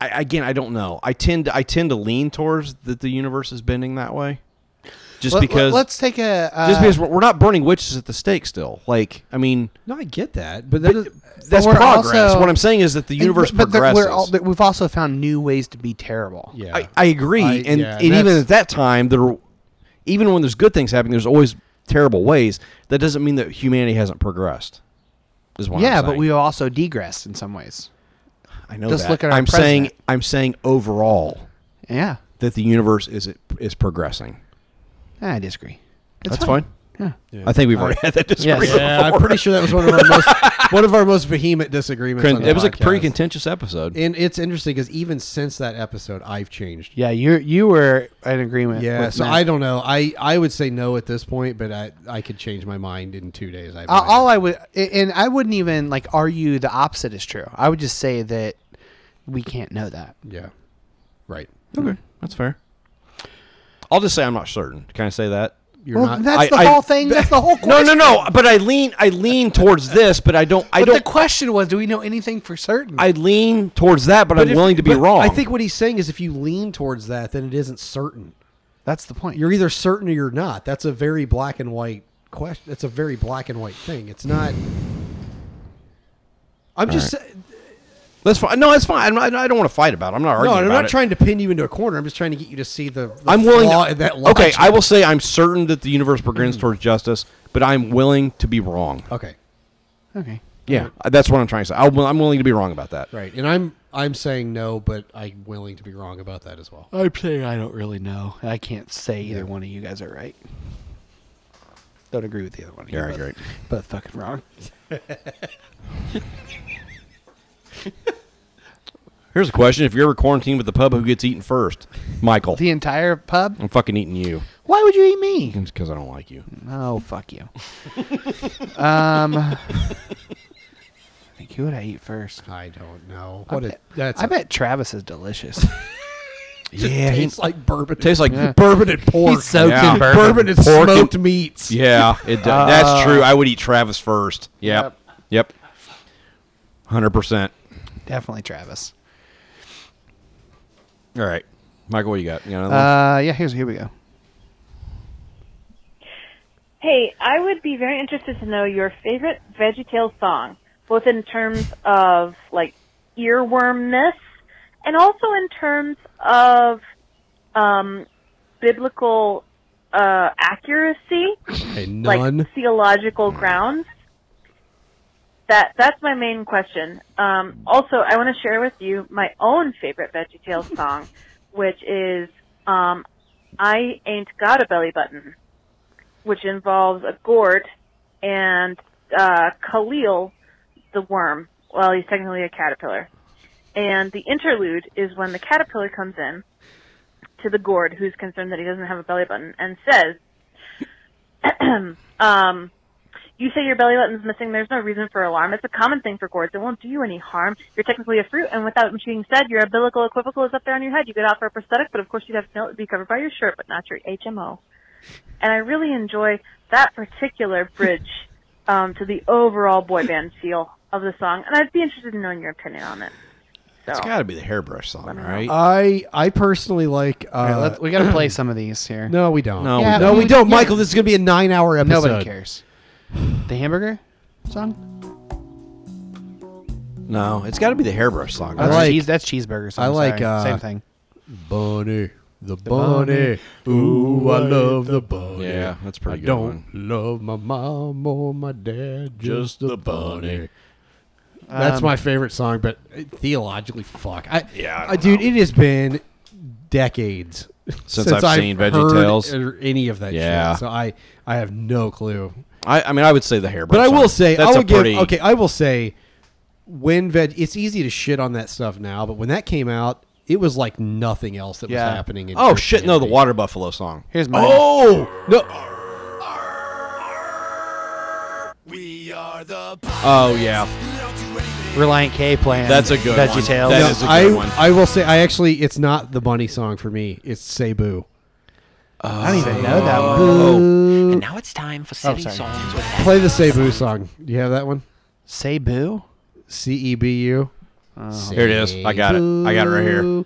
I, again, I don't know. I tend I tend to lean towards that the universe is bending that way, just
Let- let-
because
let's take a uh,
just because we're, we're not burning witches at the stake still. Like I mean,
No, I get that, but that is
that's
we're
progress.
also-
what I'm saying is that the
and-
universe
but there-
progresses.
We're all, but we've also found new ways to be terrible.
yeah.
I, I agree,
I-
and,
yeah,
and even
that's-
at that time, there, were- even when there's good things happening, there's always terrible ways. That doesn't mean that humanity hasn't progressed. Is what I'm
yeah, but
saying.
we also degressed in some ways.
I know
just
that.
look at our
I'm saying
president.
I'm saying overall
Yeah,
that the universe is is progressing.
I disagree. It's
that's fine.
Yeah.
I think we've already had that disagreement.
yeah,
(laughs)
I'm pretty sure that was one of our most one of our most vehement disagreements.
Con-
on the
it was a pretty
podcast.
contentious episode.
And it's interesting because even since that episode, I've changed.
Yeah, you you were in agreement.
Yeah,
with
so
Matt.
I don't know. I, I would say no at this point, but I, I could change my mind in two days. I have no
All- all
idea.
I would, a- and I wouldn't even like argue the opposite is true. I would just say that we can't know that.
yeah, right.
okay, that's fair. I'll just say I'm not certain. Can I say that?
You're
well,
not.
that's
I-
the
I-
whole thing. That's (laughs) the whole question.
No, no, no. But I lean, I lean towards this, but I don't, I
But
don't,
the question was, do we know anything for certain?
I lean towards that, but, I'm
if-
willing to be
but
wrong.
I think what he's saying is if you lean towards that, then it isn't certain.
that's the point.
You're either certain or you're not. That's a very black and white question. That's a very black and white thing. It's not. I'm just. sa-
that's fine. No, that's fine. I'm not, I don't want to fight about. it. I'm not
No,
arguing.
I'm
about
not
it.
trying to pin you into a corner. I'm just trying to get you to see the. the
I'm willing.
flaw
To,
in that
okay,
logic.
I will say I'm certain that the universe begins towards justice, but I'm willing to be wrong.
Okay.
okay.
Yeah, that's what I'm trying to say. I'll, I'm willing to be wrong about that.
Right, and I'm I'm saying no, but I'm willing to be wrong about that as well.
I'm saying I don't really know. I can't say either one of you guys are right. Don't agree with the other one. Of you,
You're
both-
right.
Both fucking wrong.
Here's a question: If you're ever quarantined with the pub, who gets eaten first? Michael.
The entire pub.
I'm fucking eating you
Why would you eat me?
because I don't like (laughs) you.
Oh fuck (laughs) you. um. I think who would I eat first?
I don't know
I
what
bet,
it. That's
I
a-
bet Travis is (laughs) delicious.
Yeah,
tastes like bourbon.
tastes like
Yeah.
bourbon and pork.
He's soaked
Yeah.
in
bourbon,
bourbon.
and
pork and-
smoked meats.
Yeah, it does. That's true. I would eat Travis first. Yep. Uh, Yep. Hundred percent.
Definitely Travis.
All right, Michael, what you got? You got another one?
Uh, yeah. Here's here we go.
Hey, I would be very interested to know your favorite VeggieTales song, both in terms of like earwormness and also in terms of um, biblical uh, accuracy,
Okay,
like theological grounds. That that's my main question. Um, also, I want to share with you my own favorite VeggieTales song, which is Um, I ain't got a belly button, which involves a gourd and uh, Khalil, the worm. Well, he's technically a caterpillar. And the interlude is when the caterpillar comes in to the gourd, who's concerned that he doesn't have a belly button, and says, (clears throat) um, you say your belly button's missing. There's no reason for alarm. It's a common thing for gourds. It won't do you any harm. You're technically a fruit, and without being said, your umbilical equivocal is up there on your head. You get out for a prosthetic, but of course you'd have to know it would be covered by your shirt, but not your HMO. And I really enjoy that particular bridge um, to the overall boy band feel of the song, and I'd be interested in knowing your opinion on it.
Oh.
It's got to be the hairbrush song, right?
I I personally like. Uh,
right, let's- we (clears throat) gotta play some of these here.
No, we don't.
No, Yeah, we
no,
don't.
we don't.
yeah.
Michael, this is gonna be a nine-hour episode.
Nobody cares. The hamburger song?
No, it's got to be the hairbrush song.
That's,
right?
cheese, that's cheeseburger song.
I like
sorry.
uh,
Same thing.
Bunny, the, bunny.
bunny.
Ooh, I love the bunny.
Yeah, that's a pretty
I
good
don't
one.
love my mom or my dad, just,
Just
the
the
bunny.
bunny.
That's
Um,
my favorite song, but uh, theologically, fuck. I,
Yeah, I
uh,
don't
dude, it has been decades
Since I've seen
heard
VeggieTales.
or any of that.
Yeah.
shit. so I I have no clue.
I, I mean, I would say the hairbrush.
But I will
song.
say,
that's
I
a
will give.
pretty.
Okay, I will say, when veg, it's easy to shit on that stuff now, but when that came out, it was like nothing else that
Yeah.
was happening. In
Oh shit! No, the
Christianity.
water buffalo song.
Here's mine.
Oh no!
Oh yeah,
Reliant K playing.
That's a good one.
VeggieTales.
That
No,
is a good
I
one.
I will say, I actually, it's not the bunny song for me. It's Cebu.
I don't even know that one.
And now it's time for silly
sorry.
songs with
Play the Cebu song. Do you have that one?
Say boo?
C E B U.
Here it is. I got it. I got it right here.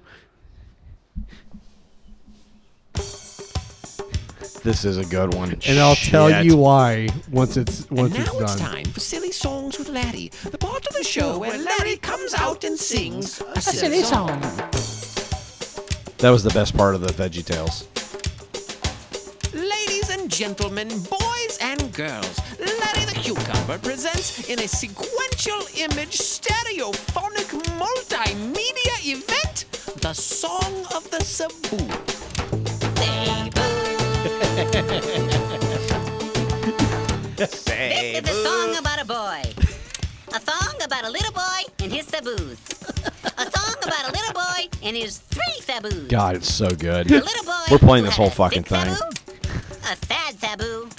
This is a good one.
And I'll tell
Shit.
you why once it's
And
once
now
it's
it's
done.
time for Silly Songs with Larry, the part of the show where Larry comes out and sings a silly song.
that was the best part of the Veggie Tales.
Ladies and gentlemen, boys and girls, Larry the Cucumber presents in a sequential image stereophonic multimedia event the Song of the Cebu.
It's
Uh.
a song about a boy. A song about a little boy and his saboos. A song about a little boy and his three saboos.
God, it's so good.
The little boy
We're playing this
who
whole
had a
fucking
sick
thing.
saboo, A sad saboo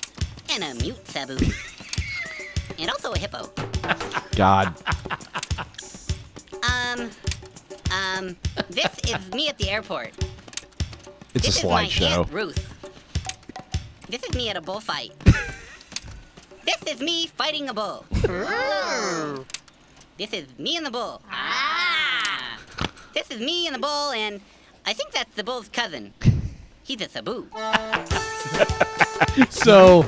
and a mute saboo. and also a hippo.
God,
Um, um, this is me at the airport.
it's a
this is my
slideshow.
Aunt Ruth. This is me at a bullfight. this is me fighting a bull. this is me and the bull. Ah! This is me and the bull, and I think that's the bull's cousin. He's a saboo.
So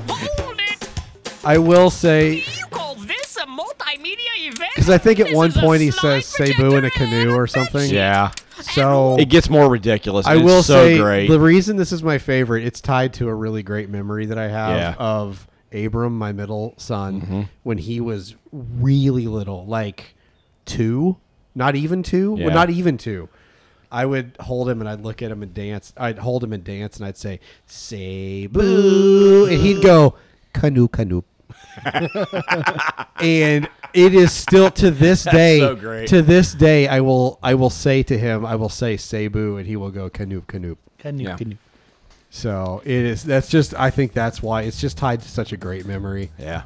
I will say
Call this a multimedia event?
because I think at one point he says Cebu in a canoe or something.
Yeah,
So
it gets more ridiculous.
I
and
will
it's so
say
great.
the reason this is my favorite. It's tied to a really great memory that I have
Yeah. Mm-hmm.
of Abram, my middle son, when he was really little, like two, not even two, well,
Yeah.
not even two. I would hold him and I'd look at him and dance. I'd hold him and dance and I'd say, "Say boo," and he'd go, "Canoe, canoe." and it is still
(laughs)
to this day
so great.
to this day I will I will say to him I will say Cebu and he will go canoop canoop.
Yeah.
So it is that's just I think that's why it's just tied to such a great memory.
yeah.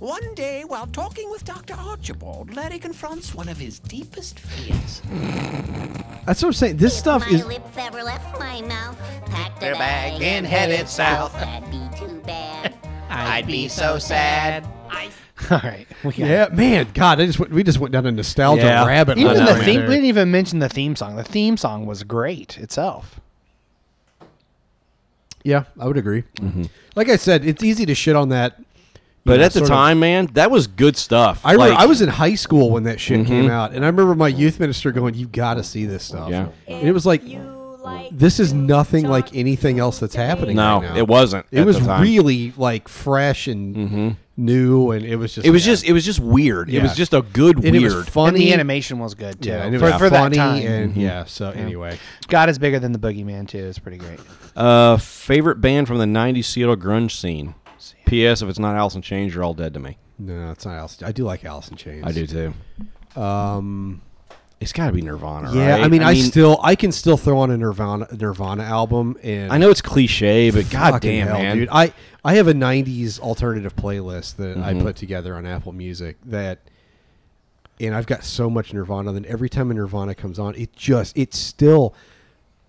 One day, while talking with Dr. Archibald, Larry confronts one of his deepest fears.
That's what I'm saying. This stuff
my
is
lips ever left my mouth, packed
Their
a bag,
bag and headed south.
That'd be too bad.
I'd be so sad.
I
(laughs) All right. (laughs) We got
yeah, man, God, I just went, we just went down a nostalgia
Yeah.
rabbit hole.
I
Even the
know.
theme, we
right
didn't even mention the theme song. The theme song was great itself.
Yeah, I would agree.
Mm-hmm.
Like I said, it's easy to shit on that. you
But
know,
at the
sort of-
time, man, that was good stuff.
I remember,
Like, Mm-hmm.
I was in high school when that shit came out, and I remember my youth minister going, "You got to see this stuff."
Yeah.
and it was like, this is nothing like anything else that's happening.
No,
right now.
it wasn't
It
at
was
the time.
really like fresh and new, and it was just
It was
yeah.
just it was just weird. It was
Yeah.
just a good
And it was
weird.
funny.
And the animation was good too.
Yeah, and it
for,
was
for
funny
that time.
and- Mm-hmm. yeah, so anyway.
God is bigger than the boogeyman too. It's pretty great.
Uh, favorite band from the '90s Seattle grunge scene. P.S. If it's not Alice in Chains, you're all dead to me.
No, it's not Alice. I do like Alice in Chains.
I do too.
Um,
it's got to be Nirvana.
Yeah,
right?
I mean, I, still, I can still throw on a Nirvana Nirvana album, and
I know it's cliche, but
Fucking
goddamn,
hell,
man.
dude. I I have a '90s alternative playlist that I
Mhm.
put together on Apple Music that, and I've got so much Nirvana. Then every time a Nirvana comes on, it just it still,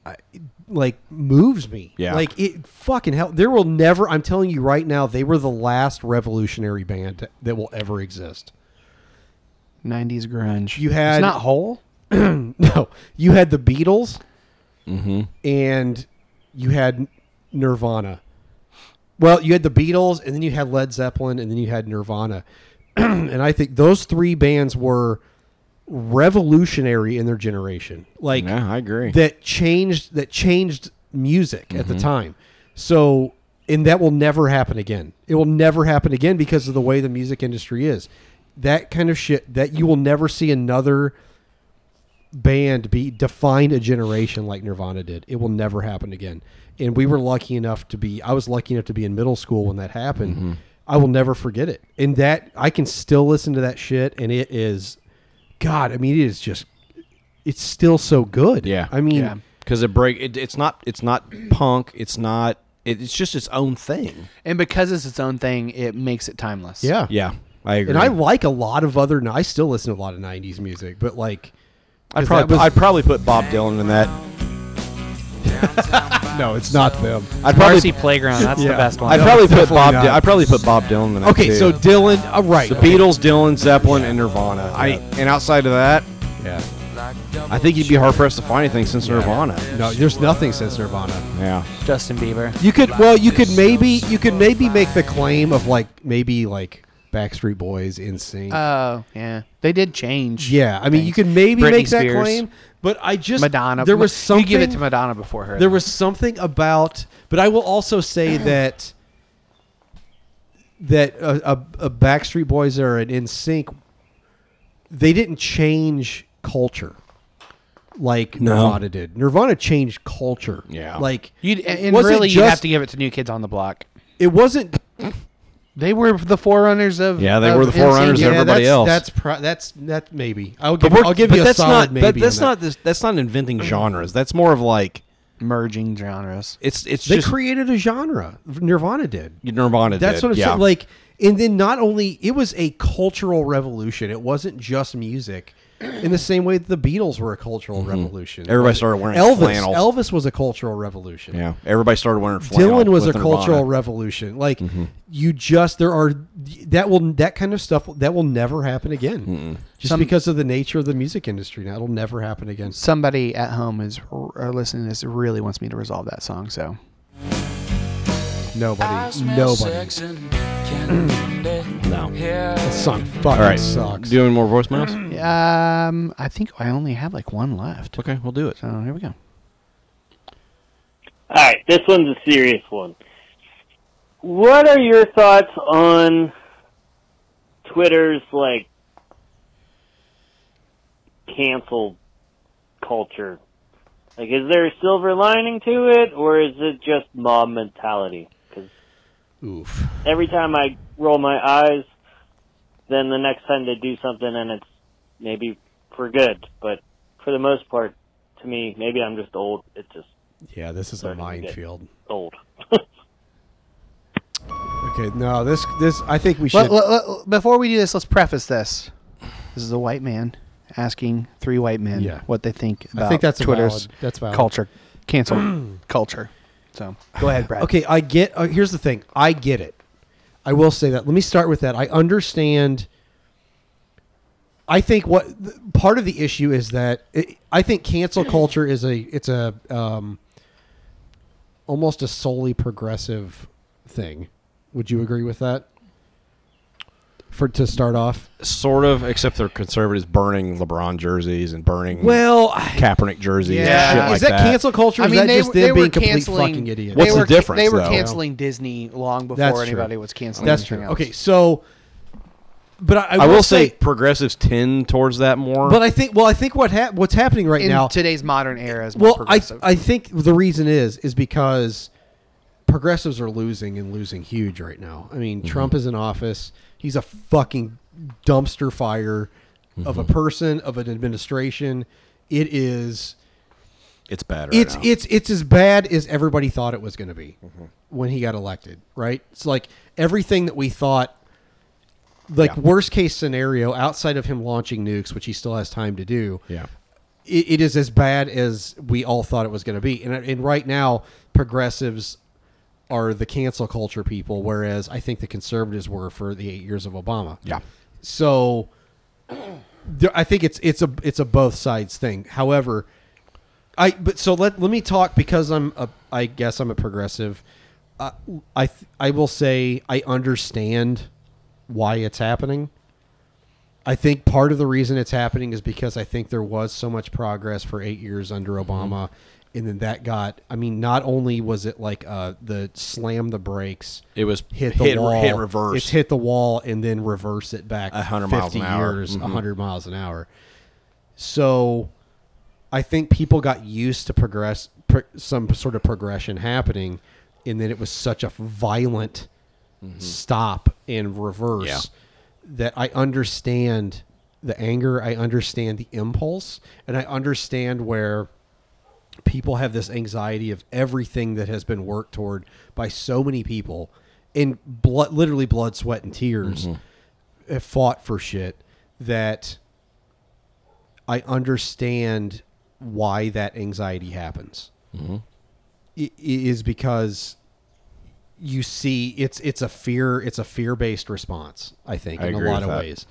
I, it, like moves me.
Yeah.
like it fucking hell. There will never. I'm telling you right now, they were the last revolutionary band to- that will ever exist.
Nineties grunge.
You had
it's not whole.
(clears throat) no, you had the Beatles
Mm-hmm.
and you had Nirvana. Well, you had the Beatles, and then you had Led Zeppelin, and then you had Nirvana. (clears throat) and I think those three bands were revolutionary in their generation. Like
yeah, I agree.
that changed that changed music at the
Mhm.
time. So and that will never happen again. It will never happen again because of the way the music industry is. That kind of shit that you will never see another band be define a generation like Nirvana did. It will never happen again. And we were lucky enough to be I was lucky enough to be in middle school when that happened. I will never forget it. And that I can still listen to that shit and it is God, I mean it is just it's still so good.
Yeah,
I mean
because it break. It, it's not. It's not punk. It's not. It, it's just its own thing.
And because it's its own thing, it makes it timeless.
Yeah.
Yeah, I agree.
And I like a lot of other. I still listen to a lot of '90s music, but like,
I'd
'cause
probably,
that was-
I'd probably put Bob Dylan in that.
no, it's not them.
I'd
Marcy Playground, that's the best one.
I'd
No,
probably
it's
put
definitely
Bob.
not.
Dy- I'd probably put Bob Dylan in that.
Okay,
too.
so Dylan, uh, right?
The Beatles, Dylan, Zeppelin, and Nirvana. I and outside of that,
yeah,
I think you'd be hard pressed to find anything since Nirvana.
No, there's nothing since Nirvana.
Yeah,
Justin Bieber.
You could, well, you could maybe, you could maybe make the claim of like maybe like Backstreet Boys, Insane.
Oh yeah, they did change.
yeah, I mean, you could maybe
Britney
make that
Spears.
claim, but I just
Madonna.
There was
You
something
give it to Madonna before her.
There was something about, but I will
(clears throat)
also say that that a, a, a Backstreet Boys or an In Sync, they didn't change culture like
No.
Nirvana did. Nirvana changed culture.
Yeah.
like
You'd,
it
and
wasn't
really, you
just-
have to give it to New Kids on the Block.
It wasn't.
They were the forerunners of.
Yeah, they
of
were the
NSYNC.
forerunners of everybody
that's,
else.
That's pro- that's that maybe. I'll
But
give,
we're-
I'll give
but
you a
that's
solid
not.
maybe.
But that's
on that.
not. This, that's not inventing genres. That's more of like
merging genres.
It's it's
They
just
created a genre. Nirvana did.
Nirvana.
That's
did,
what I'm
yeah.
saying. Like, and then not only it was a cultural revolution. It wasn't just music. In the same way that the Beatles were a cultural revolution.
Mm-hmm. Everybody started wearing
Elvis.
flannel.
Elvis was a cultural revolution.
yeah, everybody started wearing flannel.
Dylan was a
with Nirvana. Mm-hmm.
cultural revolution. Like you just there are that will that kind of stuff that will never happen again. Just
Some-
because of the nature of the music industry now, it'll never happen again.
Somebody at home is or listening to this really wants me to resolve that song. So
Nobody, nobody.
No.
That song fucking
All right,
sucks.
doing more voicemails.
um, I think I only have like one left.
Okay, we'll do it.
So here we go.
All right, this one's a serious one. What are your thoughts on Twitter's like cancel culture? Like, is there a silver lining to it, or is it just mob mentality? Because
Oof.
every time I roll my eyes, then the next time they do something, and it's maybe for good. But for the most part, to me, maybe I'm just old. It's just
Yeah, this is a minefield.
old. (laughs)
Okay, no, this this I think we should.
Let- let- let- before we do this, let's preface this. This is a white man asking three white men
Yeah.
what they think
I
about
think that's a
Twitter's
valid- that's valid.
culture,
(clears throat)
cancel culture. So go ahead, Brad.
Okay, I get. Uh, here's the thing. I get it. I will say that. Let me start with that. I understand. I think what th- part of the issue is that it, I think cancel culture is a it's a um, almost a solely progressive thing. Would you agree with that? for to start off.
Sort of, except they're conservatives burning LeBron jerseys and burning
Well, I-
Kaepernick jerseys.
Yeah.
and shit
Is
like
that cancel culture or is that just them being complete fucking idiots?
they
What's the
were ca-
difference,
They were
though?
canceling Disney long before
That's true.
anybody was canceling
That's
anything
true.
else.
Okay, so but I,
I, will say, progressives tend towards that more.
but I think well, I think what hap what's happening right
in
now
today's modern era is more
Well, I
progressive.
I think the reason is is because progressives are losing and losing huge right now. I mean,
Mm-hmm.
Trump is in office. He's a fucking dumpster fire of a
Mm-hmm.
person, of an administration. It is
it's bad. Right
it's
now.
it's it's as bad as everybody thought it was going to be when he got elected, right? It's like everything that we thought like
Yeah.
worst case scenario outside of him launching nukes, which he still has time to do.
Yeah.
It, it is as bad as we all thought it was going to be. And and right now progressives are the cancel culture people whereas I think the conservatives were for the 8 years of Obama.
Yeah.
So there, I think it's it's a it's a both sides thing. However, I but so let let me talk because I'm a I guess I'm a progressive. Uh, I th- I will say I understand why it's happening. I think part of the reason it's happening is because I think there was so much progress for eight years under
Mm-hmm.
Obama, and then that got. I mean, not only was it like uh, the slam the brakes,
It was
hit the
hit-
wall,
hit reverse.
it's hit the wall, and then reverse it back
A hundred
50
miles an hour.
years, a
Mhm.
hundred miles an hour. So, I think people got used to progress, pro- some sort of progression happening, and then it was such a violent stop and reverse
Yeah.
that I understand the anger, I understand the impulse, and I understand where people have this anxiety of everything that has been worked toward by so many people in blood, literally blood, sweat, and tears, have fought for shit that I understand why that anxiety happens.
Mhm.
I- i- is because you see it's it's a fear it's a fear based response. I think
I
in a
agree
lot of
with that.
ways.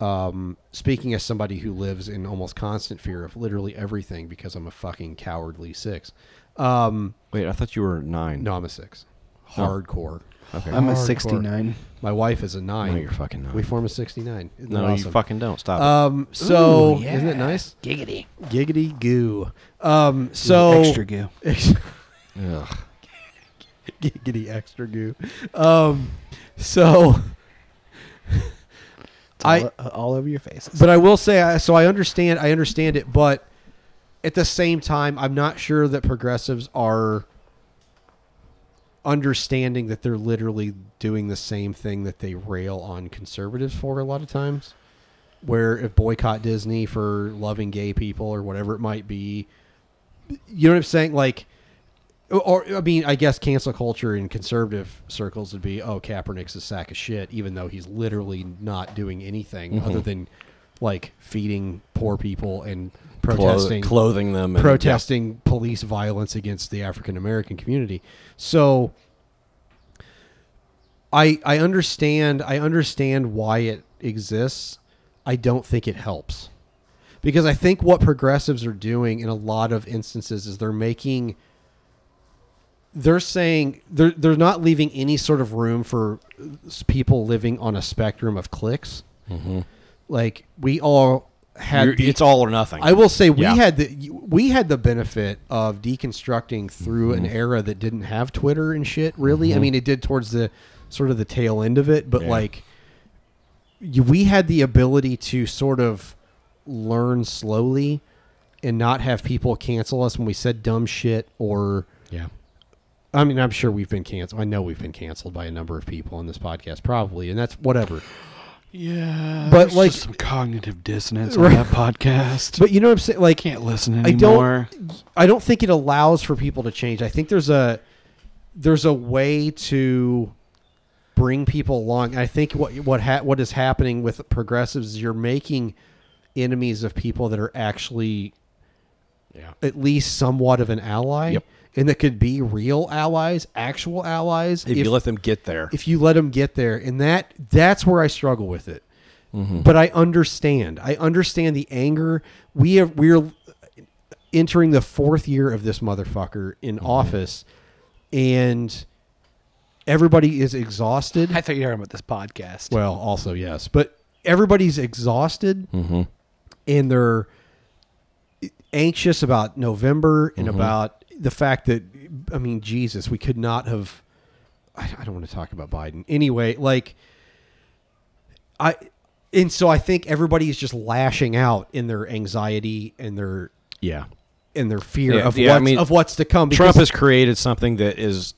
Um, speaking as somebody who lives in almost constant fear of literally everything because I'm a fucking cowardly six. Um,
Wait, I thought you were nine.
no, I'm a six.
Oh.
Hardcore.
Okay.
I'm a
Hardcore.
69.
My wife is a nine.
No, you're fucking nine.
We form a 69. Isn't that
No, you
awesome?
fucking don't. Stop it.
Um,
Ooh,
so isn't
yeah.
it nice?
Giggity.
Giggity goo. Um, so
extra goo.
Ugh.
(laughs) Giggity extra goo. Um, so I
all, uh, all over your faces.
but I will say, I, so I understand, I understand it, but at the same time, I'm not sure that progressives are understanding that they're literally doing the same thing that they rail on conservatives for a lot of times. Where if boycott Disney for loving gay people or whatever it might be, you know what I'm saying? Like, or I mean, I guess cancel culture in conservative circles would be, oh, Kaepernick's a sack of shit, even though he's literally not doing anything
Mhm.
other than like feeding poor people and
Clo-
protesting,
clothing them and-
protesting police violence against the African American community. So, I I understand I understand why it exists. I don't think it helps. Because I think what progressives are doing in a lot of instances is they're making they're saying they're they're not leaving any sort of room for s- people living on a spectrum of cliques.
Mhm.
Like we all
You're-
had the-
it's all or nothing.
I will say we
Yeah.
had the we had the benefit of deconstructing through
Mm-hmm.
an era that didn't have Twitter and shit. Really, I
Mhm.
mean, it did towards the sort of the tail end of it, but
Yeah.
like you, we had the ability to sort of learn slowly and not have people cancel us when we said dumb shit or
Yeah.
I mean, I'm sure we've been canceled. I know we've been canceled by a number of people on this podcast, probably, and that's whatever.
Yeah,
But,
but
like-
like some cognitive dissonance (laughs)
Right.
on that podcast.
But you know what I'm saying? Like,
can't listen
I
anymore.
don't. I don't think it allows for people to change. I think there's a there's a way to bring people along. I think what what ha- what is happening with progressives is you're making enemies of people that are actually
Yeah.
at least somewhat of an ally.
Yep.
And that could be real allies, actual allies.
If, you let them get there,
if you let them get there and that that's where i struggle with it but i understand i understand the anger we have we're entering the fourth year of this motherfucker in office and everybody is exhausted.
I thought you were talking about this podcast.
Well, also yes, but everybody's exhausted,
Mhm.
and they're anxious about November and
Mhm.
about the fact that I mean, Jesus, we could not have. I, I don't want to talk about Biden anyway. Like, I and so I think everybody is just lashing out in their anxiety and their
Yeah.
in their fear
Yeah,
of
yeah, I
what's,
mean,
of what's to come.
Trump
because-
has created something that is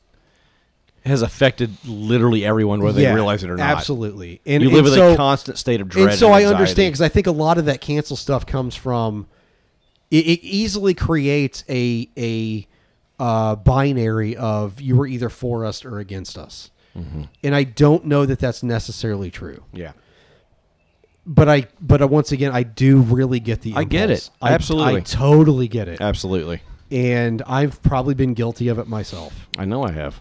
has affected literally everyone, whether
Yeah,
they realize it or not.
Absolutely, and
you live
and
with
so-
a constant state of dread.
And so I
anxiety.
understand because I think a lot of that cancel stuff comes from it, it easily creates a a uh, binary of you were either for us or against us,
Mhm.
and I don't know that that's necessarily true.
Yeah.
But I, but I, once again, I do really get the.
I get
impulse.
it. Absolutely. Uh,
I totally get it.
Absolutely.
And I've probably been guilty of it myself.
I know I have.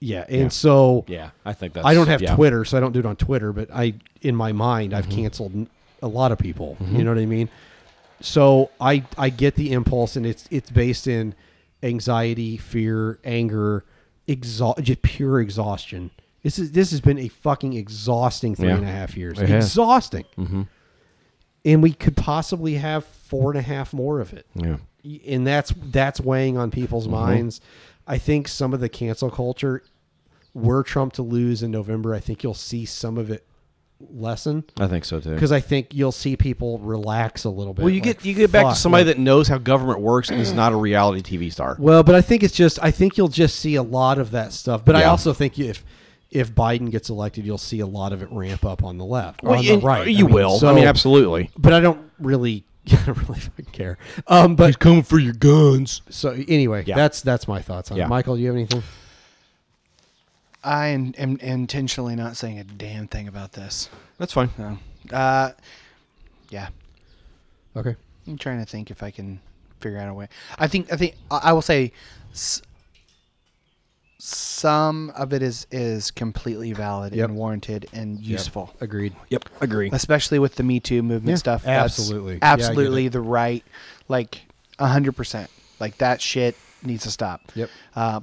Yeah, and so
yeah, I think that's
I don't have
yeah. Mm-hmm.
Twitter, so I don't do it on Twitter. But I, in my mind, I've canceled n- a lot of people. You
Mhm.
know what I mean? So I I get the impulse, and it's it's based in anxiety, fear, anger, exhaust, just pure exhaustion. This is this has been a fucking exhausting three
Yeah.
and a half years.
It has.
exhausting,
Mhm.
and we could possibly have four and a half more of it
Yeah.
and that's that's weighing on people's
Mhm.
minds. I think some of the cancel culture, were Trump to lose in November, I think you'll see some of it lessen.
I think so, too.
Because I think you'll see people relax a little bit.
Well, you
like,
get you get back
fuck,
to somebody
like-
that knows how government works and is not a reality TV star.
Well, but I think it's just I think you'll just see a lot of that stuff. But I
Yeah.
also think if if Biden gets elected, you'll see a lot of it ramp up on the left, or
Well,
on
you-
the right.
you will. I mean, absolutely.
But I don't really, (laughs) I don't really fucking care. Um, but
He's coming for your guns.
So anyway,
Yeah.
that's that's my thoughts on
Yeah.
it. Michael, do you have anything?
I am, am intentionally not saying a damn thing about this.
That's fine.
Uh, yeah.
Okay.
I'm trying to think if I can figure out a way. I think I think I I will say s- some of it is is completely valid
Yep.
and warranted and useful.
Agreed. Uh,
Yep. Agree.
Especially with the Me Too movement
Yeah,
stuff. that's
absolutely. Yeah, I get
Absolutely the right like 100%. Like that shit needs to stop.
Yep.
Uh,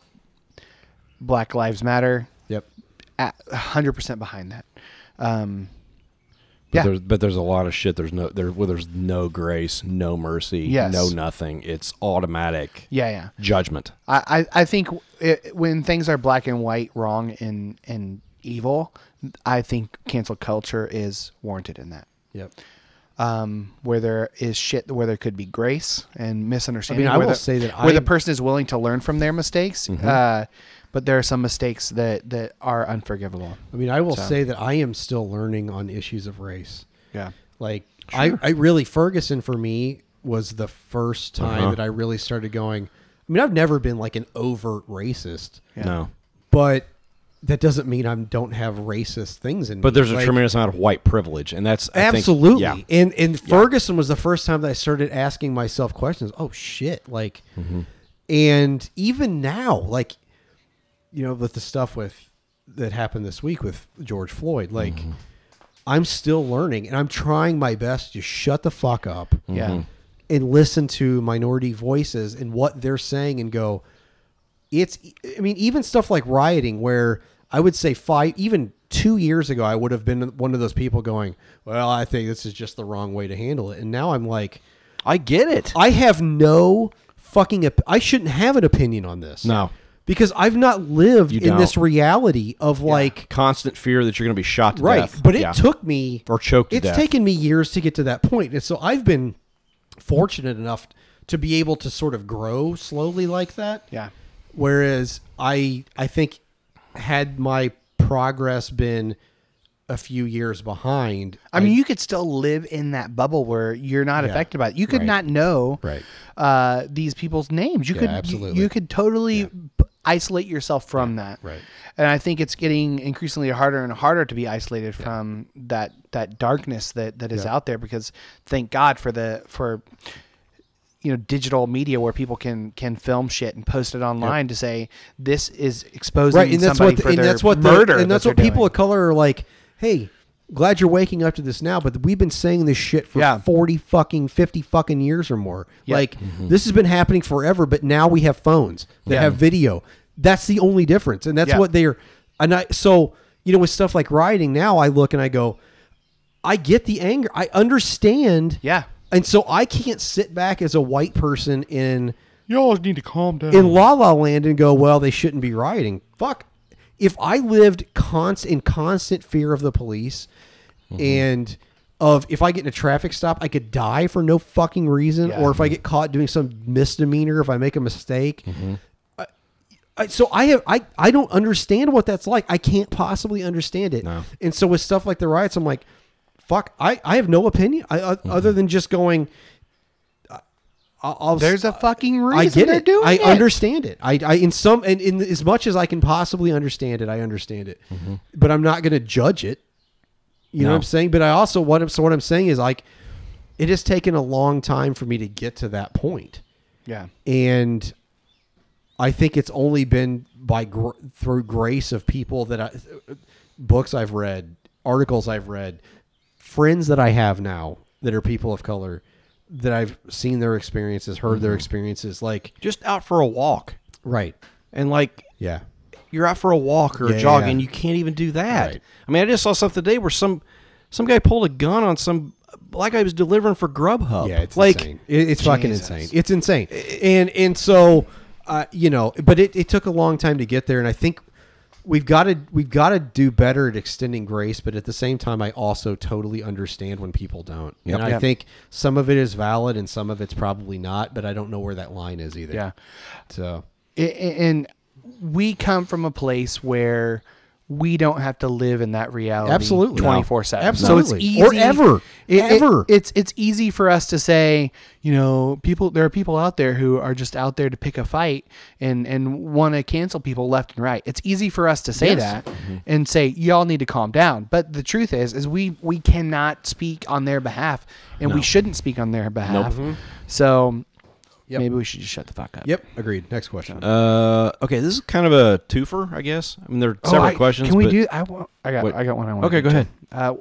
Black Lives Matter.
Yep.
A 100% behind that. Um
But
Yeah.
there's but there's a lot of shit. There's no there well, there's no grace, no mercy,
Yes.
no nothing. It's automatic.
Yeah, yeah.
Judgment.
I, I I think it, when things are black and white, wrong and and evil, I think cancel culture is warranted in that.
Yep.
Um, where there is shit, where there could be grace and misunderstanding.
I
where
will
the-
say that
where the
I-
person is willing to learn from their mistakes,
Mhm.
uh, but there are some mistakes that that are unforgivable.
I mean, I will
So,
say that I am still learning on issues of race.
Yeah.
Like
Sure.
I, I really Ferguson for me was the first time
Uh-huh.
that I really started going. I mean, I've never been like an overt racist.
Yeah. No.
But that doesn't mean I don't have racist things in.
But
me.
there's a
Like,
tremendous amount of white privilege, and that's I think-
absolutely.
yeah.
And and Ferguson was the first time that I started asking myself questions. Oh shit! Like,
Mhm.
and even now, like, you know, with the stuff with that happened this week with George Floyd, like,
Mm-hmm.
I'm still learning, and I'm trying my best to shut the fuck up.
Mm-hmm.
Yeah. Mhm.
And listen to minority voices and what they're saying, and go, it's i mean even stuff like rioting where i would say five even two years ago i would have been one of those people going well i think this is just the wrong way to handle it and now i'm like
i get it
i have no fucking op- i shouldn't have an opinion on this
No.
because i've not lived
You
in this
don't.
reality of like
constant fear that you're going to be shot to
right
death.
but it
Yeah.
took me
or choked to
it's
death.
taken me years to get to that point and so i've been fortunate enough to be able to sort of grow slowly like that
Yeah.
whereas i i think had my progress been a few years behind
I mean, you could still live in that bubble where you're not
Yeah.
affected by it. You could
Right.
not know
Right.
uh, these people's names. You
Yeah,
could you-
absolutely.
You, could totally b- isolate yourself from that.
right.
And I think it's getting increasingly harder and harder to be isolated from that that darkness that that is
Yeah.
out there. Because thank God for the for you know digital media where people can can film shit and post it online to say this is exposing
right and that's
somebody
what
for
and
their
that's what the-
murder
and
that
that's
they're
what people
doing."
of color are like hey glad you're waking up to this now but we've been saying this shit for 40 fucking 50 fucking years or more
Yeah.
like this has been happening forever but now we have phones that
Yeah.
have video that's the only difference and that's
Yeah.
what they're And I so you know with stuff like rioting now, I look and I go, I get the anger. I understand.
Yeah.
And so I can't sit back as a white person in
y'all need to calm down
in La La Land and go, well, they shouldn't be rioting. Fuck. If I lived const in constant fear of the police and of if I get in a traffic stop, I could die for no fucking reason, or if I get caught doing some misdemeanor, if I make a mistake. I- I, so I have I, I don't understand what that's like. I can't possibly understand it. And so with stuff like the riots, I'm like, fuck. I, I have no opinion I, o- other than just going. I- I'll,
There's a fucking reason
I get
they're
it.
doing
I
it.
understand it. I, I in some and in as much as I can possibly understand it, I understand it. But I'm not going to judge it. You know
No.
what I'm saying? But I also what I'm so what I'm saying is like it has taken a long time for me to get to that point.
Yeah.
And I think it's only been by gr- through grace of people that I books I've read, articles I've read, friends that I have now that are people of color that I've seen their experiences, heard their
Mhm.
experiences like
just out for a walk.
Right.
And like
yeah.
You're out for a walk or
Yeah,
a
yeah,
jog
yeah.
and you can't even do that. I mean, I just saw something today where some some guy pulled a gun on some black guy was delivering for Grubhub.
Yeah, it's
like
insane. It- it's fucking
Jesus.
insane. It's insane. And and so uh, you know, but it, it took a long time to get there, and I think we've got to we've got to do better at extending grace. But at the same time, I also totally understand when people don't,
Yep.
and I
Yeah.
think some of it is valid and some of it's probably not. But I don't know where that line is either.
Yeah.
So
I- I- and we come from a place where we don't have to live in that reality
Absolutely. No.
24/7 so it's
Absolutely.
easy
Or ever.
it- it-
Ever.
it's it's easy for us to say you know people there are people out there who are just out there to pick a fight and and want to cancel people left and right it's easy for us to say
Yes. Mm-hmm.
that and say y'all need to calm down but the truth is is we we cannot speak on their behalf and
No.
we shouldn't speak on their behalf
Mhm.
so
Yep.
maybe we should just shut the fuck up
yep, agreed. Next question.
Uh, okay, this is kind of a twofer, I guess. I mean, there are
Oh,
several
I-
questions.
Can we
but-
do? I, wa- I got.
Wait.
I got one. I want.
Okay, go ahead.
Uh,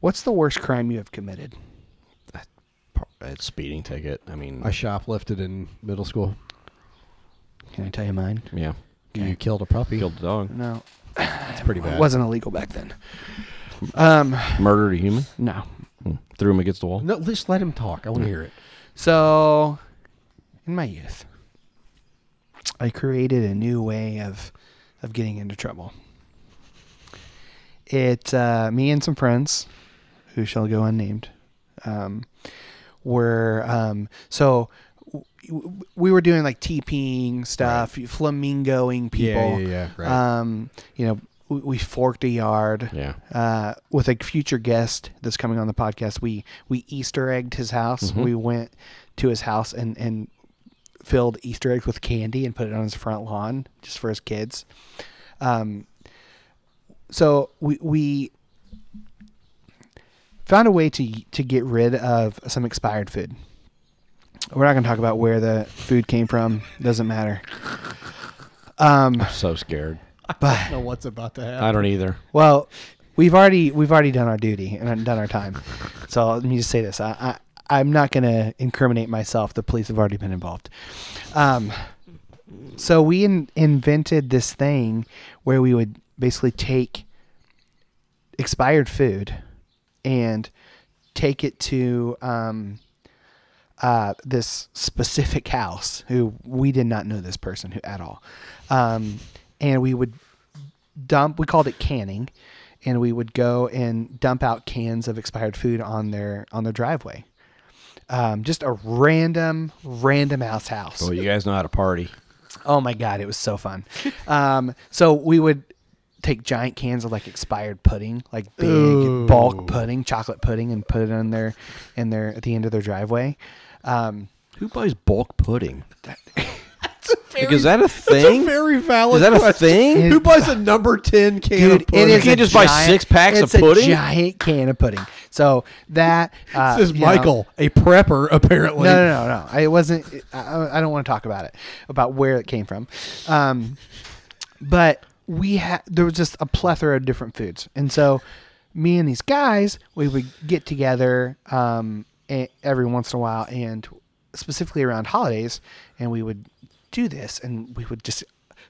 what's the worst crime you have committed?
It's speeding ticket. I mean,
I shoplifted in middle school.
Can I tell you mine?
yeah,
You killed a puppy.
killed a
(sighs)
dog, (laughs)
No,
It's pretty bad.
it wasn't illegal back then. Um,
murdered a human,
no.
Hmm. threw him against the wall.
No, just let him talk. I want to hear it.
So, in my youth, I created a new way of of getting into trouble. It uh, me and some friends, who shall go unnamed, um, were um, so w- w- we were doing like TPing stuff, flamingoing people.
Yeah, yeah, yeah, right.
Um, you know, we, we forked a yard.
Yeah.
Uh, with a future guest that's coming on the podcast, we we Easter egged his house.
Mhm.
We went to his house and and filled Easter eggs with candy and put it on his front lawn just for his kids. Um, so we we found a way to to get rid of some expired food. We're not going to talk about where the food came from. Doesn't matter. Um,
I'm so scared.
but
know what's about to happen.
I don't either.
well, we've already we've already done our duty and done our time. So let me just say this: I, I I'm not going to incriminate myself. The police have already been involved. Um, so we in, invented this thing where we would basically take expired food and take it to um, uh, this specific house who we did not know this person who at all um, and we would dump we called it canning and we would go and dump out cans of expired food on their on their driveway um, just a random random house house
Well, you guys know how to party.
Oh my god, it was so fun. Um, so we would take giant cans of like expired pudding, like big bulk pudding, chocolate pudding, and put it on their in their at the end of their driveway. Um,
Who buys bulk pudding?
(laughs)
Like,
very-
is that a thing?
That's a very valid.
Is that a
question.
thing?
Who buys a number ten can
Dude,
of pudding?
it is
You can't
a
just buy
giant-
six packs of
it's a
pudding?
giant can of pudding. So
(laughs)
that uh,
this is
you know-
Michael, a prepper apparently.
No, no, no, no. I- It wasn't. it- I- I, I don't want to talk about it, about where it came from. Um, but we had there was just a plethora of different foods, and so me and these guys we would get together um, e- every once in a while, and specifically around holidays, and we would do this, and we would just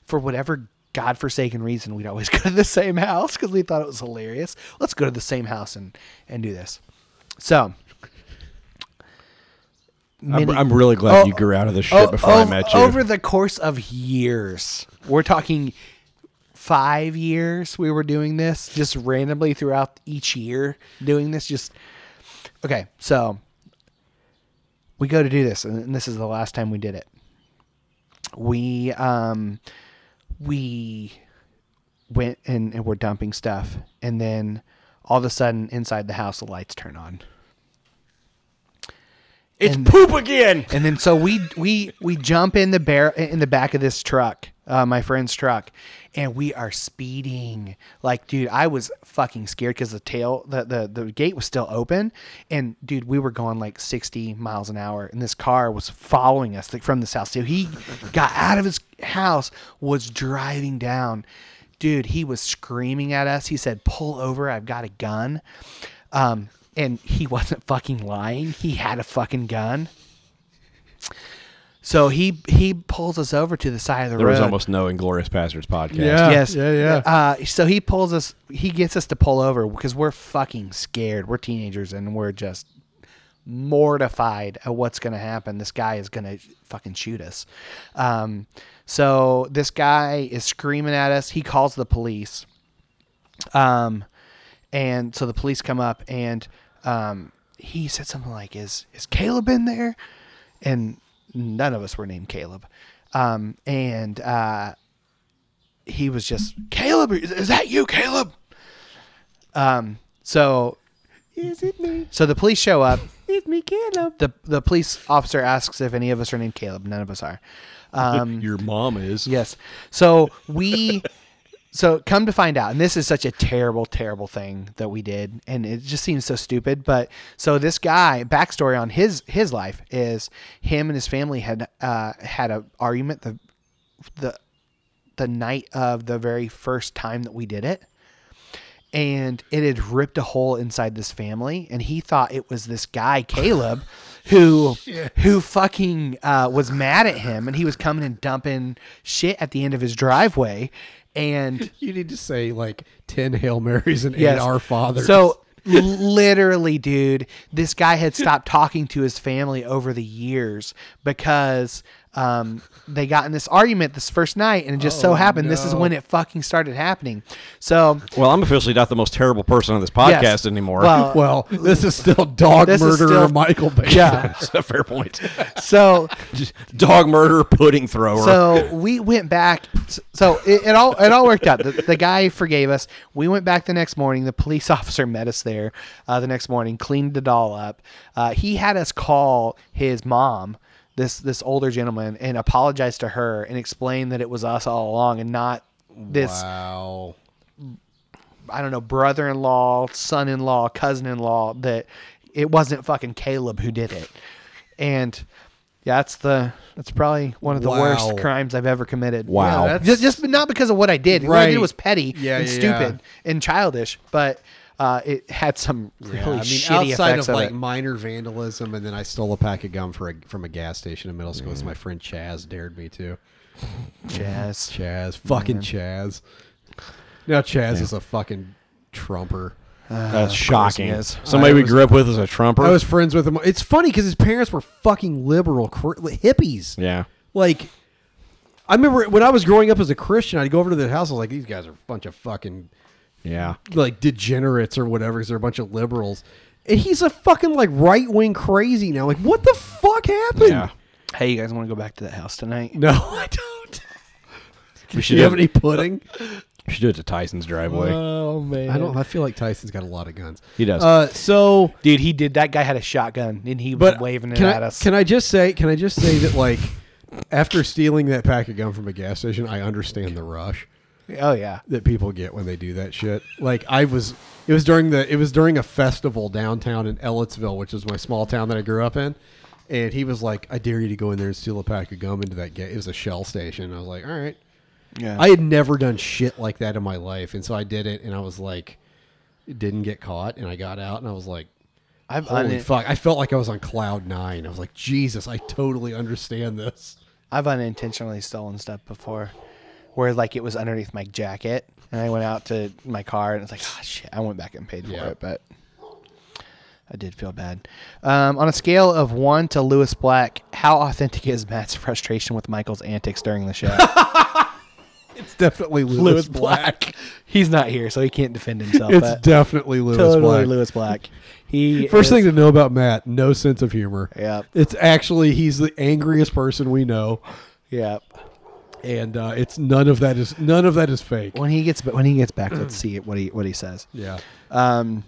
for whatever godforsaken reason, we'd always (laughs) go to the same house because we thought it was hilarious. Let's go to the same house and and do this. So.
I'm, I'm really glad you grew out of this shit
o-
before I
ov-
met you.
Oh, Over the course of years, we're talking five years we were doing this just randomly throughout each year doing this just okay so we go to do this and and this is the last time we did it we um we went and, and we're dumping stuff and then all of a sudden inside the house the lights turn on it's poop again. (laughs) And then so we we we jump in the bear in the back of this truck, uh, my friend's truck, and we are speeding. Like, dude, I was fucking scared because the tail the, the the gate was still open, and dude, we were going like sixty miles an hour, and this car was following us like, from the south. So he got out of his house, was driving down. Dude, he was screaming at us. He said, "Pull over! I've got a gun." Um, and he (laughs) wasn't fucking lying. He had a fucking gun. So he he pulls us over to the side of the
there
road.
was almost no Inglorious Bastards podcast.
Yes. Uh, so he pulls us. He gets us to pull over because we're fucking scared. We're teenagers and we're just mortified at what's going to happen. This guy is going to fucking shoot us. Um, so this guy is screaming at us. He calls the police. Um, and so the police come up and um, he said something like, "Is is Caleb in there?" And none of us were named Caleb. Um, and uh, he was just Caleb. Is, is that you, Caleb? Um, so
Is it me?
so the police show up.
It's me, Caleb.
The the police officer asks if any of us are named Caleb. None of us are. Um,
Your mom is.
Yes. So we. So come to find out, and this is such a terrible, terrible thing that we did, and it just seems so stupid. But so this guy backstory on his his life is him and his family had uh, had a argument the the the night of the very first time that we did it, and it had ripped a hole inside this family, and he thought it was this guy Caleb, (laughs) who who fucking uh, was mad at him, and he was coming and dumping shit at the end of his driveway,
(laughs)
and
You need to say like ten Hail Marys and eight Our Fathers.
So literally, dude, this guy had stopped talking to his family over the years because um, they got in this argument this first night, and it just so
Oh,
happened this is
no.
when it fucking started happening. So
Well, I'm officially not the most terrible person on this podcast
Yes.
anymore.
Well- Well,
this is still dog
This is
murderer
still-
Michael Bay.
Yeah.
(laughs) That's a fair point. (laughs)
so
Dog murderer, pudding thrower.
So we went back. So it, it all it all worked out. The, the guy forgave us. We went back the next morning. The police (laughs) officer met us there uh, the next morning, cleaned it all up. Uh, he had us call his mom, this this older gentleman, and apologize to her and explain that it was us all along and not this.
Wow.
I don't know, brother-in-law, son-in-law, cousin-in-law. That it wasn't fucking Caleb who did it, and. Yeah, that's the that's probably one of the worst
Wow.
crimes I've ever committed.
Wow. Yeah, that's-
just, just not because of what I did. What I did
Right.
was petty
Yeah,
and
yeah,
stupid and childish, but uh, it had some really
Yeah, I mean,
shitty
outside
effects
of
of,
like
it.
minor vandalism, and then I stole a pack of gum for a, from a gas station in middle school. As my
Mm.
friend Chaz dared me to.
Chaz,
Chaz, fucking
Man.
Chaz. Now Chaz is a fucking trumper.
That's of course shocking. he is.
Somebody
I
we
was-
grew up with is a trumper.
I was friends with him. It's funny because his parents were fucking liberal cr- hippies.
yeah.
Like, I remember when I was growing up as a Christian, I'd go over to their house. I was like, these guys are a bunch of fucking
Yeah.
like degenerates or whatever. 'cause They're a bunch of liberals, and he's a fucking like right wing crazy now. Like, what the fuck happened?
Yeah.
Hey, you guys want to go back to that house tonight?
No, (laughs) I don't.
We
Do you have any pudding?
We should do it to Tyson's driveway.
Oh man, I don't. I feel like Tyson's got a lot of guns.
He does.
Uh, so,
dude, he did. That guy had a shotgun and he was
but
waving it
can
at
I,
us.
Can I just say? Can I just say that like (laughs) after stealing that pack of gum from a gas station, I understand the rush
oh yeah,
that people get when they do that shit. Like I was. It was during the. It was during a festival downtown in Ellettsville, which is my small town that I grew up in. And he was like, "I dare you to go in there and steal a pack of gum into that gas." It was a Shell station. I was like, "All right."
yeah.
I had never done shit like that in my life, and so I did it, and I was like, it didn't get caught, and I got out, and I was like,
I've
holy
un-
fuck! I felt like I was on cloud nine. I was like, Jesus, I totally understand this.
I've unintentionally stolen stuff before. where like it was underneath my jacket, and I went out to my car, and it's like, oh shit, I went back and paid for
Yeah.
it, but I did feel bad. Um, on a scale of one to Lewis Black, how authentic is Matt's frustration with Michael's antics during the show?
It's definitely (laughs) Lewis, Black.
He's not here, so he can't defend himself.
It's
but
definitely Lewis
totally
Black.
Lewis Black. He
(laughs) First
is-
thing to know about Matt, no sense of humor.
Yep.
It's actually he's the angriest person we know.
Yep.
And uh, it's none of that is none of that is fake.
When he gets but when he gets back,
(clears throat)
let's see it, what he what he says.
Yeah.
Um,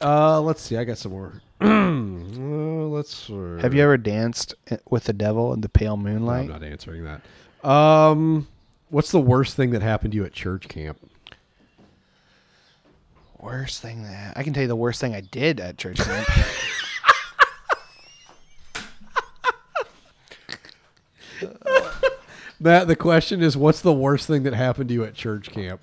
uh, let's see. I got some more. (clears throat) Uh, let's.
Have you ever danced with the devil in the pale moonlight?
I'm not answering that. Um, what's the worst thing that happened to you at church camp?
Worst thing that I can tell you the worst thing I did at church
(laughs)
camp.
Matt, the question is, what's the worst thing that happened to you at church camp?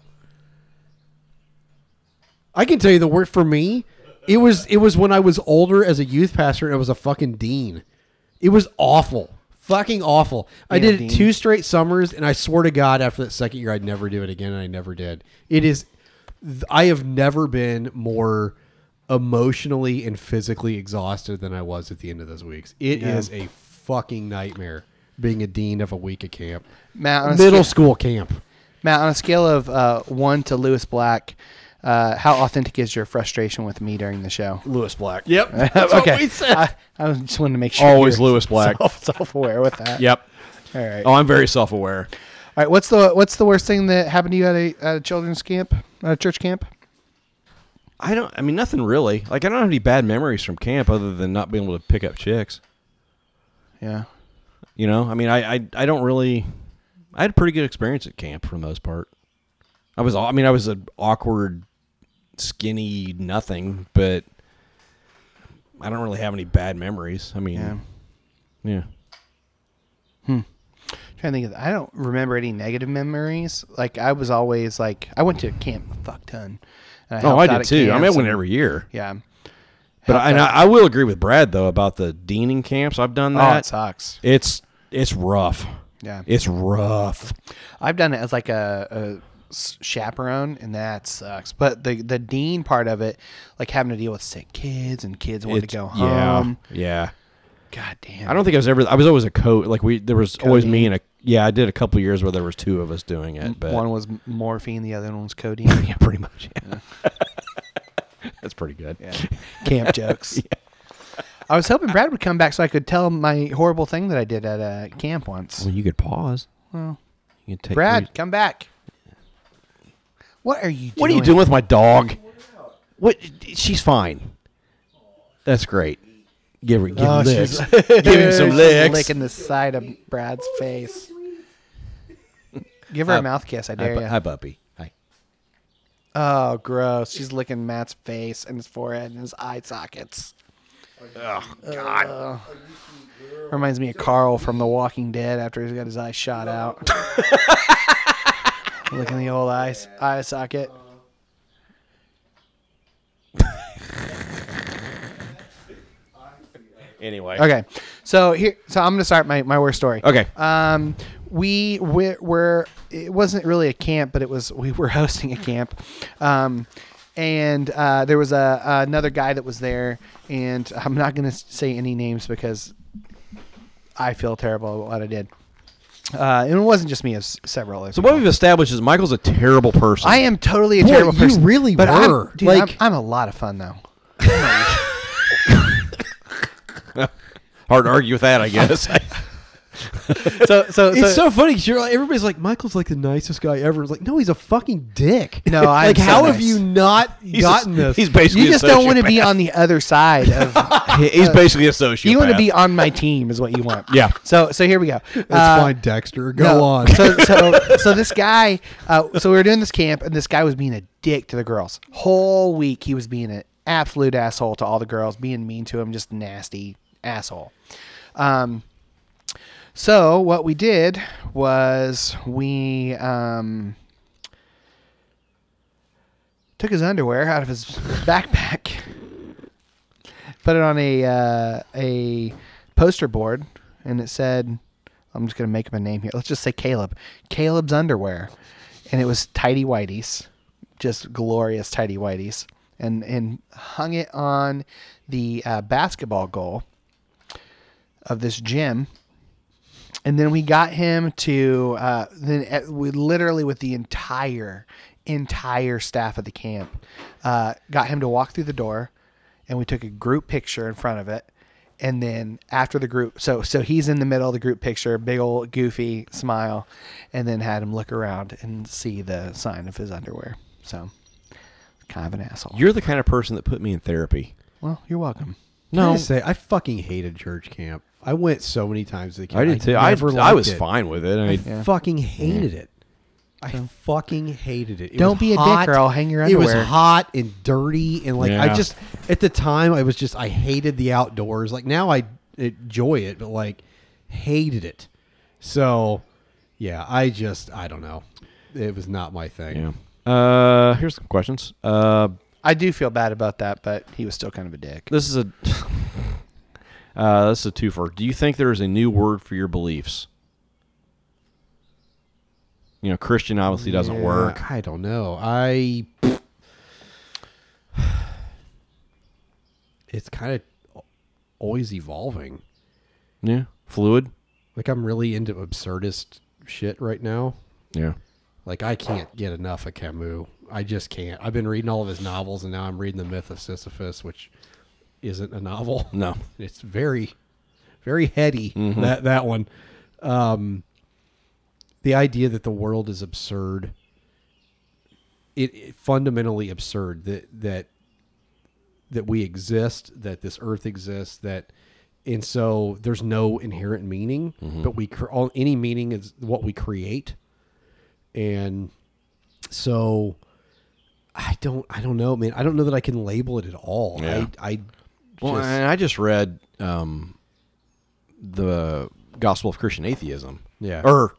I can tell you the worst for me. It was it was when I was older as a youth pastor. and I was a fucking dean. It was awful, fucking awful. I
Yeah,
did
dean.
it two straight summers, and I swear to God, after that second year, I'd never do it again, and I never did. It is. th- I have never been more emotionally and physically exhausted than I was at the end of those weeks. It is
Yeah.
a fucking nightmare being a dean of a week of camp.
(laughs) Matt, on a scale-
Middle school camp.
Matt, on a scale of uh, one to Lewis Black, uh, how authentic is your frustration with me during the show?
Lewis Black. Yep. That's
(laughs)
what
okay.
we said.
I, (laughs) I just wanted to make sure.
Always
you're
Lewis Black.
Self, self-aware with
(laughs)
that.
Yep.
All right.
Oh, I'm very self-aware.
All right. What's the What's the worst thing that happened to you at a, at a children's camp, at a church camp?
I don't. I mean, nothing really. Like, I don't have any bad memories from camp other than not being able to pick up chicks.
Yeah.
You know, I mean, I, I, I don't really. I had a pretty good experience at camp for the most part. I was, aw- I mean, I was an awkward, skinny nothing, but I don't really have any bad memories. I mean,
Yeah.
yeah.
trying to think of I don't remember any negative memories. Like I was always like I went to camp a fuck ton. And
oh,
helped
I
out
did
at
too. I mean, I
camps
went
and-
every year.
Yeah.
But
Helped
I, and
out.
I, I will agree with Brad though about the deaning camps. I've done
Oh,
that.
it sucks.
It's it's rough.
Yeah.
it's rough.
I've done it as like a, a s- chaperone, and that sucks. But the the dean part of it, like having to deal with sick kids and kids wanting to
It's-
go home.
Yeah, yeah.
God damn.
I don't think I was ever. I was always a coach. Like we, there was always me
Codeine.
and a. Yeah, I did a couple years where there was two of us doing it, but
Mm, One was morphine, the other one was codeine. (laughs) yeah,
(laughs) pretty much. Yeah. (laughs) that's pretty good.
Camp jokes. I was hoping Brad would come back so I could tell him my horrible thing that I did at a camp once.
Well, you could pause.
Well,
you could take.
Brad, come back. What are you? doing?
what are you doing with my dog? What? She's fine. That's great. Give her, give her
Oh,
licks.
she's-
(laughs) give him some
she's
licks.
Licking the side of Brad's face. Give her
Hi-
a mouth kiss, I
hi,
dare
pu-
you.
Hi, puppy. Hi.
Oh, gross. She's licking Matt's face and his forehead and his eye sockets.
Oh,
God. reminds me of Carl from The Walking Dead after he's got his eye shot out. licking the old eye, eye socket.
Anyway.
Okay, so here, so I'm gonna start my, my worst story.
Okay.
Um, we we were it wasn't really a camp, but it was we were (laughs) hosting a camp, um, and uh, there was a another guy that was there, and I'm not gonna s- say any names because I feel terrible about what I did. Uh, and it wasn't just me; it was several others.
So what we've established is Michael's a terrible person.
I am totally a
Boy,
terrible
you
person.
really
but I'm-
were.
dude, I'm,
Like-
I'm a lot of fun though.
Hard to argue with that,
(laughs)
I guess.
so, so
it's so, funny because you're like, everybody's like Michael's like the nicest guy ever. It's like no, he's a fucking dick. (laughs)
No, I'm
like
so
how have
nice.
you not
He's
gotten
a-
this?
he's basically
you just
a
don't want to be
sociopath.
on the other side of.
(laughs) He's basically a sociopath.
uh, You want to be on my team, is what you want.
Yeah.
So, so here we go. That's
That's fine, Dexter.
(laughs)
Go on.
so, so, so this guy, uh, so we were doing this camp, and this guy was being a dick to the girls. Whole week, he was being an absolute asshole to all the girls, being mean to him, just nasty asshole. Um, so what we did was we um, took his underwear out of his (laughs) backpack, put it on a uh, a poster board, and it said I'm just gonna make him a name here. Let's just say Caleb. Caleb's underwear, and it was tidy whities, just glorious tidy whities, and and hung it on the uh, basketball goal of this gym. And then we got him to uh, then at, we literally with the entire entire staff of the camp uh, got him to walk through the door, and we took a group picture in front of it. And then after the group, so so he's in the middle of the group picture, big old goofy smile, and then had him look around and see the sign of his underwear. So kind of an asshole.
You're the kind of person that put me in therapy.
Well, you're welcome.
No, I
No.
say I fucking hated church camp. I went so many times. To the camp.
I did too. I- I was fine with it. I mean- Yeah.
fucking hated it. I fucking hated it. It
Don't
was
be a dick
hot.
or I'll hang your
It
underwear.
was hot and dirty and like I
Yeah.
just at the time I was just I hated the outdoors. Like now I enjoy it, but like hated it. So yeah, I just I don't know. It was not my thing.
Yeah. Uh, here's some questions. Uh,
I do feel bad about that, but he was still kind of a dick.
This is a (laughs) uh, this is a twofer. Do you think there is a new word for your beliefs? You know, Christian obviously doesn't
Yeah,
work.
I don't know. I. (sighs) It's kind of always evolving.
Yeah, fluid.
Like I'm really into absurdist shit right now.
Yeah.
Like I can't get enough of Camus. I just can't. I've been reading all of his novels, and now I'm reading The Myth of Sisyphus, which isn't a novel. (laughs)
No.
it's very, very heady.
Mhm.
That that one. Um, the idea that the world is absurd. It, it fundamentally absurd that that that we exist, that this earth exists, that and so there's no inherent meaning,
Mhm.
but we cr- all any meaning is what we create, and so I don't I don't know, man. I don't know that I can label it at all.
Yeah.
I, I
Well,
just-
and I just read um, the Gospel of Christian Atheism.
Yeah.
Or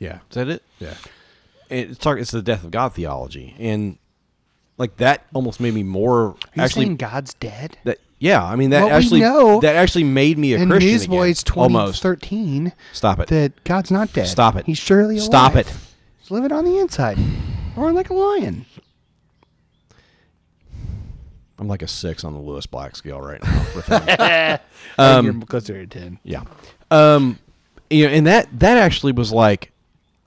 Yeah.
Is that it?
Yeah.
And It's talk, it's the death of God theology, and like that almost made me more
Are you
actually.
saying God's dead?
That yeah, I mean that
Well, we
actually
know
that actually made me a
in
Christian
Newsboys
again, almost.
2013
Stop it.
that God's not dead.
Stop it.
He's surely alive.
Stop it.
He's living on the inside. Roaring like a lion.
I'm like a six on the Lewis Black scale right now. with him.
I think
Um,
you're closer to 10.
(laughs) Yeah. Um, you know, and that that actually was like,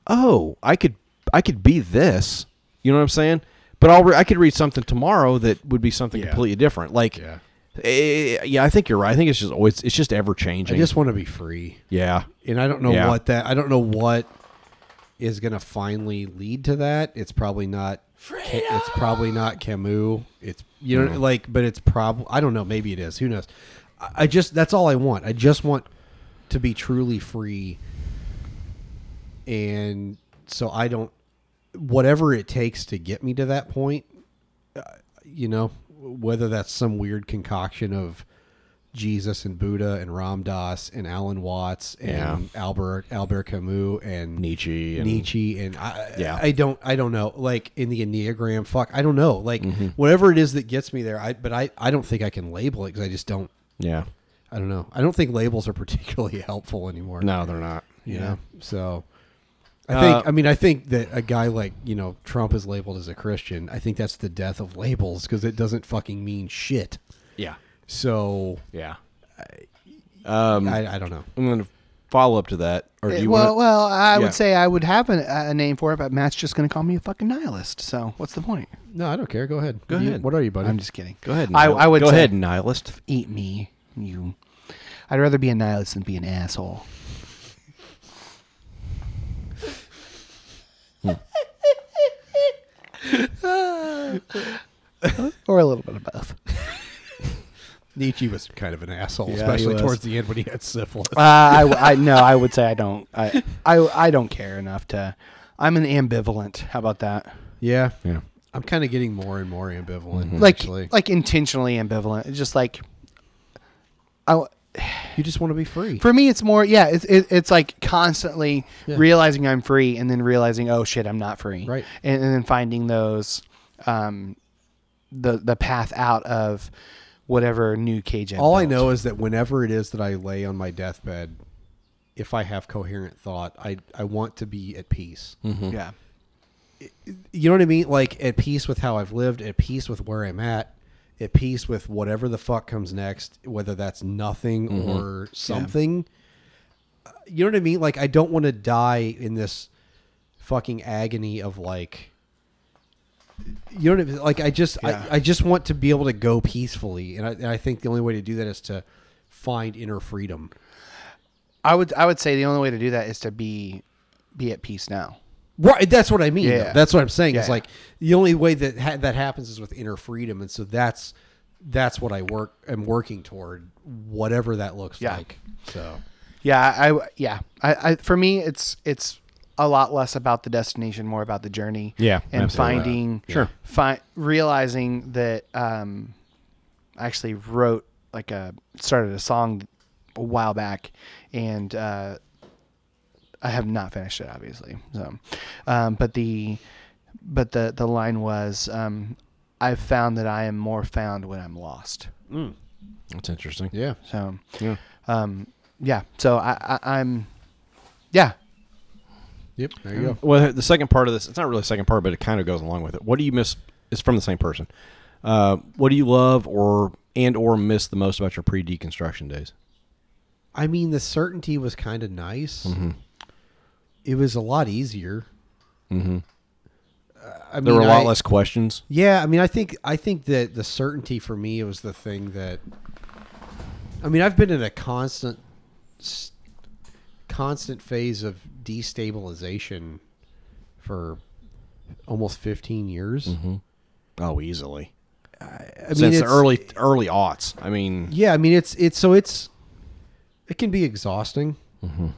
oh, I could I could be this. You know what I'm saying? But I'll re- I could read something tomorrow that would be something completely different. Like,
Yeah.
eh, yeah, I think you're right. I think it's just always it's just ever changing.
I just want to be free.
Yeah.
And I don't know
Yeah.
what that I don't know what is going to finally lead to that. It's probably not it's probably not Camus. It's you know
Mhm.
like but it's probably I don't know, maybe it is. Who knows? I, I just that's all I want. I just want to be truly free. And so I don't whatever it takes to get me to that point, uh, you know, whether that's some weird concoction of Jesus and Buddha and Ram Dass and Alan Watts and
Yeah.
Albert Albert Camus and
Nietzsche and-
Nietzsche and I,
Yeah.
I don't I don't know like in the enneagram fuck I don't know like
Mm-hmm.
whatever it is that gets me there I but I I don't think I can label it because I just don't
Yeah.
I don't know I don't think labels are (laughs) particularly helpful anymore
No, they're not.
you
Yeah.
know so I
Uh,
think I mean I think that a guy like you know Trump is labeled as a Christian I think that's the death of labels because it doesn't fucking mean shit
Yeah.
so
Yeah. Um,
I- I don't know.
I'm going to follow up to that, or do
Eh,
you?
well,
wanna-
well, I
Yeah.
would say I would have an, a name for it, but Matt's just going to call me a fucking nihilist. So what's the point?
no I don't care go ahead
Go
You-
ahead.
what are you buddy
I'm just kidding.
Go ahead.
I,
nihil-
I would
go
say,
ahead, nihilist.
Eat me, you. I'd rather be a nihilist than be an asshole.
Hmm.
or a little bit of both.
Nietzsche was kind of an asshole,
Yeah, he
especially
was.
towards the end when he had syphilis.
Uh, I, I no, I would say I don't. I, I I don't care enough to. I'm an ambivalent. How about that?
yeah,
yeah.
I'm kind of getting more and more ambivalent.
Like
actually.
like intentionally ambivalent. It's just like I. w-
you just want to be free.
For me, it's more yeah. It's it, it's like constantly
Yeah.
realizing I'm free, and then realizing oh shit, I'm not free.
Right.
and, and then finding those, um, the the path out of whatever new cage. I've
All I
built.
know is that whenever it is that I lay on my deathbed, if I have coherent thought, I I want to be at peace.
Mhm. Yeah.
You know what I mean? Like at peace with how I've lived, at peace with where I'm at, at peace with whatever the fuck comes next, whether that's nothing
Mhm.
or
Yeah.
something. Uh, You know what I mean? Like I don't want to die in this fucking agony of like you know what I mean? Like I just
Yeah.
I, I just want to be able to go peacefully, and I, and I think the only way to do that is to find inner freedom.
I would I would say the only way to do that is to be be at peace now.
Right, that's what I mean. though.
Yeah.
That's what I'm saying.
Yeah,
It's
yeah.
like the only way that ha- that happens is with inner freedom, and so that's that's what I work am working toward, whatever that looks
Yeah.
like. So
Yeah, I yeah. I, I for me it's it's a lot less about the destination, more about the journey.
Yeah,
and
absolutely.
finding
Sure.
fi- realizing that um, I actually wrote like a started a song a while back, and uh, I have not finished it obviously. So, um, but the but the the line was um, I've found that I am more found when I'm lost.
That's interesting.
Yeah.
So
Yeah.
um, yeah. So I, I I'm yeah.
Yep. There you go.
Well, the second part of this, it's not really a second part, but it kind of goes along with it. What do you miss? It's from the same person. Uh, what do you love or and or miss the most about your pre deconstruction days?
I mean, the certainty was kind of nice.
Mhm.
It was a lot easier. Uh,
Mm-hmm.
I
there were a
mean,
lot
I-
less questions.
Yeah, I mean, I think I think that the certainty for me was the thing that. I mean, I've been in a constant, s- constant phase of destabilization for almost fifteen years.
Oh, easily.
I mean,
Since the
it's-
early early aughts. I mean,
Yeah, I mean, it's it's so it's, it can be exhausting.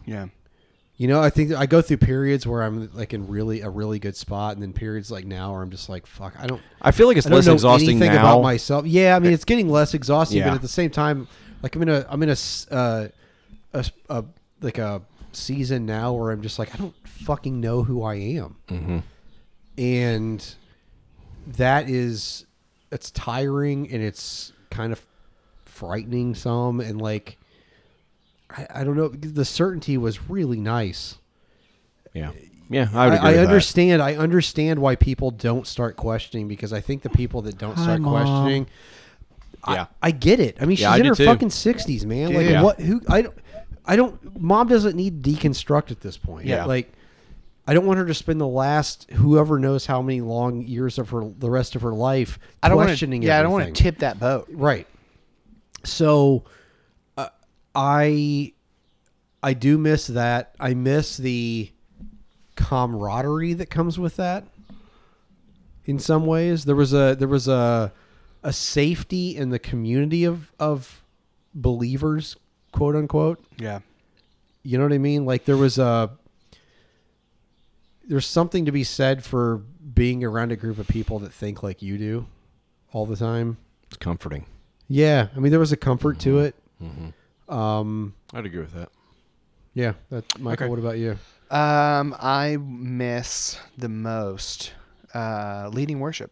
Yeah.
You know, I think I go through periods where I'm like in really a really good spot, and then periods like now where I'm just like, fuck, I don't.
I feel like it's
don't
less
know
exhausting
anything
now.
about myself. Yeah, I mean, it's getting less exhausting,
Yeah.
but at the same time, like I'm in a I'm in a s- uh, a, s- a- like a season now where I'm just like I don't fucking know who I am,
Mhm.
and that is it's tiring and it's kind of frightening some and like I, I don't know the certainty was really nice.
yeah, yeah. I would agree with that.
understand. I understand why people don't start questioning because I think the people that don't
Hi,
start
Mom.
questioning,
Yeah.
I, I get it. I mean, she's
Yeah, I
in
do
her
too.
fucking sixties, man. Like,
Yeah.
what? Who? I don't. I don't. Mom doesn't need to deconstruct at this point.
Yeah.
Like, I don't want her to spend the last whoever knows how many long years of her the rest of her life
I don't want to.
questioning.
Yeah, I don't want
everything.
to tip that boat.
Right. So, uh, I, I do miss that. I miss the camaraderie that comes with that. In some ways, there was a there was a a safety in the community of of believers, quote unquote.
Yeah.
You know what I mean? Like there was a there's something to be said for being around a group of people that think like you do all the time.
It's comforting.
Yeah, I mean there was a comfort to it.
Mhm.
Um,
I'd agree with that.
yeah, that, Michael.
Okay.
What about you?
Um, I miss the most uh, leading worship.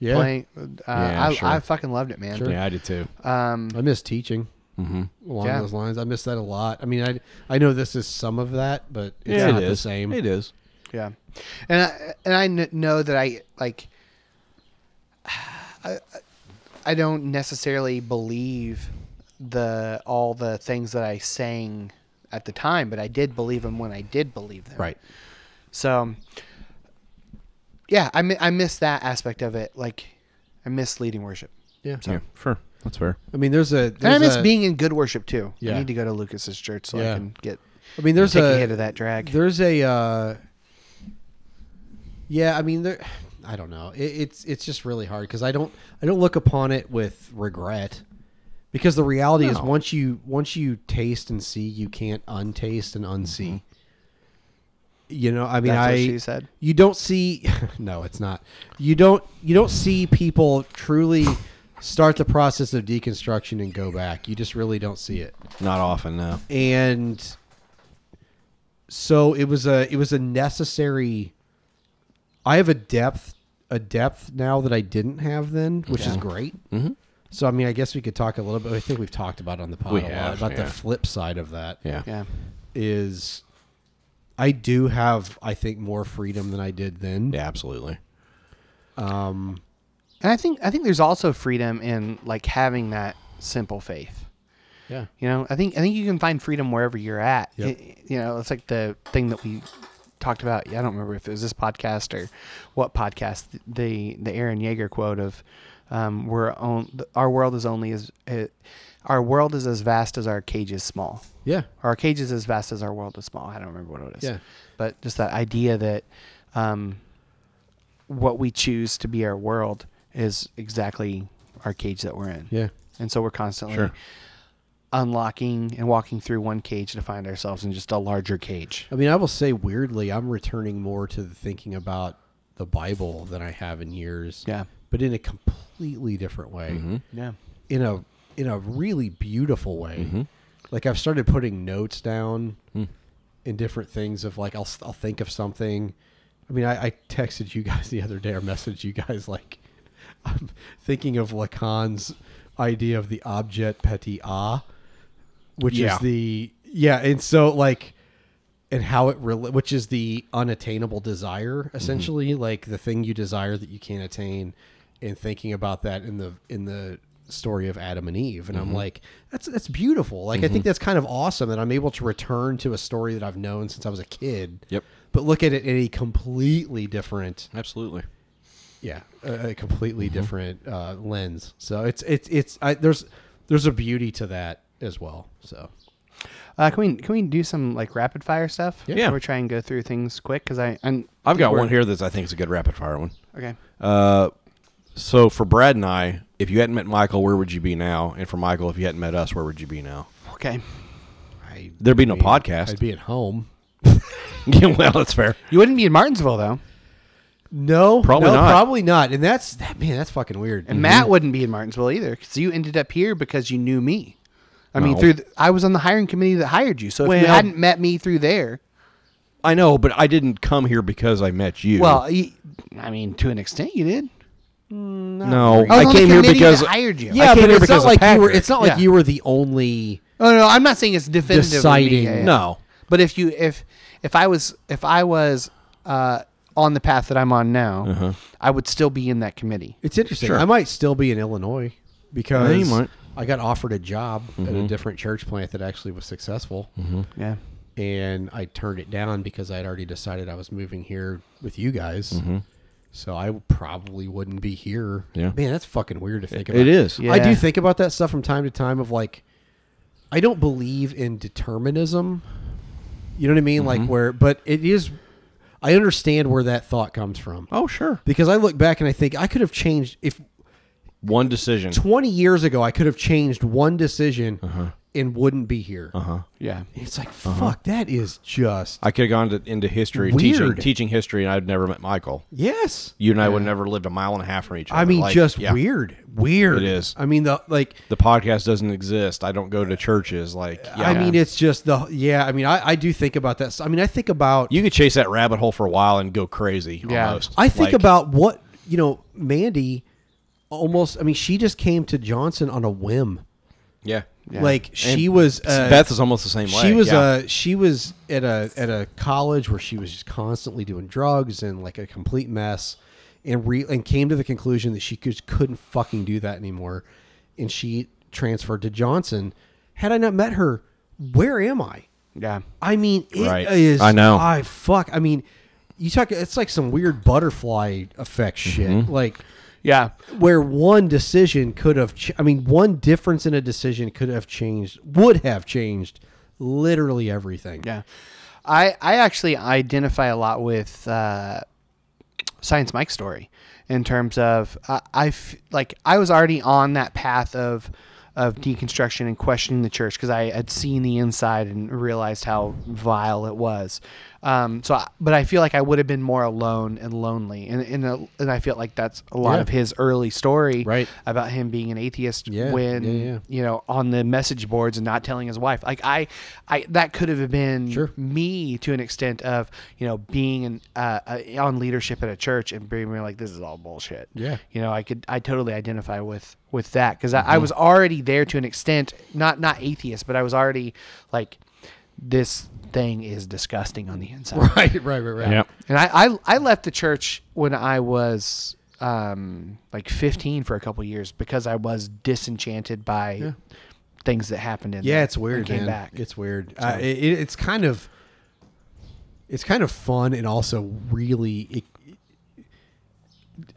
Yeah.
Playing, uh,
Yeah,
I,
sure.
I fucking loved it, man.
Sure.
Yeah, I did too.
Um,
I miss teaching
Mhm.
along
Yeah.
those lines. I miss that a lot. I mean, I I know this is some of that, but it's
Yeah, it
not the
is.
same.
It is.
Yeah, and I, and I kn- know that I like. (sighs) I, I don't necessarily believe the all the things that I sang at the time, but I did believe them when I did believe them.
Right.
So, yeah, I mi- I miss that aspect of it. Like, I miss leading worship.
Yeah.
So,
Yeah, sure. That's fair.
I mean, there's a
and I
there's
miss
a-
being in good worship too.
Yeah.
I need to go to Lucas's church so I can get.
I mean, there's
take
a,
a hit of that drag.
There's a. Uh, yeah, I mean, there. (sighs) I don't know. It, it's it's just really hard because I don't I don't look upon it with regret, because the reality is
No.
once you once you taste and see, you can't untaste and unsee. You know, I mean,
Mm-hmm. That's
I
what she said.
you don't see. (laughs) no, it's not. You don't you don't see people truly start the process of deconstruction and go back. You just really don't see it
Not often, no.
and so it was a it was a necessary i have a depth a depth now that i didn't have then which is
Yeah.
great
Mhm.
so i mean i guess we could talk a little bit i think we've talked about it on the pod
We
a
have,
lot about
yeah.
the flip side of that
Yeah.
Yeah.
is I do have I think more freedom than I did then. Yeah,
absolutely.
Um,
And I think I think there's also freedom in like having that simple faith.
Yeah.
You know, I think I think you can find freedom wherever you're at.
Yep.
Y- you know, it's like the thing that we talked about. I don't remember if it was this podcast or what podcast. The the Aaron Yeager quote of um, "We're on our world is only as uh, our world is as vast as our cage is small."
Yeah.
Our cage is as vast as our world is small. I don't remember what it is.
Yeah.
But just that idea that um, what we choose to be our world is exactly our cage that we're in.
Yeah.
And so we're constantly
Sure.
unlocking and walking through one cage to find ourselves in just a larger cage.
I mean, I will say weirdly, I'm returning more to the thinking about the Bible than I have in years.
Yeah.
But in a completely different way.
Mm-hmm.
Yeah.
In a in a really beautiful way. Like I've started putting notes down in different things of like I'll I'll think of something. I mean, I, I texted you guys (laughs) the other day or messaged you guys like (laughs) I'm thinking of Lacan's idea of the objet petit a, which
Yeah.
is the yeah, and so like and how it really which is the unattainable desire essentially like the thing you desire that you can't attain and thinking about that in the in the story of Adam and Eve and I'm
Mhm.
like that's that's beautiful like I
Mhm.
think that's kind of awesome that I'm able to return to a story that I've known since I was a kid
Yep.
but look at it in a completely different
absolutely
yeah a, a completely different uh, lens so it's it's it's I, there's there's a beauty to that as well so
Uh, can we can we do some like rapid fire stuff?
Yeah.
We're trying to go through things quick because I I'm,
I've got
we're-
one here that I think is a good rapid fire one.
Okay.
Uh, so for Brad and I, if you hadn't met Michael, where would you be now? And for Michael, if you hadn't met us, where would you be now?
Okay.
There'd be no
I'd be-
podcast.
I'd be at home
(laughs) yeah, well, that's fair.
You wouldn't be in Martinsville though.
No,
Probably
no,
not. Mhm.
Probably not. And that's that man. That's fucking weird.
And Matt wouldn't be in Martinsville either because you ended up here because you knew me. I mean,
No.
through the, I was on the hiring committee that hired you. So if you
Well-
hadn't met me through there,
I know, but I didn't come here because I met you.
well, you, uh, I mean, to an extent, you did.
no,
I was
I
on the
came here
committee
because
that hired you.
Yeah,
I came
but
here
it's
because
not like
of
you were.
Patrick.
It's not like
Yeah.
you were the only.
Oh no, I'm not saying it's definitively
Deciding. No.
but if you if if I was if I was uh, on the path that I'm on now, I would still be in that committee.
It's interesting.
Sure.
I might still be in Illinois because
you might.
I got offered a job at a
Mhm.
different church plant that actually was successful.
Mhm.
Yeah.
And I turned it down because I had already decided I was moving here with you guys.
Mhm.
So I probably wouldn't be here.
Yeah.
Man, that's fucking weird to think
It-
about.
it is.
I do
Yeah.
think about that stuff from time to time of like I don't believe in determinism. You know what I mean? Like
Mhm.
where but it is I understand where that thought comes from.
Oh sure.
Because I look back and I think I could have changed if
one decision.
20 years ago I could have changed one decision and wouldn't be here.
Uh-huh.
Yeah.
It's like
Uh-huh.
fuck that is just
I could have gone to, into history, teaching,
Weird.
teaching history, and I'd never met Michael.
Yes.
You and I would
Yeah.
never lived a mile and a half from each other.
I mean
Like,
just
yeah.
weird. Weird.
It is.
I mean the like
The podcast doesn't exist. I don't go to churches. Like, yeah.
I mean it's just the yeah, I mean I, I do think about that. I mean I think about
you could chase that rabbit hole for a while and go crazy. Almost.
I think
Like,
about what you know, Mandy. Almost, I mean, she just came to Johnson on a whim.
Yeah. Yeah.
like
And
she was. Uh,
Beth is almost the same
She
way,
was.
yeah.
Uh, she was at a at a college where she was just constantly doing drugs and like a complete mess, and re and came to the conclusion that she just couldn't fucking do that anymore, and she transferred to Johnson. Had I not met her, where am I?
Yeah.
I mean, it is.
Right. I know.
I fuck. I mean, you talk. It's like some weird butterfly effect shit.
Mhm.
Like,
yeah,
where one decision could have. Ch- I mean, one difference in a decision could have changed. Would have changed literally everything.
Yeah. I I actually identify a lot with uh, Science Mike's story in terms of I I f- like I was already on that path of of deconstruction and questioning the church because I had seen the inside and realized how vile it was. Um, so, I, but I feel like I would have been more alone and lonely, and and, a, and I feel like that's a lot
Yeah.
of his early story right. about him being an atheist
Yeah,
when
yeah, yeah.
you know on the message boards and not telling his wife like i i that could have been me to an extent of you know being in, uh, uh, on leadership at a church and being like this is all bullshit
Yeah.
(laughs) you know i could i totally identify with with
Mm-hmm.
that because I, I was already there to an extent not not atheist but i was already like this thing is disgusting on the inside.
Right, right, right, right. Yep.
And I, I, I left the church when I was um, like 15 for a couple years because I was disenchanted by things that happened in
yeah,
there
it's weird.
and came
man.
back.
It's weird. Uh, it, it- it's kind of it's kind of fun and also really it,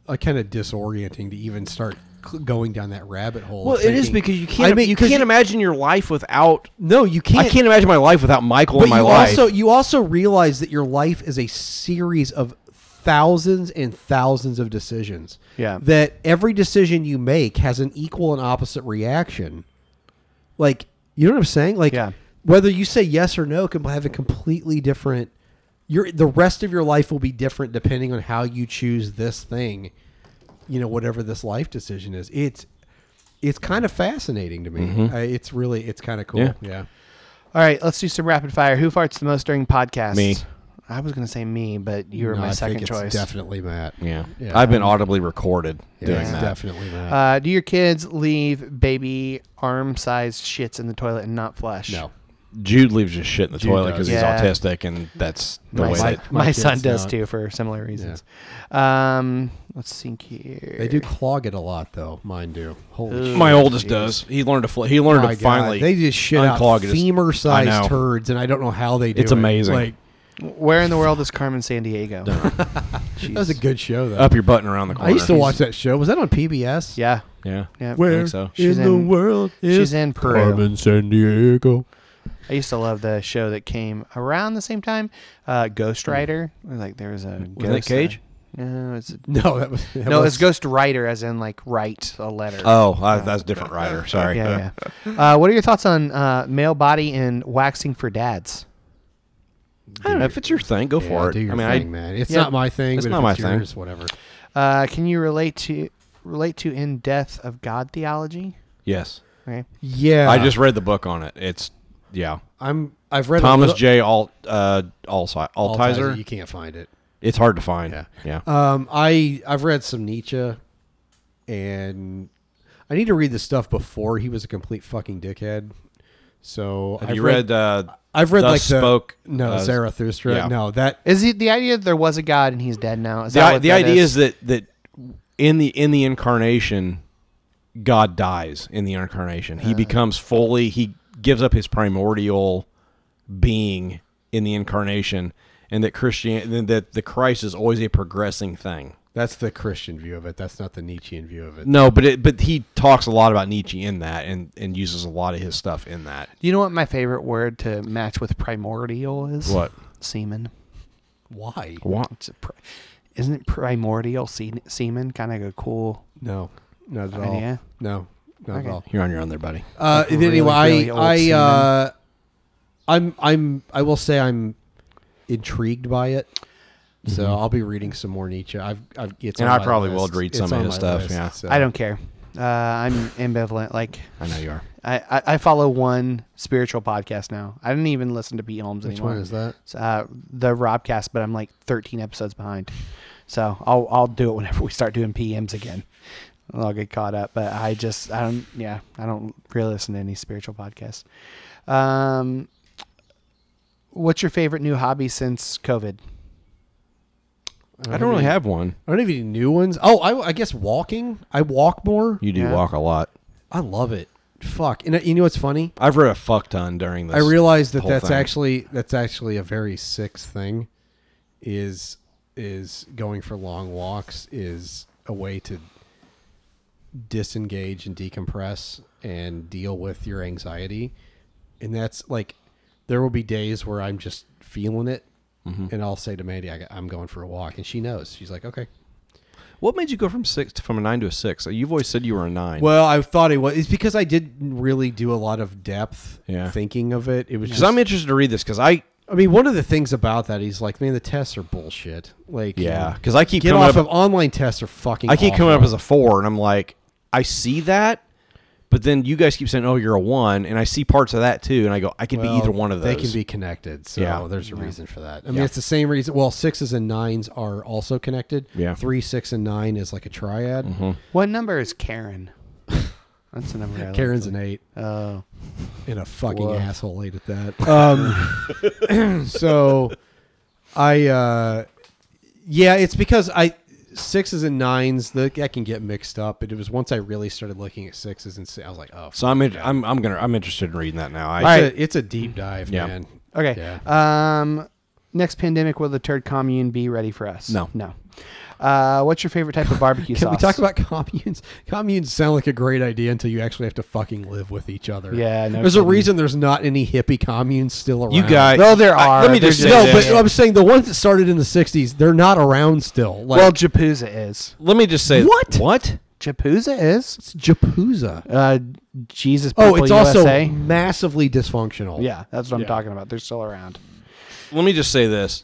like kind of disorienting to even start cl- going down that rabbit hole.
Well,
of
it is
thinking-
because you can't.
I mean,
you
'cause
can't imagine your life without.
No, you can't.
I can't imagine my life without Michael in my
you
life.
also you also realize that your life is a series of thousands and thousands of decisions.
Yeah.
That every decision you make has an equal and opposite reaction. Like you know what I'm saying? Like whether you say yes or no can have a completely different your the rest of your life will be different depending on how you choose this thing. You know, whatever this life decision is. It's it's kind of fascinating to me.
Mhm.
I, it's really it's kind of cool.
Yeah.
yeah.
All right, let's do some rapid fire. Who farts the most during podcasts?
Me.
I was going to say me, but you were
No,
my
I think
second
it's
choice.
definitely Matt.
Yeah.
Yeah.
I've been audibly recorded
Yeah,
doing
it's
that.
definitely Matt.
Uh, do your kids leave baby arm-sized shits in the toilet and not flush? (laughs)
No.
Jude leaves his shit in the
Jude
toilet
does.
because
Yeah.
he's autistic, and that's the
my
way
son,
that
my son does too for similar reasons. Um, let's think here.
They do clog it a lot though. Mine do. Holy
My
shit,
oldest
jeez.
does. He learned to. Fl- he learned
My
to
God,
finally.
They just shit
unclog
out
his-
femur
I know.
sized turds, and I don't know how they do.
It's
it.
amazing.
Like
Where in the world is Carmen San Diego?
that was a good show though.
Up your butt and around the
I
corner.
used to watch that show. Was that on PBS?
Yeah.
Yeah.
Yeah.
Where
I think so. She's
in, the
in-
world is
she's in Peru.
Carmen San Diego?
I used to love the show that came around the same time, uh, Ghost Rider. Like there was a
Wasn't
ghost
that Cage?
uh, no, it's
No, that was- that
no, it's
was-
Ghost Writer, as in like write a letter.
Oh, uh, that's a different writer. Sorry.
Yeah, yeah. Uh, what are your thoughts on uh, male body and waxing for dads?
I don't know if it's your thing. Go for it.
do your
I mean,
thing,
I,
man. It's not my thing,
It's
but
not
if
my
it's
thing.
yours, whatever.
Uh, can you relate to relate to in depth of God theology?
Yes.
Okay.
Yeah.
I just read the book on it. It's yeah.
I'm- I've read a
Thomas
little-
J. Alt uh, Alsi- Altizer.
You can't find it.
It's hard to find. Yeah.
Um, I I've read some Nietzsche, and I need to read the stuff before he was a complete fucking dickhead. So
Have
I've
you read, uh,
I've read
Thus
like the,
Spoke,
no
uh,
Zarathustra.
yeah.
No, that
Is it the idea that there was a God and he's dead now? Is
The,
that
i-
what
the
that
idea is? that that in the in the incarnation, God dies in the incarnation. He becomes fully. He gives up his primordial being in the incarnation, and that Christian that the Christ is always a progressing thing.
that's the Christian view of it. That's not the Nietzschean view of it.
No, but it, but he talks a lot about Nietzsche in that, and and uses a lot of his stuff in that.
Do you know what my favorite word to match with primordial is?
What?
Semen.
Why?
What?
Isn't it primordial se- semen kind of a cool?
No, not at all.
Idea?
No, not
Okay.
at all.
You're on your own there, buddy.
Uh,
Like a really,
anyway, I
really old
I
semen.
uh, I'm I'm I will say I'm intrigued by it. So
Mhm.
I'll be reading some more Nietzsche. I've, I've it's
And
on
I
my
probably
list.
will read
It's
some of
on
his
my
stuff,
list,
yeah.
so-
I don't care. Uh, I'm ambivalent. Like
I know you are.
I, I, I follow one spiritual podcast now. I didn't even listen to Pete Holmes
Which
anymore.
one is that?
It's, uh, the Robcast, but I'm like 13 episodes behind. So I'll I'll do it whenever we start doing PMs again. I'll get caught up, but I just I don't yeah I don't really listen to any spiritual podcasts. Um, what's your favorite new hobby since COVID?
I don't really have one.
I don't have any new ones. Oh, I, I guess walking. I walk more.
You do
Yeah.
walk a lot.
I love it. Fuck. And uh, you know what's funny?
I've read a fuck ton during this.
I realized that
whole
that's
thing.
actually that's actually a very sick thing. Is is going for long walks is a way to disengage and decompress and deal with your anxiety. And that's like there will be days where I'm just feeling it,
Mhm.
and I'll say to Mandy, I, "I'm going for a walk," and she knows. She's like, "Okay."
What made you go from six to, from a nine to a six? Uh, You've always said you were a nine.
Well, I thought it was. It's because I didn't really do a lot of depth
Yeah.
thinking of it. It was
because
just.
I'm interested to read this because I
I mean, one of the things about that, he's like, man, the tests are bullshit. Like,
Yeah, 'cause I keep
get
coming
off of
up-
online tests are fucking.
I keep coming up
awful.
as a four, and I'm like, I see that, but then you guys keep saying, "Oh, you're a one," and I see parts of that too, and I go, I could
Well,
be either one of those.
They can be connected, so
Yeah.
there's a
Yeah.
reason for that. I mean,
Yeah.
it's the same reason. Well, sixes and nines are also connected.
Yeah. Mm-hmm.
three, six, and nine is like a triad.
What number is Karen? (laughs) That's the number. I like.
Karen's an eight.
Oh,
and a fucking
Woof.
asshole eight at that.
(laughs)
Um, (clears throat) so, I, uh, yeah, it's because I sixes and nines the, that can get mixed up. But it was once I really started looking at sixes and si- I was like, oh,
So I'm in, I'm I'm gonna I'm interested in reading that now. I,
it's,
right.
a, it's a deep dive,
Yeah.
man.
Okay.
Yeah.
Um, next pandemic, will the turd commune be ready for us?
No.
No. Uh, what's your favorite type of barbecue
(laughs) Can
sauce?
we talk about communes? Communes sound like a great idea until you actually have to fucking live with each other.
Yeah, no
there's
kidding.
a reason there's not any hippie communes still around.
You guys-
No, there
I-
are.
let me
They're
just say
no,
this.
but uh, I'm saying the ones that started in the '60s, they're not around still. Like,
well, Japooza is.
Let me just say
What?
What?
Japooza is.
Japooza.
Uh, Jesus.
Oh,
People
it's also
USA.
massively dysfunctional.
Yeah, that's what I'm
Yeah.
talking about. They're still around.
Let me just say this.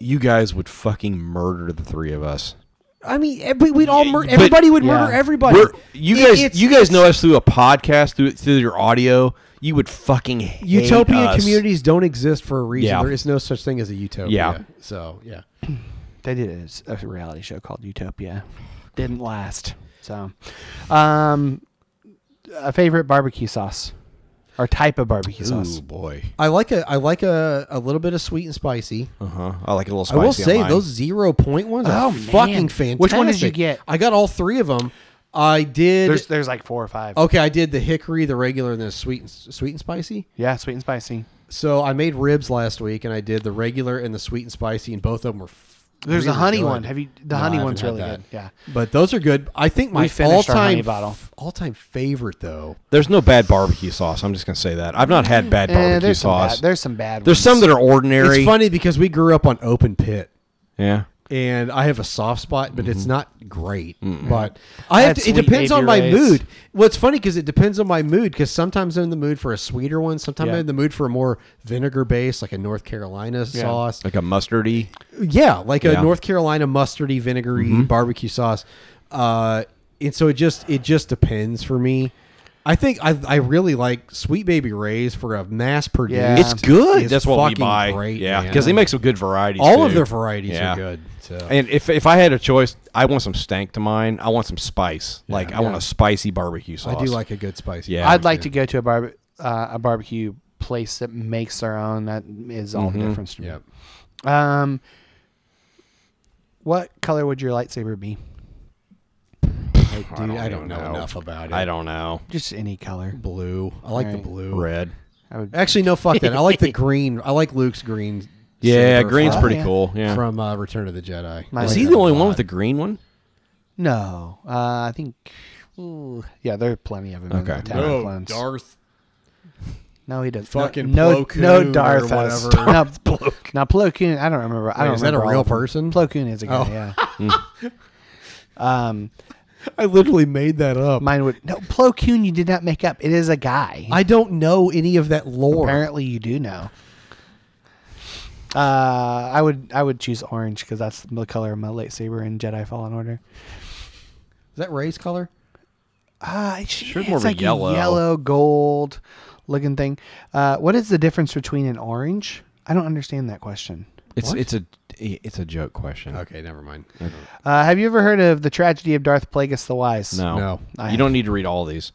You guys would fucking murder the three of us.
I mean, ev- we'd all mur-
But-
everybody would murder
yeah.
everybody.
We're- you
It-
guys,
it's-
you guys know us through a podcast, through through your audio. You would fucking hate
utopian
us.
communities don't exist for a reason.
Yeah.
There is no such thing as a utopia.
Yeah.
So yeah.
They did a, s- a reality show called Utopia. Didn't last. So, um, a favorite barbecue sauce or type of barbecue sauce.
Ooh boy.
I like a I like a, a little bit of sweet and spicy.
Uh huh. I like a little
I
spicy.
will
on
say
mine.
those zero point ones are
Oh, man.
fucking fantastic.
Which one did you get?
I got all three of them. I did.
There's there's like four or five.
okay, I did the hickory, the regular, and the sweet and, sweet and spicy.
Yeah, sweet and spicy.
So I made ribs last week, and I did the regular and the sweet and spicy, and both of them were. f-
There's the
really
honey
good.
one. Have you- the
No,
honey
I
one's
haven't
really
had
good.
that.
Yeah.
but those are good. I think
We
my all
finished our honey
time
bottle.
all time favorite though.
There's no bad barbecue sauce. I'm just gonna say that. I've not had bad
Eh,
barbecue
there's
sauce.
Some bad, there's some bad.
There's some
ones.
that are ordinary.
It's funny because we grew up on open pit.
Yeah.
and I have a soft spot, but it's not great. But I
Had
have to, it
sweet
depends on my
Baby Ray's.
mood. Well, it's funny because it depends on my mood. Because sometimes I'm in the mood for a sweeter one. Sometimes
Yeah.
I'm in the mood for a more vinegar based, like a North Carolina sauce.
Like a mustardy.
Yeah, like
Yeah. Mm-hmm.
a North Carolina mustardy, vinegary barbecue sauce. Uh, and so it just it just depends for me. I think I, I really like Sweet Baby Ray's for a mass produced.
Yeah.
It's good.
is
That's what we
fucking
buy.
great,
yeah,
man.
because they make some good varieties.
all of
too.
their varieties
Yeah.
are good. So.
And if if I had a choice, I want some stank to mine. I want some spice. like I want
Yeah.
a spicy barbecue sauce.
I do like a good spicy.
Yeah.
I'd like to go to a barbe- uh, a barbecue place that makes their own. That is all the difference to me.
Yep.
Um, what color would your lightsaber be?
Dude, I don't, know, enough about it.
I don't know.
Just any color.
Blue. I like
Right.
the blue.
Red.
I would.
Actually, no, fuck that. I like
(laughs)
the green. I like Luke's green.
Yeah,
saber
green's
from-
pretty
yeah.
cool. Yeah.
From uh, Return of the Jedi.
My
Is
like
he
that
the only one with a green one?
No, uh, I think. ooh, yeah, there are plenty of them. In the
Okay.
Attack of the Clones.
Oh, Darth.
No, he does
Fucking
no,
Plo
no, no
Koon
Darth
or
has-
whatever.
(laughs)
(laughs)
No, now Plo Koon, I don't remember. I
Wait,
don't
is that a
remember all
real
of them.
person?
Plo Koon is a guy.
Oh.
Yeah. um,
I literally made that up.
mine would no Plo Koon. You did not make up. It is a guy.
I don't know any of that
(laughs)
lore.
Apparently, you do know. Uh, I would I would choose orange because that's the color of my lightsaber in Jedi Fallen Order.
Is that Ray's color?
Uh, it's, sure, it's
more of a
like
yellow.
yellow gold looking thing. Uh, what is the difference between an orange? I don't understand that question.
It's it's a it's a joke question.
Okay, never mind.
Uh, have you ever heard of the tragedy of Darth Plagueis the Wise?
No.
No.
I
You don't need to read all these.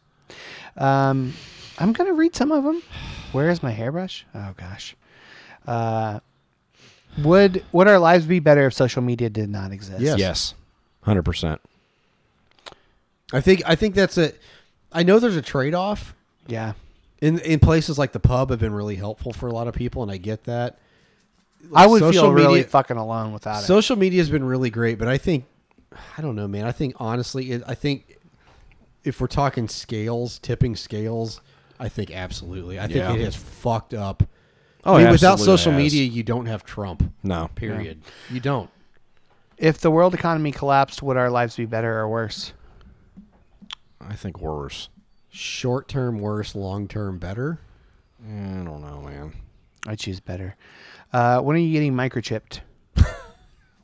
Um, I'm gonna read some of them. Where is my hairbrush? Oh gosh. Uh, would would our lives be better if social media did not exist?
Yes.
Yes. Hundred percent.
I think I think that's a. I know there's a trade off.
Yeah.
In in places like the pub have been really helpful for a lot of people, and I get that.
I would
Social
feel really
media-
fucking alone without it.
Social media has been really great, but I think I don't know, man. I think honestly, it, I think if we're talking scales, tipping scales, I think absolutely. I think
Yeah.
it has fucked up.
Oh,
I mean,
it
without
absolutely
social
has.
media, you don't have Trump.
No.
Period. You don't.
If the world economy collapsed, would our lives be better or worse?
I think worse.
Short term worse, long term better.
Eh, I don't know, man.
I choose better. Uh, when are you getting microchipped?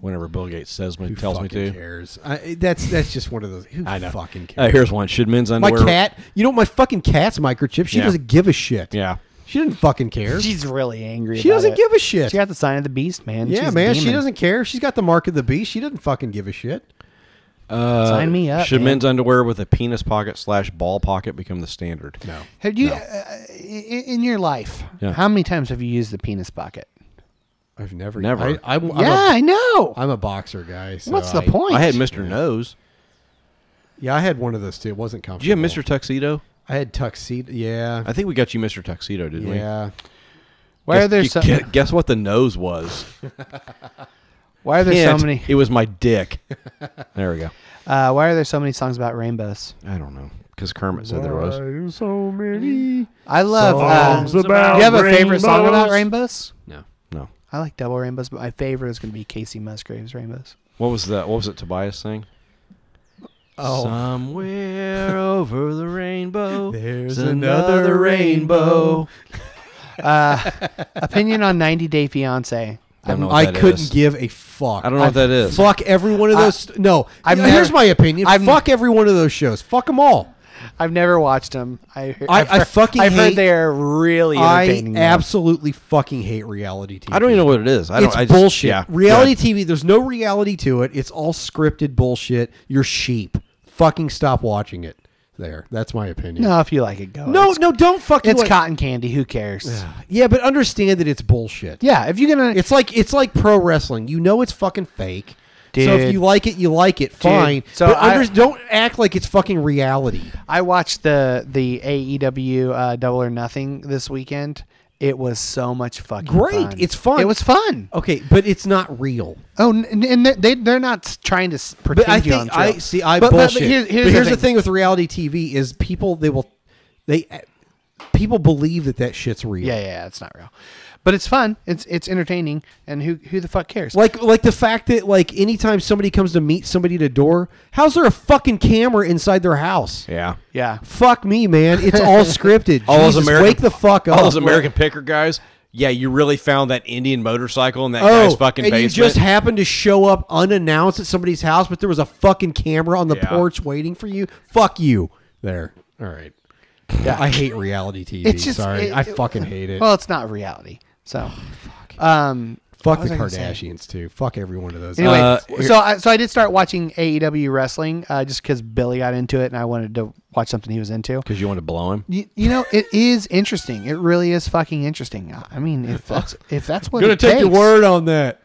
Whenever Bill Gates says me
Who
tells me
fucking
to.
cares? I, eh, that's that's just one of those. Who
I know.
fucking cares?
Uh, here's one. Should men's
My
underwear
cat. You know my fucking cat's microchip. She
Yeah.
doesn't give a shit.
Yeah.
She doesn't fucking care.
She's really angry.
She
about
doesn't
it.
give a shit.
She got the sign of the beast, man.
yeah,
She's a
man. She
demon.
doesn't care. She's got the mark of the beast. She doesn't fucking give a shit.
Uh,
Sign me up,
Should
man.
men's underwear with a penis pocket slash ball pocket become the standard? No.
Have you, uh, i- in, in your life,
Yeah.
how many times have you used the penis pocket?
I've never.
Never.
I, I, am
yeah,
a,
I know.
I'm a boxer guy. so
What's the
I-
point?
I had Mr. Nose.
Yeah, I had one of those too. It wasn't
Did you
comfortable.
have Mr. Tuxedo?
I had tuxedo. Yeah.
I think we got you Mr. Tuxedo, didn't we?
Yeah.
Why
guess,
are there
you
so-
gu- Guess what the nose (laughs) was?
Why are there so
Hint,
many?
It was my (laughs) dick. there we go.
Uh, why are there so many songs about rainbows?
I don't know. Because Kermit said there was.
So many.
I love.
Songs
uh,
about
do you have a favorite song about rainbows?
No. No.
I like double rainbows, but my favorite is going to be Casey Musgrave's Rainbows.
What was that? What was it Tobias saying?
Oh.
(laughs)
Somewhere over the rainbow,
there's
another rainbow. Uh, opinion on 90 Day Fiance.
Don't know what
Um, I
that
couldn't
is.
give a fuck.
I don't know what that is.
Fuck every one of
I-
those. no.
I've
Yeah, here's
never-
my opinion.
I've-
fuck every one of those shows. Fuck them all.
I've never watched them. I,
I-
I've
I
heard-
fucking
I've heard
hate-
they're really
I
entertaining. now.
absolutely fucking hate reality TV.
I don't even know what it is. I don't,
it's
I just-
bullshit.
yeah.
reality TV. There's no reality to it. It's all scripted bullshit. You're sheep. Fucking stop watching it. There. That's my opinion.
No, if you like it, go.
no,
It's-
no, don't fucking.
It's
like-
cotton candy. Who cares?
(sighs) Yeah, but understand that it's bullshit.
yeah, if you're gonna,
It's like it's like pro wrestling. You know it's fucking fake. So if
Dude.
you like it, you like it. Fine.
So
but
I-
under, don't act like it's fucking reality.
I watched the the AEW uh, Double or Nothing this weekend. It was so much fucking
Great.
fun.
It's fun.
It was fun.
Okay, but it's not real.
Oh, n- n- and they they're not s- trying to s- pretend.
But I
you're on
think I
thrill.
see. I
But- but- but
bullshit. But,
here's, here's,
the, thing. with reality TV is people they will they people believe that that shit's real.
Yeah, yeah, yeah, it's not real, but it's fun. It's it's entertaining, and who who the fuck cares?
Like like the fact that like anytime somebody comes to meet somebody at a door, how's there a fucking camera inside their house?
Yeah.
yeah,
Fuck me, man. It's all scripted.
All those
Jesus,
American,
wake the fuck up.
All those American picker guys. Yeah, you really found that Indian motorcycle in that guy's
Oh,
fucking
and
basement.
you just happened to show up unannounced at somebody's house, but there was a fucking camera on the
Yeah.
porch waiting for you. Fuck you. There. All right.
Yeah.
I hate reality TV.
It's just-
Sorry,
it-
I
it-
fucking hate it.
well, it's not reality. (sighs) So, um,
fuck
what was
the
I gonna say?
Kardashians too. Fuck every one of those.
Anyway,
Uh,
so I, so I did start watching AEW wrestling uh, just because Billy got into it, and I wanted to watch something he was into.
because you want to blow him.
You, you know, it is interesting. It really is fucking interesting. I mean, if that's if that's what
gonna
it
take your
takes-
word on that.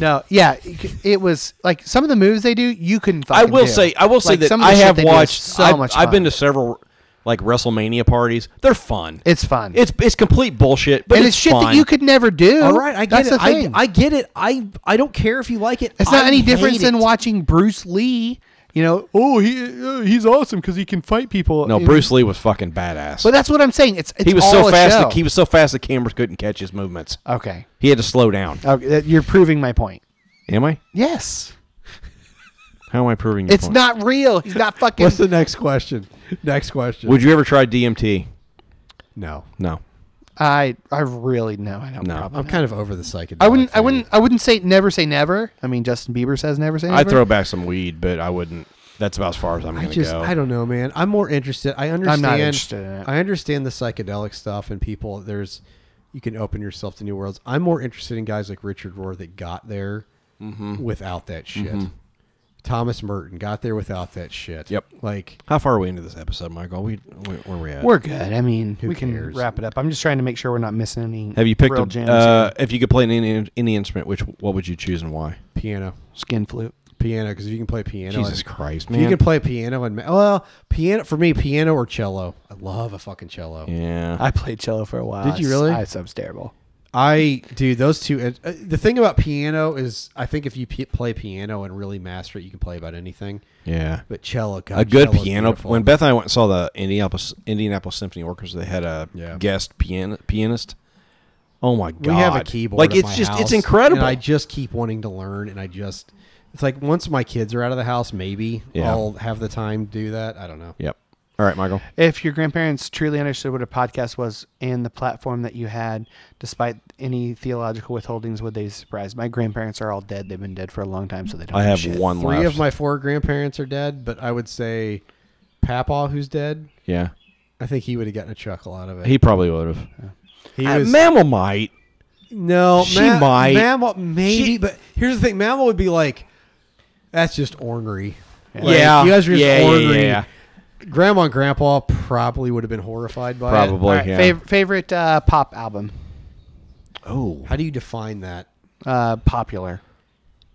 No, yeah, it c- it was like some of the moves they do. You couldn't.
I
Fucking
will
do.
say, I will say
Like,
that
some of the
I
shit
have
they do is
watched.
so
I've,
much.
I've
fun.
been to several like WrestleMania parties. They're fun.
It's fun.
It's it's complete bullshit, but
and
it's,
shit
fun.
that you could never do.
All right, I get
That's
it.
The thing.
I, I get it. I I don't care if you like it.
it's not
I
any different
hate
than
it.
watching Bruce Lee. You know, oh, he uh, he's awesome because he can fight people.
No,
You know,
Bruce Lee was fucking badass.
But that's what I'm saying. It's, it's
he was
all
so
a
fast.
show.
The, he was so fast the cameras couldn't catch his movements.
okay.
He had to slow down.
Okay, that- you're proving my point.
Am I?
Yes,
How am I proving? Your
it's
point?
not real. He's (laughs) not fucking.
What's the next question? Next question.
Would you ever try DMT?
no.
No.
I I really no. I don't.
No.
probably
I'm
not.
kind of over the psychedelic.
I wouldn't. I
thing.
wouldn't. I wouldn't say never say never. I mean, Justin Bieber says never say never.
I'd throw back some weed, but I wouldn't. That's about as far as I'm
I
gonna
just
go.
I don't know, man. I'm more interested. I understand.
interested in it.
I understand the psychedelic stuff and people. There's you can open yourself to new worlds. I'm more interested in guys like Richard Rohr that got there
Mm-hmm.
without that shit. Thomas Merton got there without that shit.
Yep.
Like
How far are we into this episode, Michael? We where, where we at?
We're good. I mean, we can
cares?
wrap it up. I'm just trying to make sure we're not missing any.
Have you picked
real
a,
gems
uh,
here.
if you could play any any instrument, which what would you choose and why?
piano,
skin flute?
piano. Because if you can play piano,
Jesus
and-
Christ,
If you
man.
can play piano and ma- well, piano for me, piano or cello. I love a fucking cello.
Yeah.
I played cello for a while.
Did you
It's-
really?
I, it's, it's terrible.
I dude, those two. it- uh, the thing about piano is, I think if you p- play piano and really master it, you can play about anything.
yeah.
But cello, God,
a good
cello's
piano.
beautiful.
When Beth and I went and saw the Indianapolis Indianapolis Symphony Orchestra, they had a
Yeah.
guest pian pianist. Oh my god!
we have a keyboard,
Like
at
it's
my
just
house,
it's incredible.
And I just keep wanting to learn, and I just it's like once my kids are out of the house, maybe
Yeah.
I'll have the time to do that. I don't know.
yep. All right, Michael.
If your grandparents truly understood what a podcast was and the platform that you had, despite any theological withholdings, would they be surprised? My grandparents are all dead. They've been dead for a long time, so they don't.
I
know
have
shit.
one
Three
left.
of my four grandparents are dead, but I would say Papa, who's dead,
yeah,
I think he would have gotten a chuckle out of it.
he probably would have.
He
Uh,
was-
Mammal might.
No,
She might.
Mammal, maybe,
She-
but here's the thing: Mammal would be like, "That's just ornery." Like,
Yeah.
you guys were just
Yeah, yeah,
ordering.
yeah.
Grandma and Grandpa probably would have been horrified by it.
Probably, Alright, yeah.
Fav- favorite uh, pop album?
Oh, how do you define that?
Uh, popular.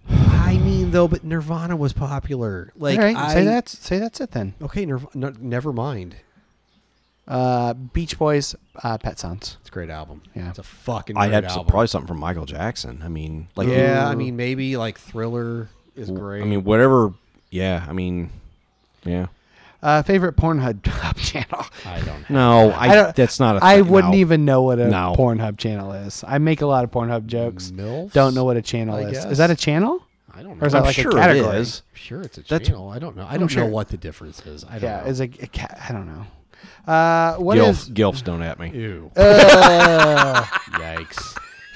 I mean, though, but Nirvana was popular. Like,
All right,
I,
say that's say that's it then.
Okay, Nirv- no, never mind.
Uh, Beach Boys, uh, Pet Sounds.
It's a great album.
Yeah,
it's a fucking.
I
great
had
album.
some, probably something from Michael Jackson. I mean, like
yeah, I mean, maybe like Thriller is great.
I mean, whatever. Yeah, I mean, yeah.
Uh, favorite Pornhub (laughs) channel.
I don't.
No, I, that's not a
I
thing,
wouldn't
no.
even know what a
No.
Pornhub channel is. I make a lot of Pornhub jokes.
Milfs,
don't know what a channel
I
is.
guess.
Is that a channel?
I don't know.
Or is that
I'm
like
sure
a
it
category?
is. I'm sure it's a
That's-
channel. I don't know.
I'm
I
Oh,
don't know
sure.
what the difference is. I don't
yeah,
know.
is a, a cat? I don't know. Uh, what
Gilf,
is
Gilfs don't at me.
Ew.
uh,
Yikes.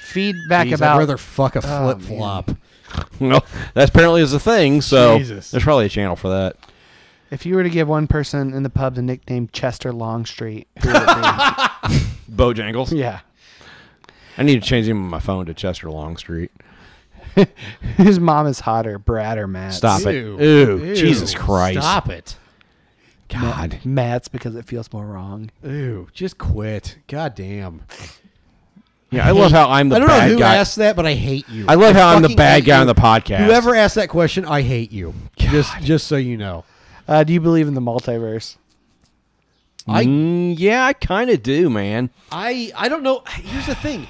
feedback
Jeez, I'd
about?
rather fuck a
Oh,
flip flop.
(laughs) no, that apparently is a thing. So
Jesus.
there's probably a channel for that.
If you were to give one person in the pub the nickname Chester Longstreet, who would it
Bojangles. (laughs)
Yeah. (laughs)
I need to change him on my phone to Chester Longstreet.
be? his mom is hotter, Brad or Matt?
Stop it.
Ew.
Ew.
Ew.
Jesus Christ.
Stop it.
God.
Matt's because it feels more wrong.
Ew. Just quit. God damn.
Yeah, I love how I'm the
I don't
bad
know who
guy.
asked that, but I hate you.
I love how I'm the
fucking
bad
hate
guy
you.
on the podcast.
Whoever asked that question, I hate you. Just just so you know.
Uh, do you believe in the multiverse?
I-
Mm, yeah, I kind of do, man.
I I don't know. Here's the thing.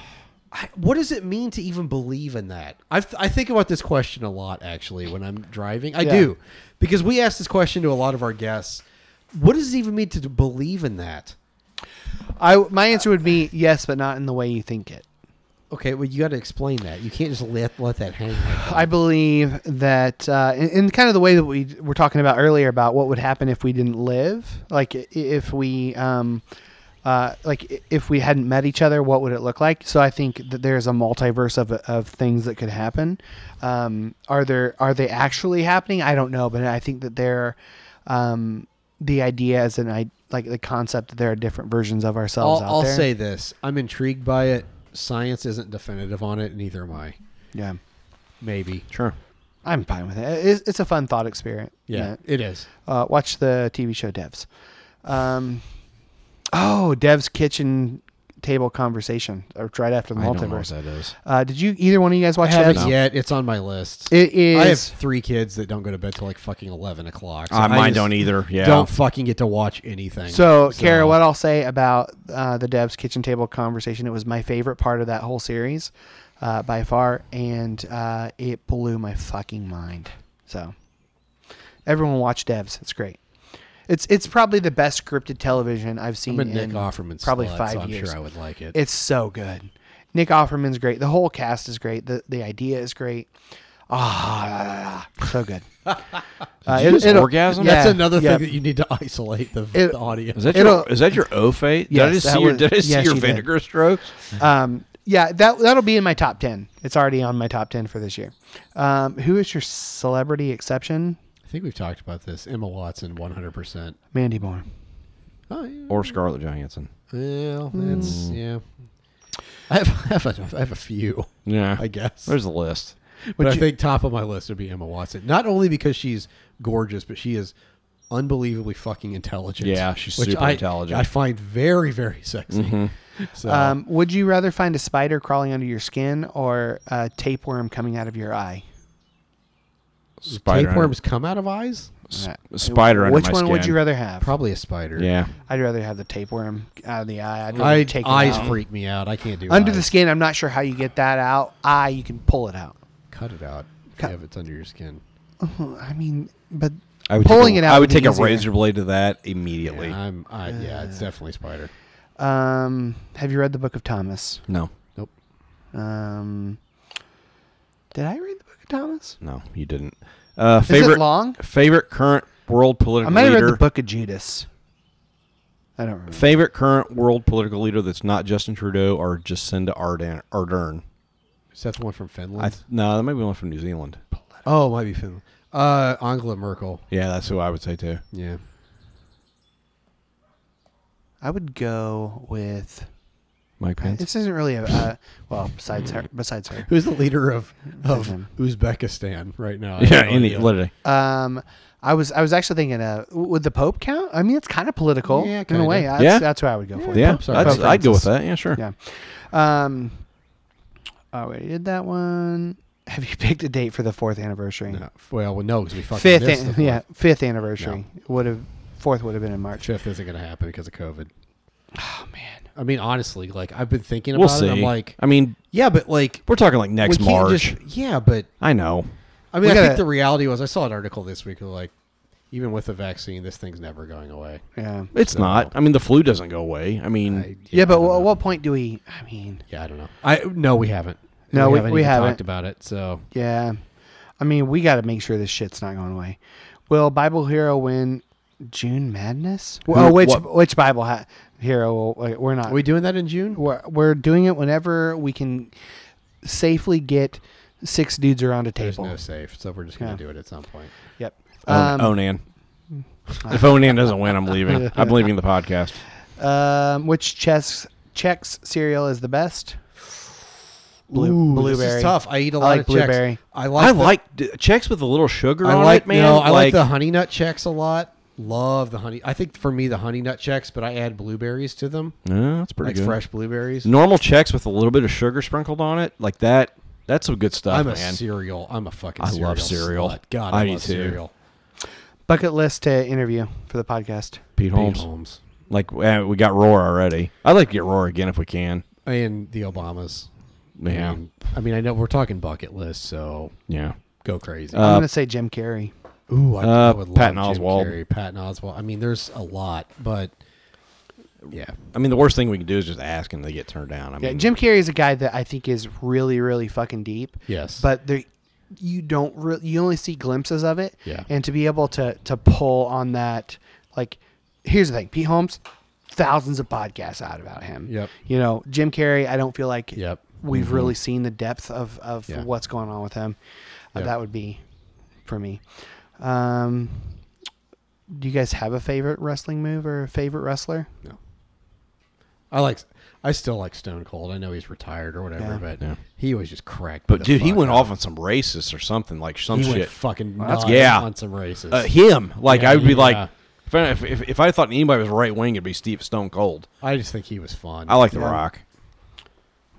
I, what does it mean to even believe in that? I I think about this question a lot actually when I'm driving. I
Yeah.
do because we ask this question to a lot of our guests. What does it even mean to believe in that?
I my answer would be yes, but not in the way you think it.
Okay, well you got to explain that. You can't just let let that hang. Like
I believe that uh, in, in kind of the way that we were talking about earlier about what would happen if we didn't live, like i- if we, um, uh, like i- if we hadn't met each other, what would it look like? So I think that there's a multiverse of, of things that could happen. Um, are there are they actually happening? I don't know, but I think that they're um, the idea as an I like the concept that there are different versions of
that.
ourselves
I'll,
out
I'll
there.
say this. I'm intrigued by it. Science isn't definitive on it. Neither am I.
yeah,
Maybe.
Sure.
I'm fine with it. It's, it's a fun thought experiment.
Yeah, it is.
Uh, watch the TV show Devs. Um, oh, Devs Kitchen Table Conversation, or right after the
I don't know what
multiverse.
that is.
Uh, did you either one of you guys watch
I haven't
Devs?
yet. It's on my list.
It
I have
is-
three kids that don't go to bed till like fucking eleven o'clock.
Uh, mine
just
don't either, yeah.
don't fucking get to watch anything.
So, Kara, what I'll say about uh, the Devs Kitchen Table Conversation, it was my favorite part of that whole series uh, by far, and uh, it blew my fucking mind. So, everyone watch Devs. It's great. It's it's probably the best scripted television I've seen
I'm a Nick
in
Offerman
probably
slut,
five
so I'm
years.
sure I would like it.
It's so good. Nick Offerman's great. The whole cast is great. The the idea is great. Ah, so
(laughs)
good. Uh,
Did you just
it'll-
orgasm?
yeah,
That's another
yeah.
thing that you need to (laughs) isolate the,
It-
the audience.
Is that
It'll-
your is that your O fate? Did I
Yes,
just
that
see your,
was-
did I see
yes,
your
you did.
vinegar strokes?
Um, yeah, that that'll be in my top ten. It's already on my top ten for this year. Um, who is your celebrity exception?
I think we've talked about this. Emma Watson, 100. percent
Mandy Moore.
Oh yeah.
Or Scarlett Johansson?
Well, that's yeah. Hmm. I have, I have a, I have a few.
Yeah,
I guess.
there's a list.
But I
you-
think top of my list would be Emma Watson. Not only because she's gorgeous, but she is unbelievably fucking intelligent.
Yeah, she's
which
super
I-
intelligent. Mm-hmm.
I find very, very sexy. So
Um, would you rather find a spider crawling under your skin or a tapeworm coming out of your eye?
Spider
tapeworms come out of eyes?
Uh,
Under, spider under
Which
my
one would
skin.
you rather have?
Probably a spider.
Yeah,
I'd rather have the tapeworm out of the eye. I'd rather
I
take it
eyes
out.
freak me out. I can't do
under
eyes.
the skin. I'm not sure how you get that out. Eye, you can pull it out.
Cut it out. If you have it's under your skin.
Oh, I mean, but
I would
pulling
take
it
a,
out.
I would
would be
take a
easier.
razor blade to that immediately.
Yeah, I'm. I, yeah,
Uh.
it's definitely spider.
Um, have you read the Book of Thomas?
no,
Nope.
Um, did I read the Book of Thomas?
no, you didn't. Uh,
it
favorite
long?
Favorite current world
I
political
might have read
leader.
the Book of Judas. I don't remember.
Favorite current world political leader that's not Justin Trudeau or Jacinda Ardern. Ardern.
Is that the one from Finland?
I th- no, that might be one from New Zealand.
oh, it might be Finland. Uh, Angela Merkel.
Yeah, that's who I would say too.
Yeah.
I would go with
Mike Pence.
This isn't really a uh, well besides her. Besides her,
Who's the leader of of
Besides him.
Uzbekistan right now? I
(laughs) Yeah,
have no
any-
idea.
literally.
Um, I was I was actually thinking, uh, w- would the Pope count? I mean, it's kind of political
Yeah,
in a
kinda.
way. That's,
Yeah.
that's what I would go for.
Yeah,
Pope-
I'd-
Pope
I'd go with
Francis.
that. Yeah, sure.
Yeah. Um, oh, we did that one. Have you (laughs) picked a date for the fourth anniversary?
No, Uh, well, well, no, because we fucking
Fifth,
missed
an-
the
(laughs)
fourth.
yeah, fifth anniversary would have fourth would have been in March.
Fifth isn't going to happen because of COVID. Oh man. I mean, honestly, like I've been thinking
We'll
about
see.
it. I'm like,
I mean,
yeah, but like
we're talking like next
we can't
March.
just- yeah, but
I know.
I mean,
We
I
gotta-
think the reality was I saw an article this week. Like, even with the vaccine, this thing's never going away.
Yeah.
It's
So-
not. I mean, the flu doesn't go away. I mean,
Yeah, but wha- at what point do we? I mean,
Yeah, I don't know. I no, we haven't.
No, we- we
even
haven't.
talked about it. So
yeah, I mean, we got to make sure this shit's not going away. Will Bible Hero win June Madness?
Who-
oh, which
what-
which Bible ha- Hero? will- wait, We're not.
are we doing that in June?
We're, we're doing it whenever we can safely get six dudes around a
There's
table.
no Oh, safe, so we're just gonna
Yeah.
do it at some point.
Yep. Um,
On-
(laughs)
oh, Onan. if Onan doesn't win, I'm leaving. I'm leaving the podcast.
um, which chess checks cereal is the best? Blue,
Ooh,
blueberry.
this is tough. I eat a
I
lot
like
of Chex.
blueberry.
I like.
I
the-
like d- checks with a little sugar
I
on
like
it, man.
No, I like, the honey nut checks a lot. Love the honey. I think for me the honey nut checks, but I add blueberries to them.
Yeah, that's pretty
like
good.
fresh blueberries.
normal checks with a little bit of sugar sprinkled on it, like that. That's some good stuff,
I'm a
man.
cereal. I'm a fucking.
I
cereal
love cereal.
slut. God, I,
I do
love
too.
cereal.
Bucket list to interview for the podcast.
Pete Holmes.
Holmes.
Like eh, we got Roar already. I'd like to get Roar again if we can.
and the Obamas.
Yeah.
I mean, I mean, I know we're talking bucket list, so
Yeah.
go crazy.
I'm
Uh,
gonna say Jim Carrey.
Ooh, I,
uh,
I would love
Patton
Jim
Oswalt.
Carrey, Patton Oswald. I mean, there's a lot, but yeah,
I mean, the worst thing we can do is just ask and they get turned down. I mean,
Yeah, Jim Carrey is a guy that I think is really, really fucking deep.
Yes.
but there, you don't really, you only see glimpses of it.
Yeah.
and to be able to to pull on that, like, here's the thing: Pete Holmes, thousands of podcasts out about him.
Yep.
You know, Jim Carrey, I don't feel like
Yep. Mm-hmm.
we've really seen the depth of of
Yeah.
what's going on with him. Uh,
Yep.
that would be for me. Um, do you guys have a favorite wrestling move or a favorite wrestler?
I like. I still like Stone Cold. I know he's retired or whatever,
Yeah.
but
Yeah.
he was just cracked.
but
the
dude, he
fuck
went
up.
off on some racist or something like some
He
shit.
went fucking nuts
That's- yeah.
on some races.
Uh, him, like
Yeah,
I would be
yeah.
like, if I, if, if, if I thought anybody was right wing, it'd be Steve Stone Cold.
I just think he was fun.
I like The Rock.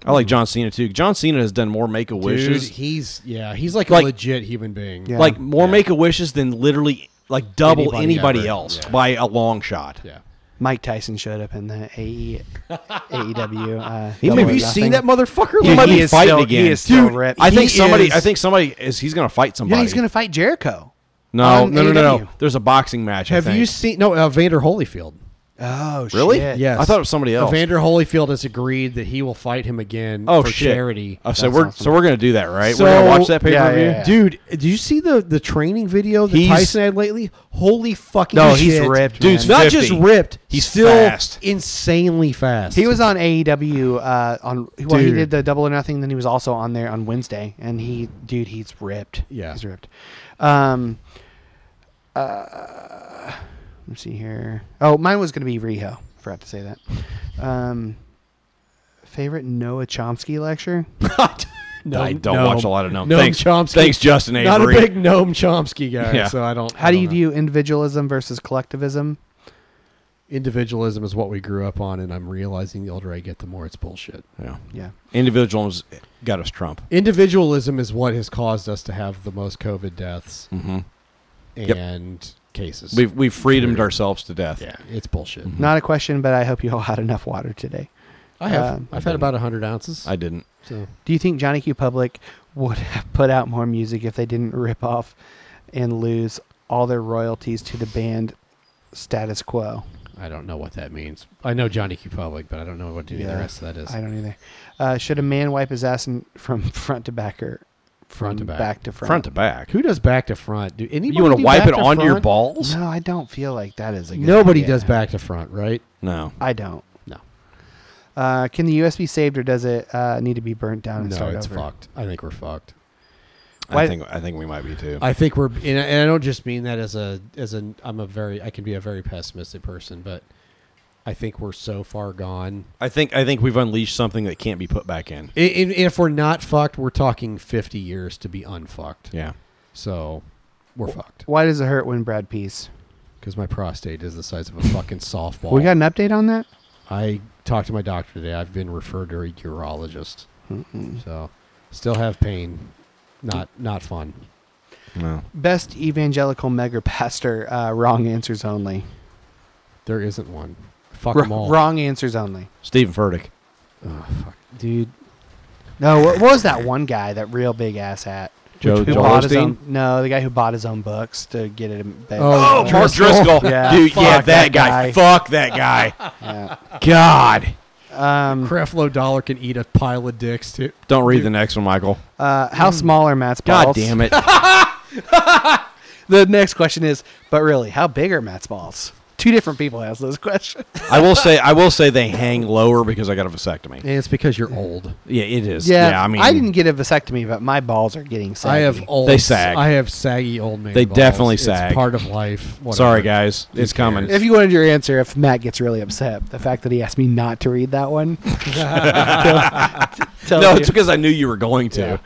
I like John Cena too. John Cena has done more Make a
Dude,
Wishes,
he's yeah, he's like,
Like-
a legit human being.
Yeah.
like more Make a Wishes than literally like double
Anybody
anybody,
ever.
else
Yeah.
by a long shot.
yeah.
Mike Tyson showed up in the E, AE, AEW. Uh,
He may
Double
be-
or
Have you
Nothing.
seen that motherfucker?
He
Dude,
might
he
be
is
fighting
still-
again.
he is still
Dude,
ripped.
I think
He
somebody.
is-
I think somebody is. He's gonna fight somebody.
Yeah, he's gonna fight Jericho.
No,
on
no, no, no,
AEW.
no. There's a boxing match. I
Have you
think.
seen no uh, Vander Holyfield?
Oh,
Really?
Shit.
Yeah. I thought it was somebody else.
Vander Holyfield has agreed that he will fight him again
Oh
for
shit!
charity.
Oh, so we're so we're gonna do that, right?
So-
we're gonna watch that pay per view.
Yeah, yeah, yeah.
Dude, do you see the the training video that
He's-
Tyson had lately? Holy fucking
No,
shit.
he's ripped,
Dude's
man.
not just
50.
ripped.
He's
still
fast.
insanely fast. (laughs)
He was on AEW uh, on well, he
Dude.
did the Double or Nothing. Then he was also on there on Wednesday, and he, dude, he's ripped.
Yeah.
he's ripped. Um, uh, let me see here. Oh, mine was gonna be Riho. Forgot to say that. Um, favorite Noah Chomsky
(laughs)
lecture.
I don't watch a lot of Noam.
Noam
Thanks-
Chomsky.
thanks, Justin
Not a
Avery.
big Noam Chomsky guy,
Yeah.
so I don't.
How
I
do
don't
you
know.
view individualism versus collectivism?
individualism is what we grew up on, and I'm realizing the older I get, the more it's bullshit.
Yeah.
Yeah.
Individuals got us Trump.
Individualism is what has caused us to have the most COVID deaths
Mm-hmm. Yep.
and cases.
We've Mm-hmm. we've freedomed
Period.
ourselves to death.
yeah, it's bullshit.
Not a question, but I hope you all had enough water today.
I have.
Um,
I've had about hundred ounces.
I didn't.
so.
Do you think Johnny Q Public would have put out more music if they didn't rip off and lose all their royalties to the band Status Quo?
I don't know what that means. I know Johnny Q Public, but I don't know what any of the rest of that is.
I don't either. Uh, should a man wipe his ass in, from (laughs) front to back or
Front to
from
back.
to front?
Front to back.
Who does back to front? Do anybody?
You want to
do
wipe
back
it onto your
front?
balls?
No, I don't feel like that is a good
Nobody
idea.
does back to front, right?
No.
I don't.
No.
Uh, can the US be saved or does it uh, need to be burnt down and
No,
started
it's
over?
fucked. I think we're fucked.
Why-
I think I think we might be too.
I think we're, and I, and I don't just mean that as a as an. I'm a very, I can be a very pessimistic person, but I think we're so far gone.
I think I think we've unleashed something that can't be put back in.
I- i- if we're not fucked, we're talking 50 years to be unfucked.
Yeah.
So we're fucked
Why does it hurt when Brad pees?
because my prostate is the size of a fucking softball.
We got an update on that.
I talked to my doctor today. I've been referred to a urologist. So still have pain. Not not fun.
No.
Best evangelical mega pastor. Uh, wrong answers only.
There isn't one. Fuck
Wr-
them
Oh.
all.
Wrong answers only.
Stephen Furtick.
Oh, fuck.
dude. No, what, what was that one guy? That real big ass hat.
Joe-
who
Joe
bought his
Osteen?
own, No, the guy who bought his own books to get it. In bed.
Oh, Mark Driscoll. Dude, yeah,
fuck
that, guy. Fuck that guy.
(laughs) Yeah.
God.
Um,
Creflo Dollar can eat a pile of dicks too.
Don't read the next one, Michael.
Uh, how small are Matt's
God
balls?
damn it.
the next question is, but really, how big are Matt's balls? Two different people asked those (laughs) questions.
I will say I will say they hang lower because I got a vasectomy.
And it's because you're old.
Yeah, it is.
Yeah,
Yeah, I mean
didn't get a vasectomy, but my balls are getting saggy.
I have old.
They sag.
I have saggy old man.
They
balls.
definitely
It's
sag.
part of life. Whatever.
Sorry guys. It's coming. (laughs)
If you wanted your answer, if Matt gets really upset, the fact that he asked me not to read that one. Tell- tell
(laughs) no,
you.
it's because I knew you were going to.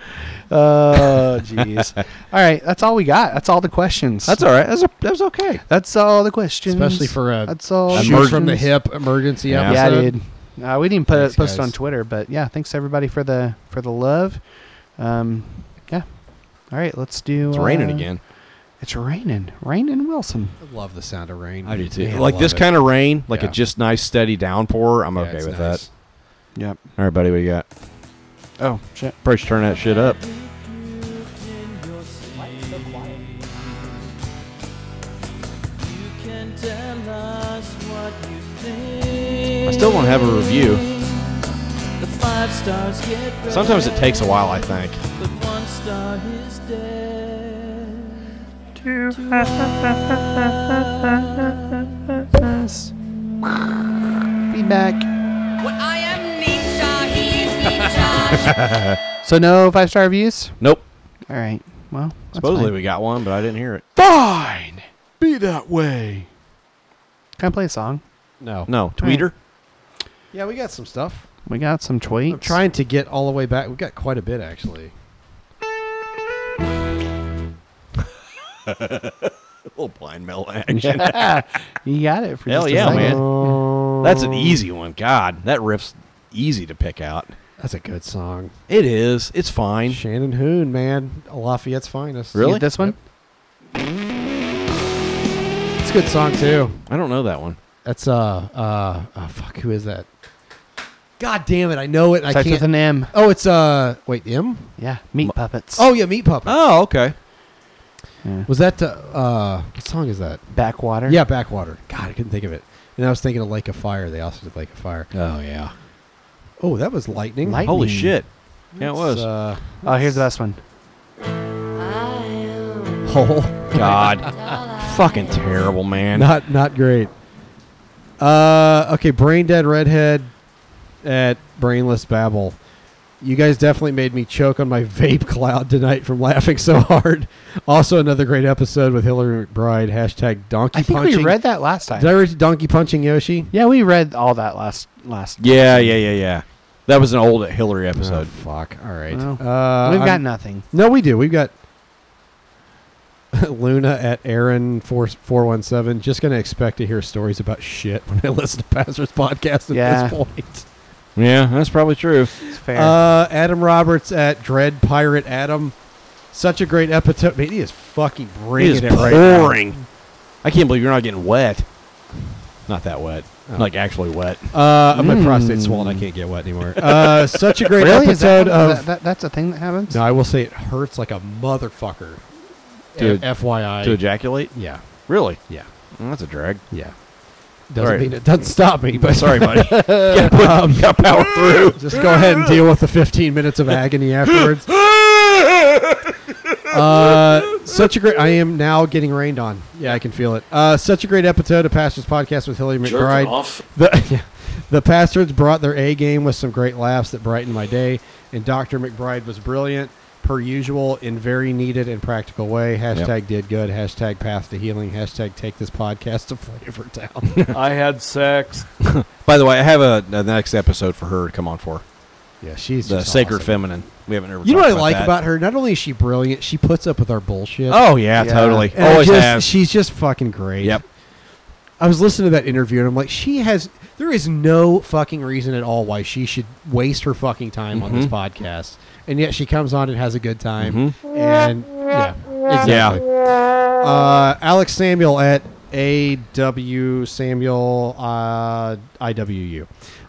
Oh,
(laughs)
jeez. all right, that's all we got. That's all the questions.
That's all right. That's, a, that's okay.
That's all the questions.
Especially for a
that's all.
shoot
the
from the
questions.
hip emergency
Yeah,
episode.
dude. Uh, we didn't put
Thanks,
it, post it
guys.
on Twitter, but yeah, thanks everybody for the for the love. Um, yeah. All right, let's do.
It's raining
uh,
again.
It's raining. Raining Wilson.
I love the sound of rain.
I do too.
Man, I
like
love
this
it.
kind of rain, like
Yeah.
a just nice steady downpour. I'm
Yeah,
okay
it's
with
nice.
that.
Yep.
All right, buddy, what you got?
Oh shit.
Probably should turn that shit up. I still don't have a review. Sometimes it takes a while, I think.
Be back.
I am Nietzsche, he is Nietzsche.
So no five star reviews.
Nope.
All right. Well, that's
Supposedly
fine.
we got one, but I didn't hear it.
Fine. Be that way. Can I play a song?
No.
No, tweeter. (laughs)
Yeah, we got some stuff.
We got some tweets.
I'm trying to get all the way back. We've got quite a bit actually.
little blind (laughs) mill action.
Yeah. you got it. For
Hell
just a
yeah,
second.
man. That's an easy one. God, that riff's easy to pick out.
That's a good song.
It is. It's fine.
Shannon Hoon, man, Lafayette's finest.
Really?
This one.
It's a good song too.
I don't know that one.
That's uh uh oh, fuck who is that? God damn it! I know it. and I
Starts
can't.
with an M.
oh, it's uh wait M.
Yeah. Meat puppets.
Oh yeah, Meat Puppet.
Oh, okay.
Was that uh, uh what song is that?
Backwater.
Yeah, Backwater. God, I couldn't think of it. And I was thinking of Lake of Fire. They also did Lake of Fire.
Oh yeah.
Oh, that was lightning.
Lightning.
Holy shit. Yeah,
That's,
it was.
Uh,
Oh, here's the best one.
oh,
God.
(laughs)
Fucking terrible, man.
not not great. Uh, okay, brain dead redhead at brainless babble. You guys definitely made me choke on my (laughs) vape cloud tonight from laughing so hard. Also, another great episode with Hillary McBride. Hashtag donkey
I think
punching.
we read that last time.
Did I read donkey punching Yoshi? Oh,
yeah, we read all that last last.
Yeah, yeah, yeah, yeah. That was an old Hillary episode.
fuck. All right.
Well,
uh,
We've
I'm-
got nothing.
No, we do. We've got (laughs) Luna at Aaron four four one seven. Just gonna expect to hear stories about shit when I listen to Pastor's podcast at
Yeah.
this point.
Yeah, that's probably true.
It's fair.
Uh, Adam Roberts at Dread Pirate Adam. Such a great episode. Man, he is fucking
It
bringing
is
it right now.
pouring. I can't believe you're not getting wet. Not that wet.
Oh.
Like actually wet.
Uh, My
Mm.
prostate's swollen. I can't get wet anymore. Uh, such a great
really? Is that,
episode of.
that, that- that's a thing that happens.
no, I will say it hurts like a motherfucker.
To-
F- FYI.
to ejaculate?
yeah.
Really?
Yeah.
Well, that's a drag.
Yeah. Doesn't
right.
mean it doesn't stop
(laughs)
me, but (laughs) um,
Sorry, buddy. you gotta, put, you gotta power through.
just go ahead and deal with the 15 minutes
(gasps)
of agony afterwards.
(laughs)
Uh, such a great. I am now getting rained on. Yeah, I can feel it. Uh, such a great episode of Pastors Podcast with Hillary McBride. The, (laughs) yeah, the pastors brought their A game with some great laughs that brightened my day, and Dr. McBride was brilliant. per usual, in very needed and practical way. Hashtag did good. Hashtag path to healing. Hashtag take this podcast to Flavor
(laughs)
Town.
I had sex.
By the way, I have a, a next episode for her to come on for.
Yeah, (laughs) she's
the
just
sacred
awesome.
feminine. We haven't ever.
You know
talked
what I like
that.
about her? Not only is she brilliant, she puts up with our bullshit.
Oh, yeah, Yeah. totally.
And I
Always
just-
has.
She's just fucking great.
Yep.
I was listening to that interview and I'm like, she has. There is no fucking reason at all why she should waste her fucking time on this
Mhm.
podcast, and yet she comes on and has a good time.
Mhm.
And yeah, exactly. Uh, Alex Samuel at AW Samuel uh, IWU.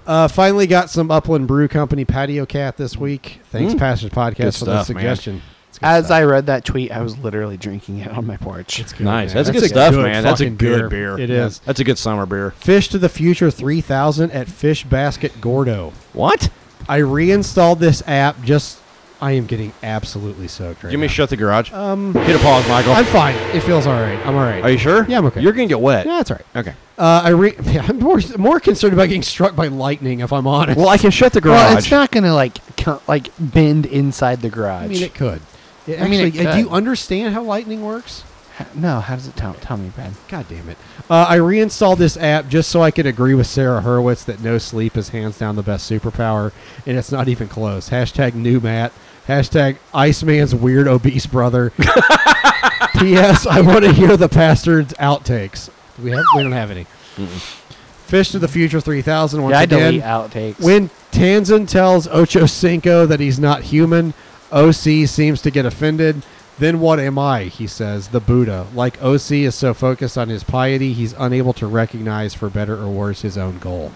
Uh, finally got some Upland Brew Company patio cat this week. Thanks,
Mm.
Pastors
Good
Podcast, for the
stuff, man.
suggestion.
As I read that tweet, I was literally drinking it on my porch. It's
Nice. That's, good stuff, man. That's a good beer.
It
Yeah.
is.
That's a good summer beer.
Fish to the Future 3000 at Fish Basket Gordo.
What?
I reinstalled this app just. I am getting absolutely soaked right
Give me
now.
shut the garage.
Um,
Hit a pause, Michael.
I'm fine. It feels all right. I'm all right.
Are you sure?
Yeah, I'm okay.
You're gonna get wet.
Yeah, that's all right.
Okay.
Uh, I re- (laughs) I'm more, more concerned about getting struck by lightning, if I'm honest.
Well, I can
shut
Well, it's not gonna like co- like bend inside the garage.
I mean, it could. It
I mean, it
actually- uh,
could.
do you understand how lightning works?
no, how does it tell? Tell me, Ben.
God damn it! Uh, I reinstalled this app just so I could agree with Sarah Hurwitz that no sleep is hands down the best superpower, and it's not even close. Hashtag new Matt. Hashtag Iceman's weird obese (laughs) brother. P.S. I want to hear the pastor's outtakes. Do we have? We don't have any. Fish to the Future 3000 once
Yeah, I
again.
delete outtakes.
When Tanzan tells Ocho Cinco that he's not human, OC seems to get offended. Then what am I? He says, the Buddha. Like OC is so focused on his piety, he's unable to recognize, for better or worse, his own goal.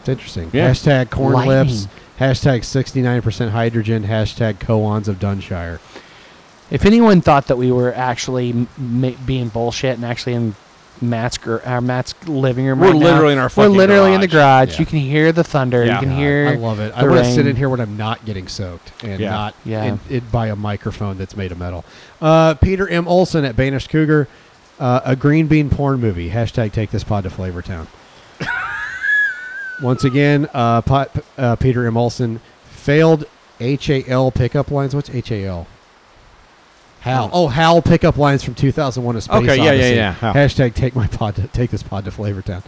It's interesting.
Yeah.
Hashtag corn
Lightning.
lips. Hashtag 69% hydrogen. Hashtag koans of Dunshire.
If anyone thought that we were actually m- ma- being bullshit and actually in Matt's gr- our Matt's living room,
We're
right now,
literally in our fucking
we're literally in the
garage.
garage. You can hear the thunder.
Yeah.
You can
God,
hear.
I love it. I
the
want to sit
rain.
in here when I'm not getting soaked and
Yeah.
not
Yeah.
in- it by a microphone that's made of metal. Uh, Peter M. Olson at Banished Cougar, uh, a green bean porn movie. Hashtag take this pod to Flavor Town. Once again, uh, pot, uh, Peter M. Olson failed HAL pickup lines. What's HAL? Hal. Oh, Hal pickup lines from 2001: A Space
Hmm. Okay, yeah, yeah,
Odyssey.
yeah, Hal.
Hashtag take my pod to, take this pod to Flavortown.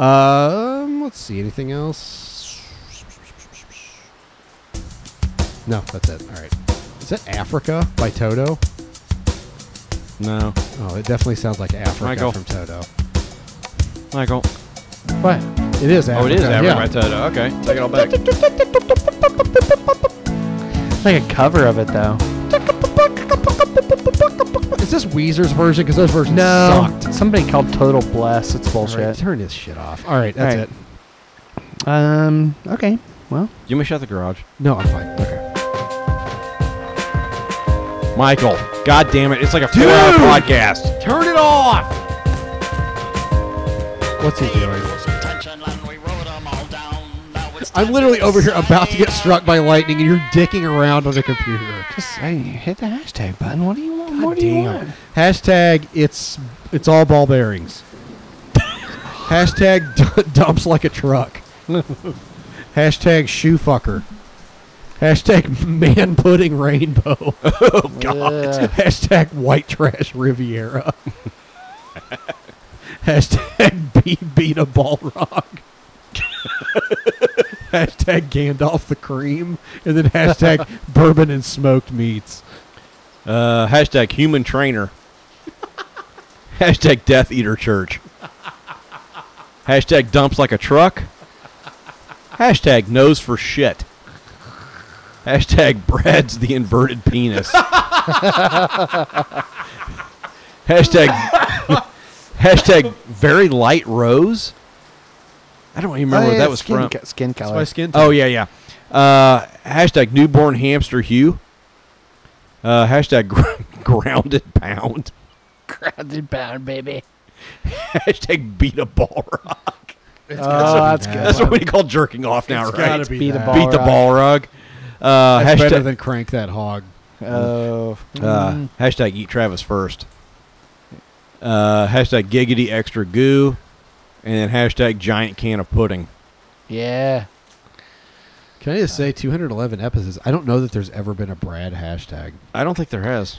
Um, let's see anything else. No, that's it. All right. Is that Africa by Toto?
No.
Oh, it definitely sounds like Africa
Michael.
from Toto.
Michael.
What? It is Africa.
Oh, it is Africa
yeah.
by Toto. Okay, take it
(laughs)
all back.
It's like a cover of it though.
Is this Weezer's version? Because those versions
no,
sucked.
somebody called Total Bless. It's
All right,
bullshit.
turn this shit off. All right, that's
All right.
it.
Um. Okay. Well.
You may shut the garage.
No, I'm fine. Okay.
Michael, god damn it. It's like a four hour podcast.
Turn it off! What's he doing? I'm literally over here about to get struck by lightning, and you're dicking around on a computer.
Just hey, hit the hashtag button. What do you want? what do you want?
Hashtag it's it's all ball bearings. Hashtag d- (laughs) dumps like a truck. Hashtag shoe fucker. Hashtag man pudding rainbow. (laughs) Oh
God. Yeah.
Hashtag white trash Riviera. (laughs) Hashtag be beat a Balrog. (laughs) hashtag Gandalf the cream, and then hashtag bourbon and smoked meats.
Uh, hashtag human trainer. (laughs) hashtag death eater church. hashtag dumps like a truck. Hashtag nose for shit. Hashtag Brad's the inverted penis. (laughs) hashtag (laughs) hashtag very light rose. I don't even remember
Oh,
what
yeah,
that was
skin
from.
co- skin color.
Oh yeah, yeah. Uh, hashtag newborn hamster Hugh. Uh, hashtag gr- (laughs) grounded pound. (laughs)
Grounded pound, baby.
hashtag beat a ball rock.
It's Oh, gotta be that's that. good.
That's what we call jerking off now,
It's
right?
gotta be Beat a that. ball
Beat the
rock.
ball rock. Uh,
That's
hashtag
better than crank that hog.
Oh.
uh, hashtag eat Travis first. Uh, hashtag giggity extra goo, and then hashtag giant can of pudding.
Yeah.
Can I just say, 211 episodes. I don't know that there's ever been a Brad hashtag.
I don't think there has.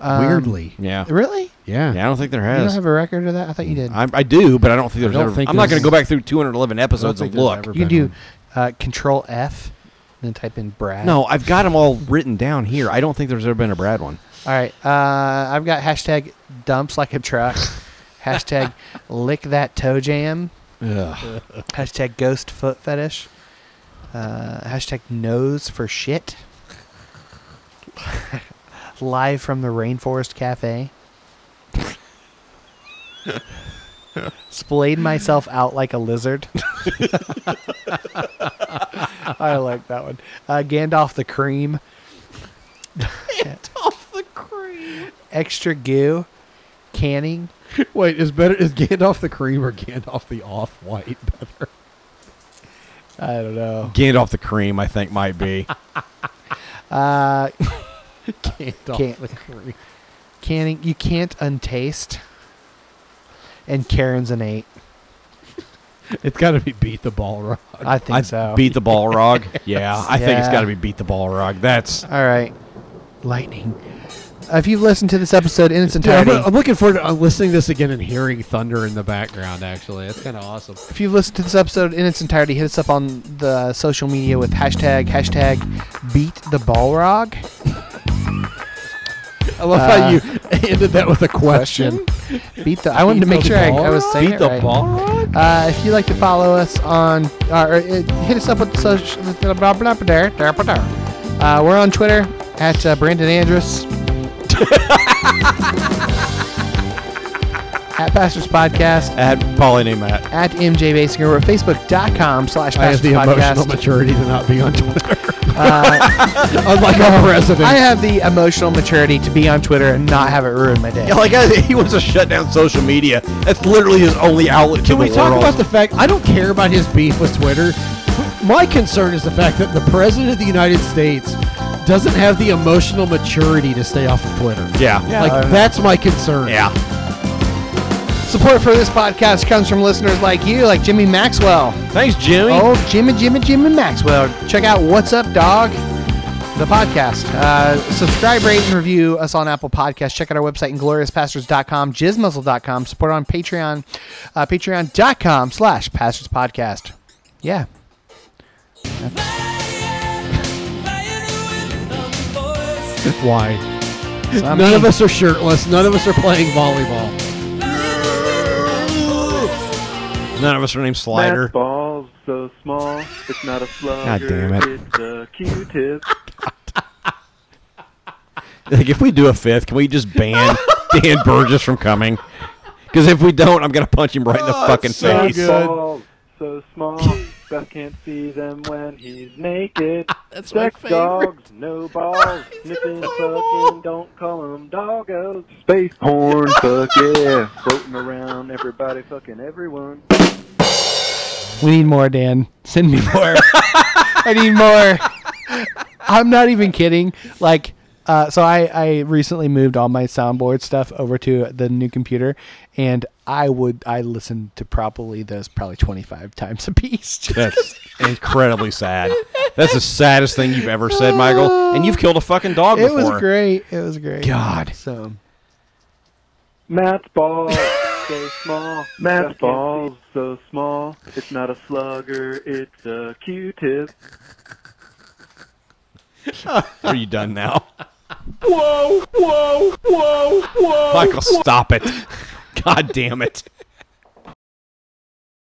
Um,
Weirdly.
Yeah.
Really?
Yeah.
I don't think there
You don't
has.
have a record of that? I thought you did.
I, I do, but I don't
I
think there's
don't
ever.
think
I'm not
there's-
going to go back through 211 episodes
think
and
there's
look.
ever
You can do uh, Control F, then type in Brad.
No, I've got them all written down here. I don't think there's ever been a Brad one.
All right. Uh, I've got hashtag dumps like a (laughs) truck. hashtag lick that toe jam.
Ugh.
Hashtag ghost foot fetish. Uh, hashtag nose for shit. (laughs) Live from the Rainforest Cafe. Splayed myself out like a lizard. (laughs) I like that one. Uh, Gandalf the cream.
Gandalf the cream.
Extra goo. Canning.
(laughs) Wait, is better is Gandalf the cream or Gandalf the off white better?
I don't know.
(laughs) Gandalf the Cream, I think,
(laughs)
might be.
Uh,
Gandalf
can't-
the cream.
canning. You can't untaste. And Karen's an eight.
It's got to be beat the ball rock.
I think
I
so.
Beat the
(laughs)
Balrog. Yeah, I think it's
Yeah.
got to be Beat the Balrog. That's
All right. Lightning. If you've listened to this episode in its
Dude, I'm,
entirety,
I'm looking forward to uh, listening to this again and hearing thunder in the background. Actually, that's kind of awesome.
if you've listened to this episode in its entirety, hit us up on the social media with hashtag hashtag beat the Balrog.
I love how you (laughs) ended that with a Uh, question.
Beat the. I wanted to
Beat
make
the
sure I, I was saying
Beat
it
the
right. Uh, if you'd like to follow us on, or, uh, hit us up with the social. Uh, we're on Twitter at uh, Brandon
(laughs)
Andrus. at Pastors Podcast.
at Paulie named Matt.
At MJ Basinger. We're at facebook.com slash
I have
Pastors
the emotional
Podcast.
maturity to not be on Twitter,
Uh,
(laughs) unlike our president.
I have the emotional maturity to be on Twitter and not have it ruin my day.
(laughs)
Yeah, like I, he wants to shut down social media. That's literally his only outlet.
Can
to
we
the
talk
world.
about the fact I don't care about his beef with Twitter? My concern is the fact that the president of the United States doesn't have the emotional maturity to stay off of Twitter.
Yeah.
like that's my concern.
Yeah.
Support for this podcast comes from listeners like you, like Jimmy Maxwell.
Thanks, Jimmy.
Oh, Jimmy, Jimmy, Jimmy Maxwell. Check out What's Up, Dog, the podcast. Uh, subscribe, rate, and review us on Apple Podcasts. Check out our website, ingloriouspastors.com, jizzmuzzle.com. Support on Patreon, uh, patreon.com slash pastors podcast. Yeah.
Why?
So I'm
None of
me.
us are shirtless. None of us are playing
(laughs)
volleyball.
None of us are named
That
Slider.
ball's so small, it's not a slugger.
damn it.
It's a Q-tip.
(laughs) Like, if we do a fifth, can we just ban Dan Burgess from coming? Because if we don't, I'm gonna punch him
Oh,
right in the fucking face.
That ball's so small, Beth can't see them when he's naked.
(laughs) That's my
Black
favorite.
dogs,
(laughs)
no balls, sniffing, sucking, don't call them doggos.
(laughs)
Space porn, fuck yeah, floating around, everybody fucking everyone.
We need more, Dan. Send me (laughs) more. I need more. I'm not even kidding. Like, uh, so I, I recently moved all my soundboard stuff over to the new computer, and I would I listened to probably those probably 25 times a piece. just 'cause-
That's incredibly sad. That's the saddest thing you've ever said, Michael. And you've killed a fucking dog
it
before.
was great. It was great.
God.
So
Matt's ball so small. Matt's ball's so small. It's not a slugger. It's a Q-tip.
Are you done (laughs) now?
Whoa, whoa, whoa, whoa.
Michael, stop it. God damn it.